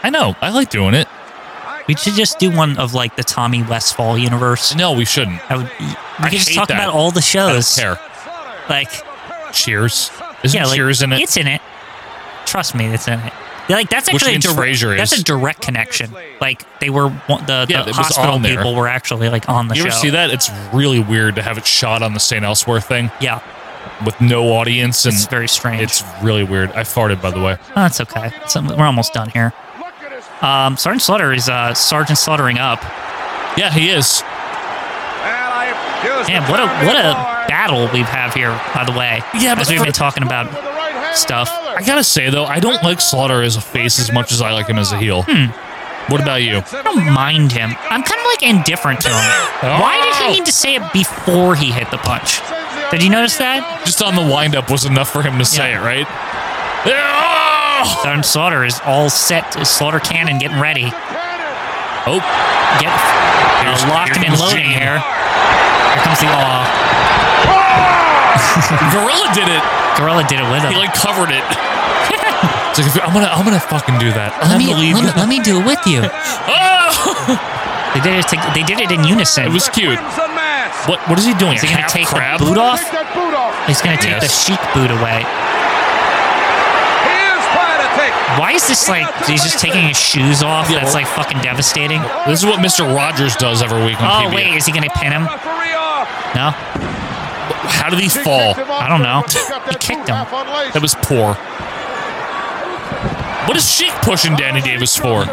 Speaker 1: I know. I like doing it.
Speaker 2: We should just do one of like the Tommy Westfall universe.
Speaker 1: No, we shouldn't.
Speaker 2: I would. We could just
Speaker 1: hate
Speaker 2: talk
Speaker 1: that.
Speaker 2: about all the
Speaker 1: I don't
Speaker 2: shows.
Speaker 1: care.
Speaker 2: Like
Speaker 1: Cheers. Isn't
Speaker 2: yeah, like,
Speaker 1: Cheers in it?
Speaker 2: It's in it. Trust me, it's in it. Yeah, Like that's
Speaker 1: Which
Speaker 2: actually
Speaker 1: means
Speaker 2: a direct.
Speaker 1: Frasier
Speaker 2: That's
Speaker 1: is.
Speaker 2: a direct connection. Like they were one- the,
Speaker 1: Yeah,
Speaker 2: the
Speaker 1: it was
Speaker 2: hospital
Speaker 1: on there.
Speaker 2: people were actually like on the
Speaker 1: you
Speaker 2: show.
Speaker 1: ever see that? It's really weird to have it shot on the St. Elsewhere thing
Speaker 2: Yeah,
Speaker 1: with no audience, and
Speaker 2: it's very strange.
Speaker 1: it's really weird. I farted, by the way.
Speaker 2: Oh, that's okay. So we're almost done here. Um, Sergeant Slaughter is uh, Sergeant Slaughtering up.
Speaker 1: Yeah, he is.
Speaker 2: Man, what a what a battle we have here. By the way,
Speaker 1: Yeah, but
Speaker 2: as we've
Speaker 1: for-
Speaker 2: been talking about stuff.
Speaker 1: I gotta say though, I don't like Slaughter as a face as much as I like him as a heel.
Speaker 2: Hmm.
Speaker 1: What about you?
Speaker 2: I don't mind him. I'm kind of like indifferent to him. Why did he need to say it before he hit the punch? Did you notice that?
Speaker 1: Just on the windup was enough for him to say
Speaker 2: Yeah.
Speaker 1: it, right? Yeah!
Speaker 2: Sergeant Slaughter is all set. His Slaughter cannon getting ready.
Speaker 1: Oh,
Speaker 2: Get uh, locking and
Speaker 1: here's
Speaker 2: loading
Speaker 1: Gene.
Speaker 2: here. Here comes the uh, aw.
Speaker 1: Gorilla did it.
Speaker 2: Gorilla did it with
Speaker 1: He
Speaker 2: him.
Speaker 1: like covered it. It's like, if- I'm gonna, I'm gonna fucking do that. I'm gonna leave.
Speaker 2: me do it with you.
Speaker 1: Oh!
Speaker 2: They did it. To, they did it in unison.
Speaker 1: It was cute. What, what is he doing?
Speaker 2: Is he gonna
Speaker 1: Half
Speaker 2: take
Speaker 1: crab?
Speaker 2: the boot off? He's gonna take the
Speaker 1: Yes.
Speaker 2: chic boot away. Why is this like? He's just taking his shoes off.
Speaker 1: Yeah,
Speaker 2: That's
Speaker 1: well-
Speaker 2: like fucking devastating.
Speaker 1: This is what Mr. Rogers does every week on
Speaker 2: Oh
Speaker 1: PBS.
Speaker 2: wait, is he gonna pin him? No,
Speaker 1: How did he fall?
Speaker 2: I don't know. he kicked him.
Speaker 1: That was poor. What is Sheik pushing Danny Davis for?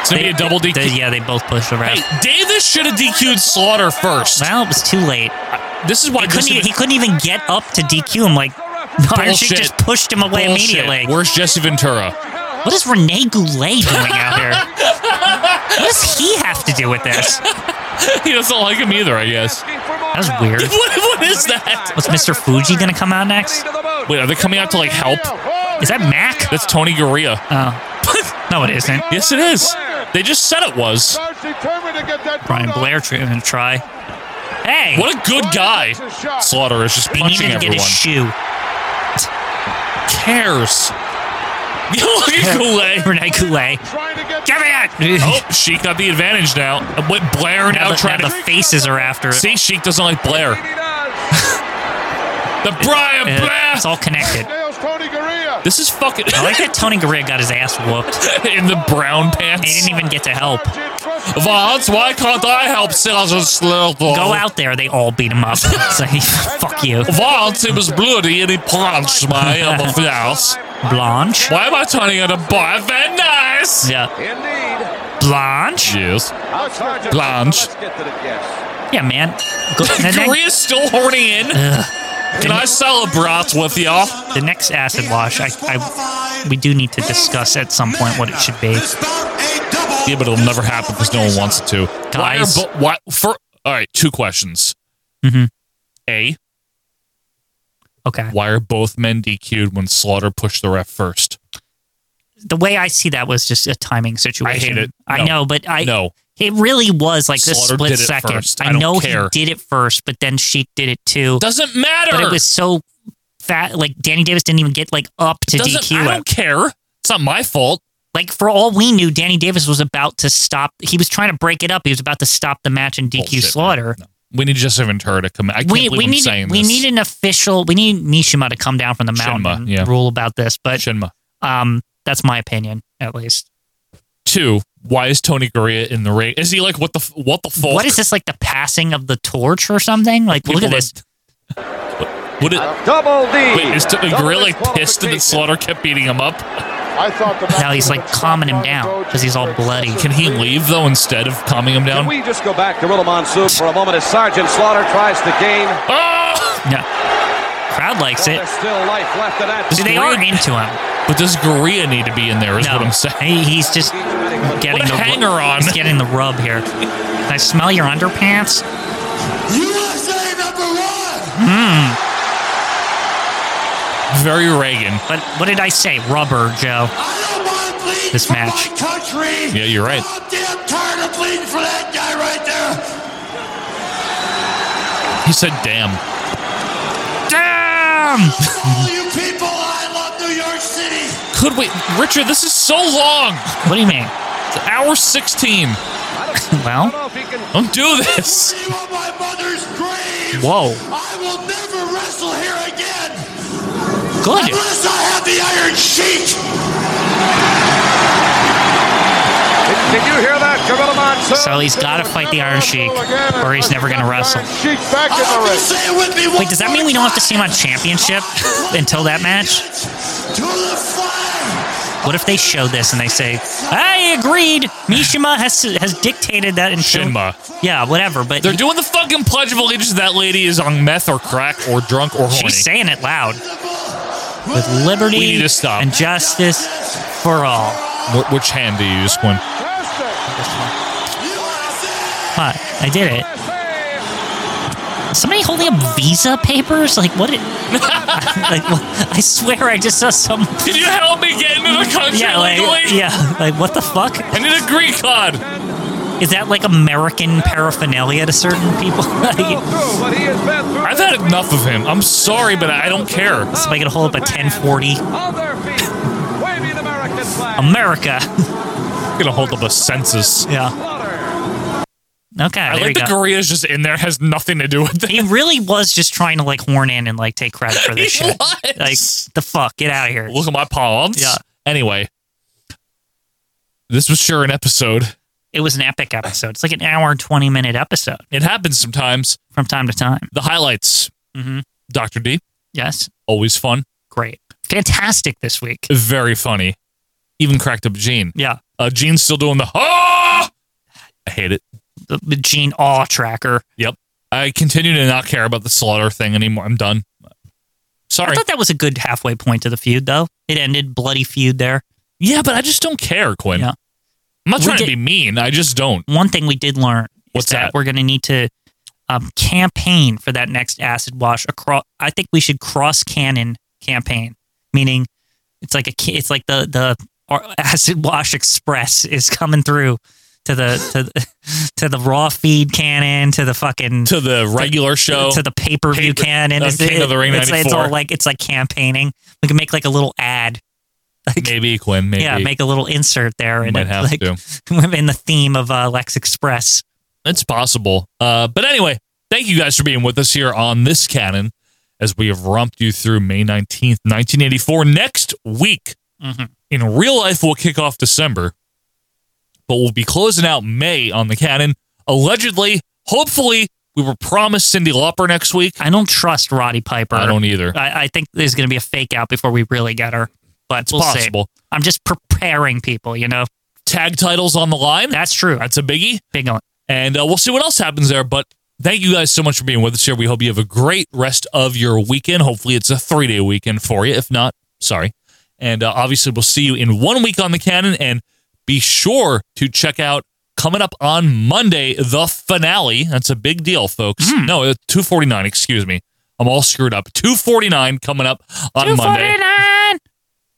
Speaker 1: It's gonna be a double DQ.
Speaker 2: they- yeah, they both pushed the ref.
Speaker 1: Hey, Davis should have DQ'd Slaughter first.
Speaker 2: Well, it was too late.
Speaker 1: This is why
Speaker 2: He couldn't,
Speaker 1: Jesse-
Speaker 2: e- he couldn't even get up to DQ him. Like, Iron Sheik
Speaker 1: Bullshit.
Speaker 2: just pushed him away
Speaker 1: Bullshit.
Speaker 2: immediately.
Speaker 1: Where's Jesse Ventura?
Speaker 2: What is Rene Goulet doing out here? what does he have to do with this?
Speaker 1: he doesn't like him either, I guess.
Speaker 2: That was weird.
Speaker 1: what, what is that?
Speaker 2: What's Mr. Fuji gonna come out next?
Speaker 1: Wait, are they coming out to like help?
Speaker 2: Is that Mac?
Speaker 1: That's Tony Garea.
Speaker 2: Oh. No, it isn't.
Speaker 1: Yes, it is. They just said it was.
Speaker 2: Brian Blair tr- gonna try. Hey,
Speaker 1: What a good guy. Slaughter is just
Speaker 2: he
Speaker 1: punching
Speaker 2: needed to
Speaker 1: everyone.
Speaker 2: get his shoe.
Speaker 1: cares? You look at Goulet.
Speaker 2: Renee Goulet. Give me it.
Speaker 1: Oh, Sheik got the advantage now. And With Blair
Speaker 2: now,
Speaker 1: now,
Speaker 2: the, now
Speaker 1: trying
Speaker 2: the
Speaker 1: to
Speaker 2: faces are after it.
Speaker 1: see Sheik doesn't like Blair. the Brian
Speaker 2: Uh,
Speaker 1: Blair.
Speaker 2: it's all connected.
Speaker 1: This is fucking
Speaker 2: I like that Tony Garea got his ass whooped.
Speaker 1: in the brown
Speaker 2: He
Speaker 1: pants.
Speaker 2: didn't even get to help.
Speaker 1: Vance, why can't I help Sergeant Slaughter?
Speaker 2: Go out there, they all beat him up. It's like, fuck you.
Speaker 1: Vance, it was bloody and he punched my other blouse.
Speaker 2: Blanche?
Speaker 1: Why am I turning into Brian Van Nice?
Speaker 2: Yeah.
Speaker 11: Indeed.
Speaker 2: Blanche?
Speaker 1: Yes.
Speaker 11: Now, Sergeant,
Speaker 1: Blanche.
Speaker 11: Let's get to the guess.
Speaker 2: Yeah, man. Go, the, next,
Speaker 1: Korea's still horny in. Can I celebrate with y'all?
Speaker 2: the next acid wash, I, I, we do need to discuss at some point what it should be.
Speaker 1: Yeah, but it'll never happen because no one wants it to. Why are
Speaker 2: Guys.
Speaker 1: bo- why, for, all right, two questions.
Speaker 2: Mhm.
Speaker 1: A,
Speaker 2: Okay.
Speaker 1: why are both men DQ'd when Slaughter pushed the ref first?
Speaker 2: The way I see that was just a timing situation.
Speaker 1: hate it.
Speaker 2: I
Speaker 1: No.
Speaker 2: know, but I
Speaker 1: no.
Speaker 2: it really was like this
Speaker 1: Slaughter
Speaker 2: split
Speaker 1: did it
Speaker 2: second.
Speaker 1: first. I
Speaker 2: I,
Speaker 1: don't
Speaker 2: know
Speaker 1: care.
Speaker 2: he did it first, but then Sheik did it too.
Speaker 1: Doesn't matter.
Speaker 2: but it was so fat. Like Danny Davis didn't even get like up to
Speaker 1: Doesn't,
Speaker 2: DQ.
Speaker 1: I
Speaker 2: it.
Speaker 1: don't care. It's not my fault.
Speaker 2: Like for all we knew, Danny Davis was about to stop. He was trying to break it up. He was about to stop the match and DQ
Speaker 1: Bullshit, man.
Speaker 2: Slaughter.
Speaker 1: No. We need Jesse Ventura to come. I can't
Speaker 2: We
Speaker 1: believe
Speaker 2: we
Speaker 1: I'm
Speaker 2: need
Speaker 1: saying
Speaker 2: we
Speaker 1: this.
Speaker 2: need an official. We need Mishima to come down from the mountain
Speaker 1: Shinma,
Speaker 2: and
Speaker 1: yeah.
Speaker 2: rule about this. But
Speaker 1: Shinma.
Speaker 2: um, that's my opinion at least.
Speaker 1: Two, why is Tony Garea in the ring? Is he like, what the, f- what the fuck?
Speaker 2: What is this like the passing of the torch or something? Like look at
Speaker 1: People
Speaker 2: this.
Speaker 1: that- What is,
Speaker 11: Double D.
Speaker 1: wait, is Tony
Speaker 11: Double
Speaker 1: Garea like pissed that
Speaker 11: disqualification.
Speaker 1: Slaughter kept beating him up?
Speaker 4: I thought the
Speaker 2: Now he's like calming him down because he's all bloody.
Speaker 1: Can he leave though instead of calming him
Speaker 11: Can
Speaker 1: down?
Speaker 11: we just go back to Rilla Monsoon for a moment as Sergeant Slaughter tries to gain?
Speaker 1: Ah!
Speaker 2: No. Crowd likes
Speaker 11: Well,
Speaker 2: it.
Speaker 11: there's still life left in that.
Speaker 2: See, they are into him.
Speaker 1: But does Gurria need to be in there? Is
Speaker 2: No,
Speaker 1: what I'm saying.
Speaker 2: he- he's just getting
Speaker 1: What a
Speaker 2: the
Speaker 1: hanger on.
Speaker 2: He's getting the rub here. Can I smell your underpants?
Speaker 12: USA number one!
Speaker 1: Very Reagan.
Speaker 2: But what did I say? Rubber, Joe.
Speaker 12: I don't want to bleed
Speaker 2: This
Speaker 12: for
Speaker 2: match.
Speaker 12: my country.
Speaker 1: Yeah, you're right.
Speaker 12: I'm damn tired of bleeding for that guy right there.
Speaker 1: He said, "Damn."
Speaker 2: Damn!
Speaker 12: All you people, I love New York City.
Speaker 1: Could we, Richard? This is so long.
Speaker 2: What do you mean?
Speaker 1: It's hour sixteen.
Speaker 11: I don't
Speaker 2: Well,
Speaker 11: know if he can.
Speaker 1: Don't do
Speaker 12: I
Speaker 1: this.
Speaker 12: will be on my mother's grave.
Speaker 2: Whoa.
Speaker 12: I will never wrestle here again.
Speaker 2: good.
Speaker 12: Unless I have the Iron Sheik.
Speaker 11: Can you hear that, Gorilla Monsoon?
Speaker 2: So he's got to fight the Iron Sheik, or he's never going to wrestle.
Speaker 4: Sheik back
Speaker 12: I
Speaker 4: in the
Speaker 12: hope you
Speaker 4: ring.
Speaker 12: say it with me one
Speaker 2: Wait, does that mean we don't have to see him on Championship until that match?
Speaker 12: To the flag.
Speaker 2: What if they show this and they say, "I agreed. Mishima has has dictated that." And
Speaker 1: Shinma.
Speaker 2: Yeah, whatever. But
Speaker 1: They're doing the fucking Pledge of Allegiance. That lady is on meth or crack or drunk or horny.
Speaker 2: she's saying it loud. With liberty
Speaker 1: We need to stop.
Speaker 2: and justice for all.
Speaker 1: Wh- which hand do you use, Quinn?
Speaker 2: Huh, I did it. Somebody holding up visa papers? Like what? It, like what, I swear, I just saw some.
Speaker 1: Can you help me get into the country
Speaker 2: Yeah, like
Speaker 1: legally?
Speaker 2: yeah, like what the fuck?
Speaker 1: I need a green card.
Speaker 2: Is that like American paraphernalia to certain people? Like,
Speaker 11: Through what he has been through.
Speaker 1: I've had enough of him. I'm sorry, but I don't care.
Speaker 2: Somebody gonna hold up a 1040.
Speaker 11: On their feet, waving the American flag.
Speaker 2: America.
Speaker 1: I'm gonna hold up a census.
Speaker 2: Yeah. Okay.
Speaker 1: I
Speaker 2: there
Speaker 1: like
Speaker 2: you
Speaker 1: that
Speaker 2: go.
Speaker 1: Korea's just in there has nothing to do with it.
Speaker 2: He really was just trying to like horn in and like take credit for this
Speaker 1: He
Speaker 2: shit.
Speaker 1: was.
Speaker 2: Like the fuck, get out of here.
Speaker 1: Look at my palms.
Speaker 2: Yeah.
Speaker 1: Anyway, this was sure an episode.
Speaker 2: It was an epic episode. It's like an hour and twenty minute episode
Speaker 1: It happens sometimes.
Speaker 2: from time to time.
Speaker 1: The highlights.
Speaker 2: Mhm.
Speaker 1: Dr. D,
Speaker 2: Yes.
Speaker 1: always fun,
Speaker 2: Great. Fantastic this week.
Speaker 1: very funny. Even cracked up Gene.
Speaker 2: Yeah.
Speaker 1: Uh, Gene's still doing the ah! I hate it.
Speaker 2: The, the Gene Awe tracker.
Speaker 1: Yep. I continue to not care about the slaughter thing anymore. I'm done.
Speaker 2: I
Speaker 1: Sorry.
Speaker 2: thought that was a good halfway point to the feud though. It ended bloody feud there.
Speaker 1: yeah, but I just don't care, Quinn.
Speaker 2: Yeah.
Speaker 1: I'm not
Speaker 2: We
Speaker 1: trying
Speaker 2: did-
Speaker 1: to be mean. I just don't.
Speaker 2: One thing we did learn
Speaker 1: What's
Speaker 2: is that,
Speaker 1: that?
Speaker 2: we're gonna need to um, campaign for that next acid wash across I think we should cross canon campaign. Meaning It's like a ki- it's like the the or- acid wash express is coming through to the to the, to the raw feed cannon to the fucking
Speaker 1: to the regular show.
Speaker 2: to the pay per view
Speaker 1: Paper-
Speaker 2: cannon.
Speaker 1: uh,
Speaker 2: It's-
Speaker 1: King
Speaker 2: it-
Speaker 1: of the Ring
Speaker 2: it's, it's
Speaker 1: 94.
Speaker 2: all like it's like campaigning. We can make like a little ad.
Speaker 1: maybe Quinn. Maybe
Speaker 2: Yeah, make a little insert there and
Speaker 1: Might have
Speaker 2: like
Speaker 1: to.
Speaker 2: in the theme of uh, Lex Express.
Speaker 1: It's possible. Uh, but anyway, thank you guys for being with us here on this canon as we have romped you through May 19th, 1984. Next week,
Speaker 2: Mm-hmm.
Speaker 1: in real life, we'll kick off December, but we'll be closing out May on the canon. Allegedly, hopefully, we were promised Cindy Lauper next week.
Speaker 2: I don't trust Roddy Piper.
Speaker 1: I don't either.
Speaker 2: I, I think there's going to be a fake out before we really get her, but
Speaker 1: It's
Speaker 2: we'll see.
Speaker 1: possible.
Speaker 2: I'm just preparing people, you know.
Speaker 1: Tag titles on the line.
Speaker 2: That's true.
Speaker 1: That's a biggie.
Speaker 2: Big on.
Speaker 1: And uh, we'll see what else happens there. But thank you guys so much for being with us here. We hope you have a great rest of your weekend. Hopefully, it's a three day weekend for you. If not, sorry. And uh, obviously, we'll see you in one week on the canon. And be sure to check out coming up on Monday the finale. That's a big deal, folks. No, uh, 249, excuse me. I'm all screwed up. 249 coming up on Monday.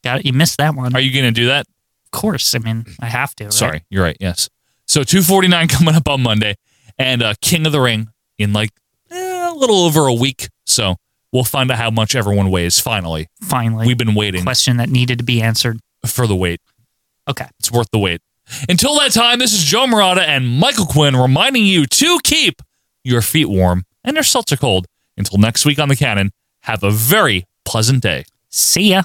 Speaker 2: Got it. You missed that one.
Speaker 1: Are you going to do that?
Speaker 2: Of course. I mean, I have to. right?
Speaker 1: Sorry, you're right. Yes. So 249 coming up on Monday, and uh, King of the Ring in like eh, a little over a week. So we'll find out how much everyone weighs. Finally,
Speaker 2: Finally,
Speaker 1: we've been waiting
Speaker 2: question that needed to be answered.
Speaker 1: for the wait.
Speaker 2: Okay.
Speaker 1: It's worth the wait. Until that time, this is Joe Murata and Michael Quinn reminding you to keep your feet warm and your seltzer cold. Until next week on the Cannon, have a very pleasant day.
Speaker 2: See ya.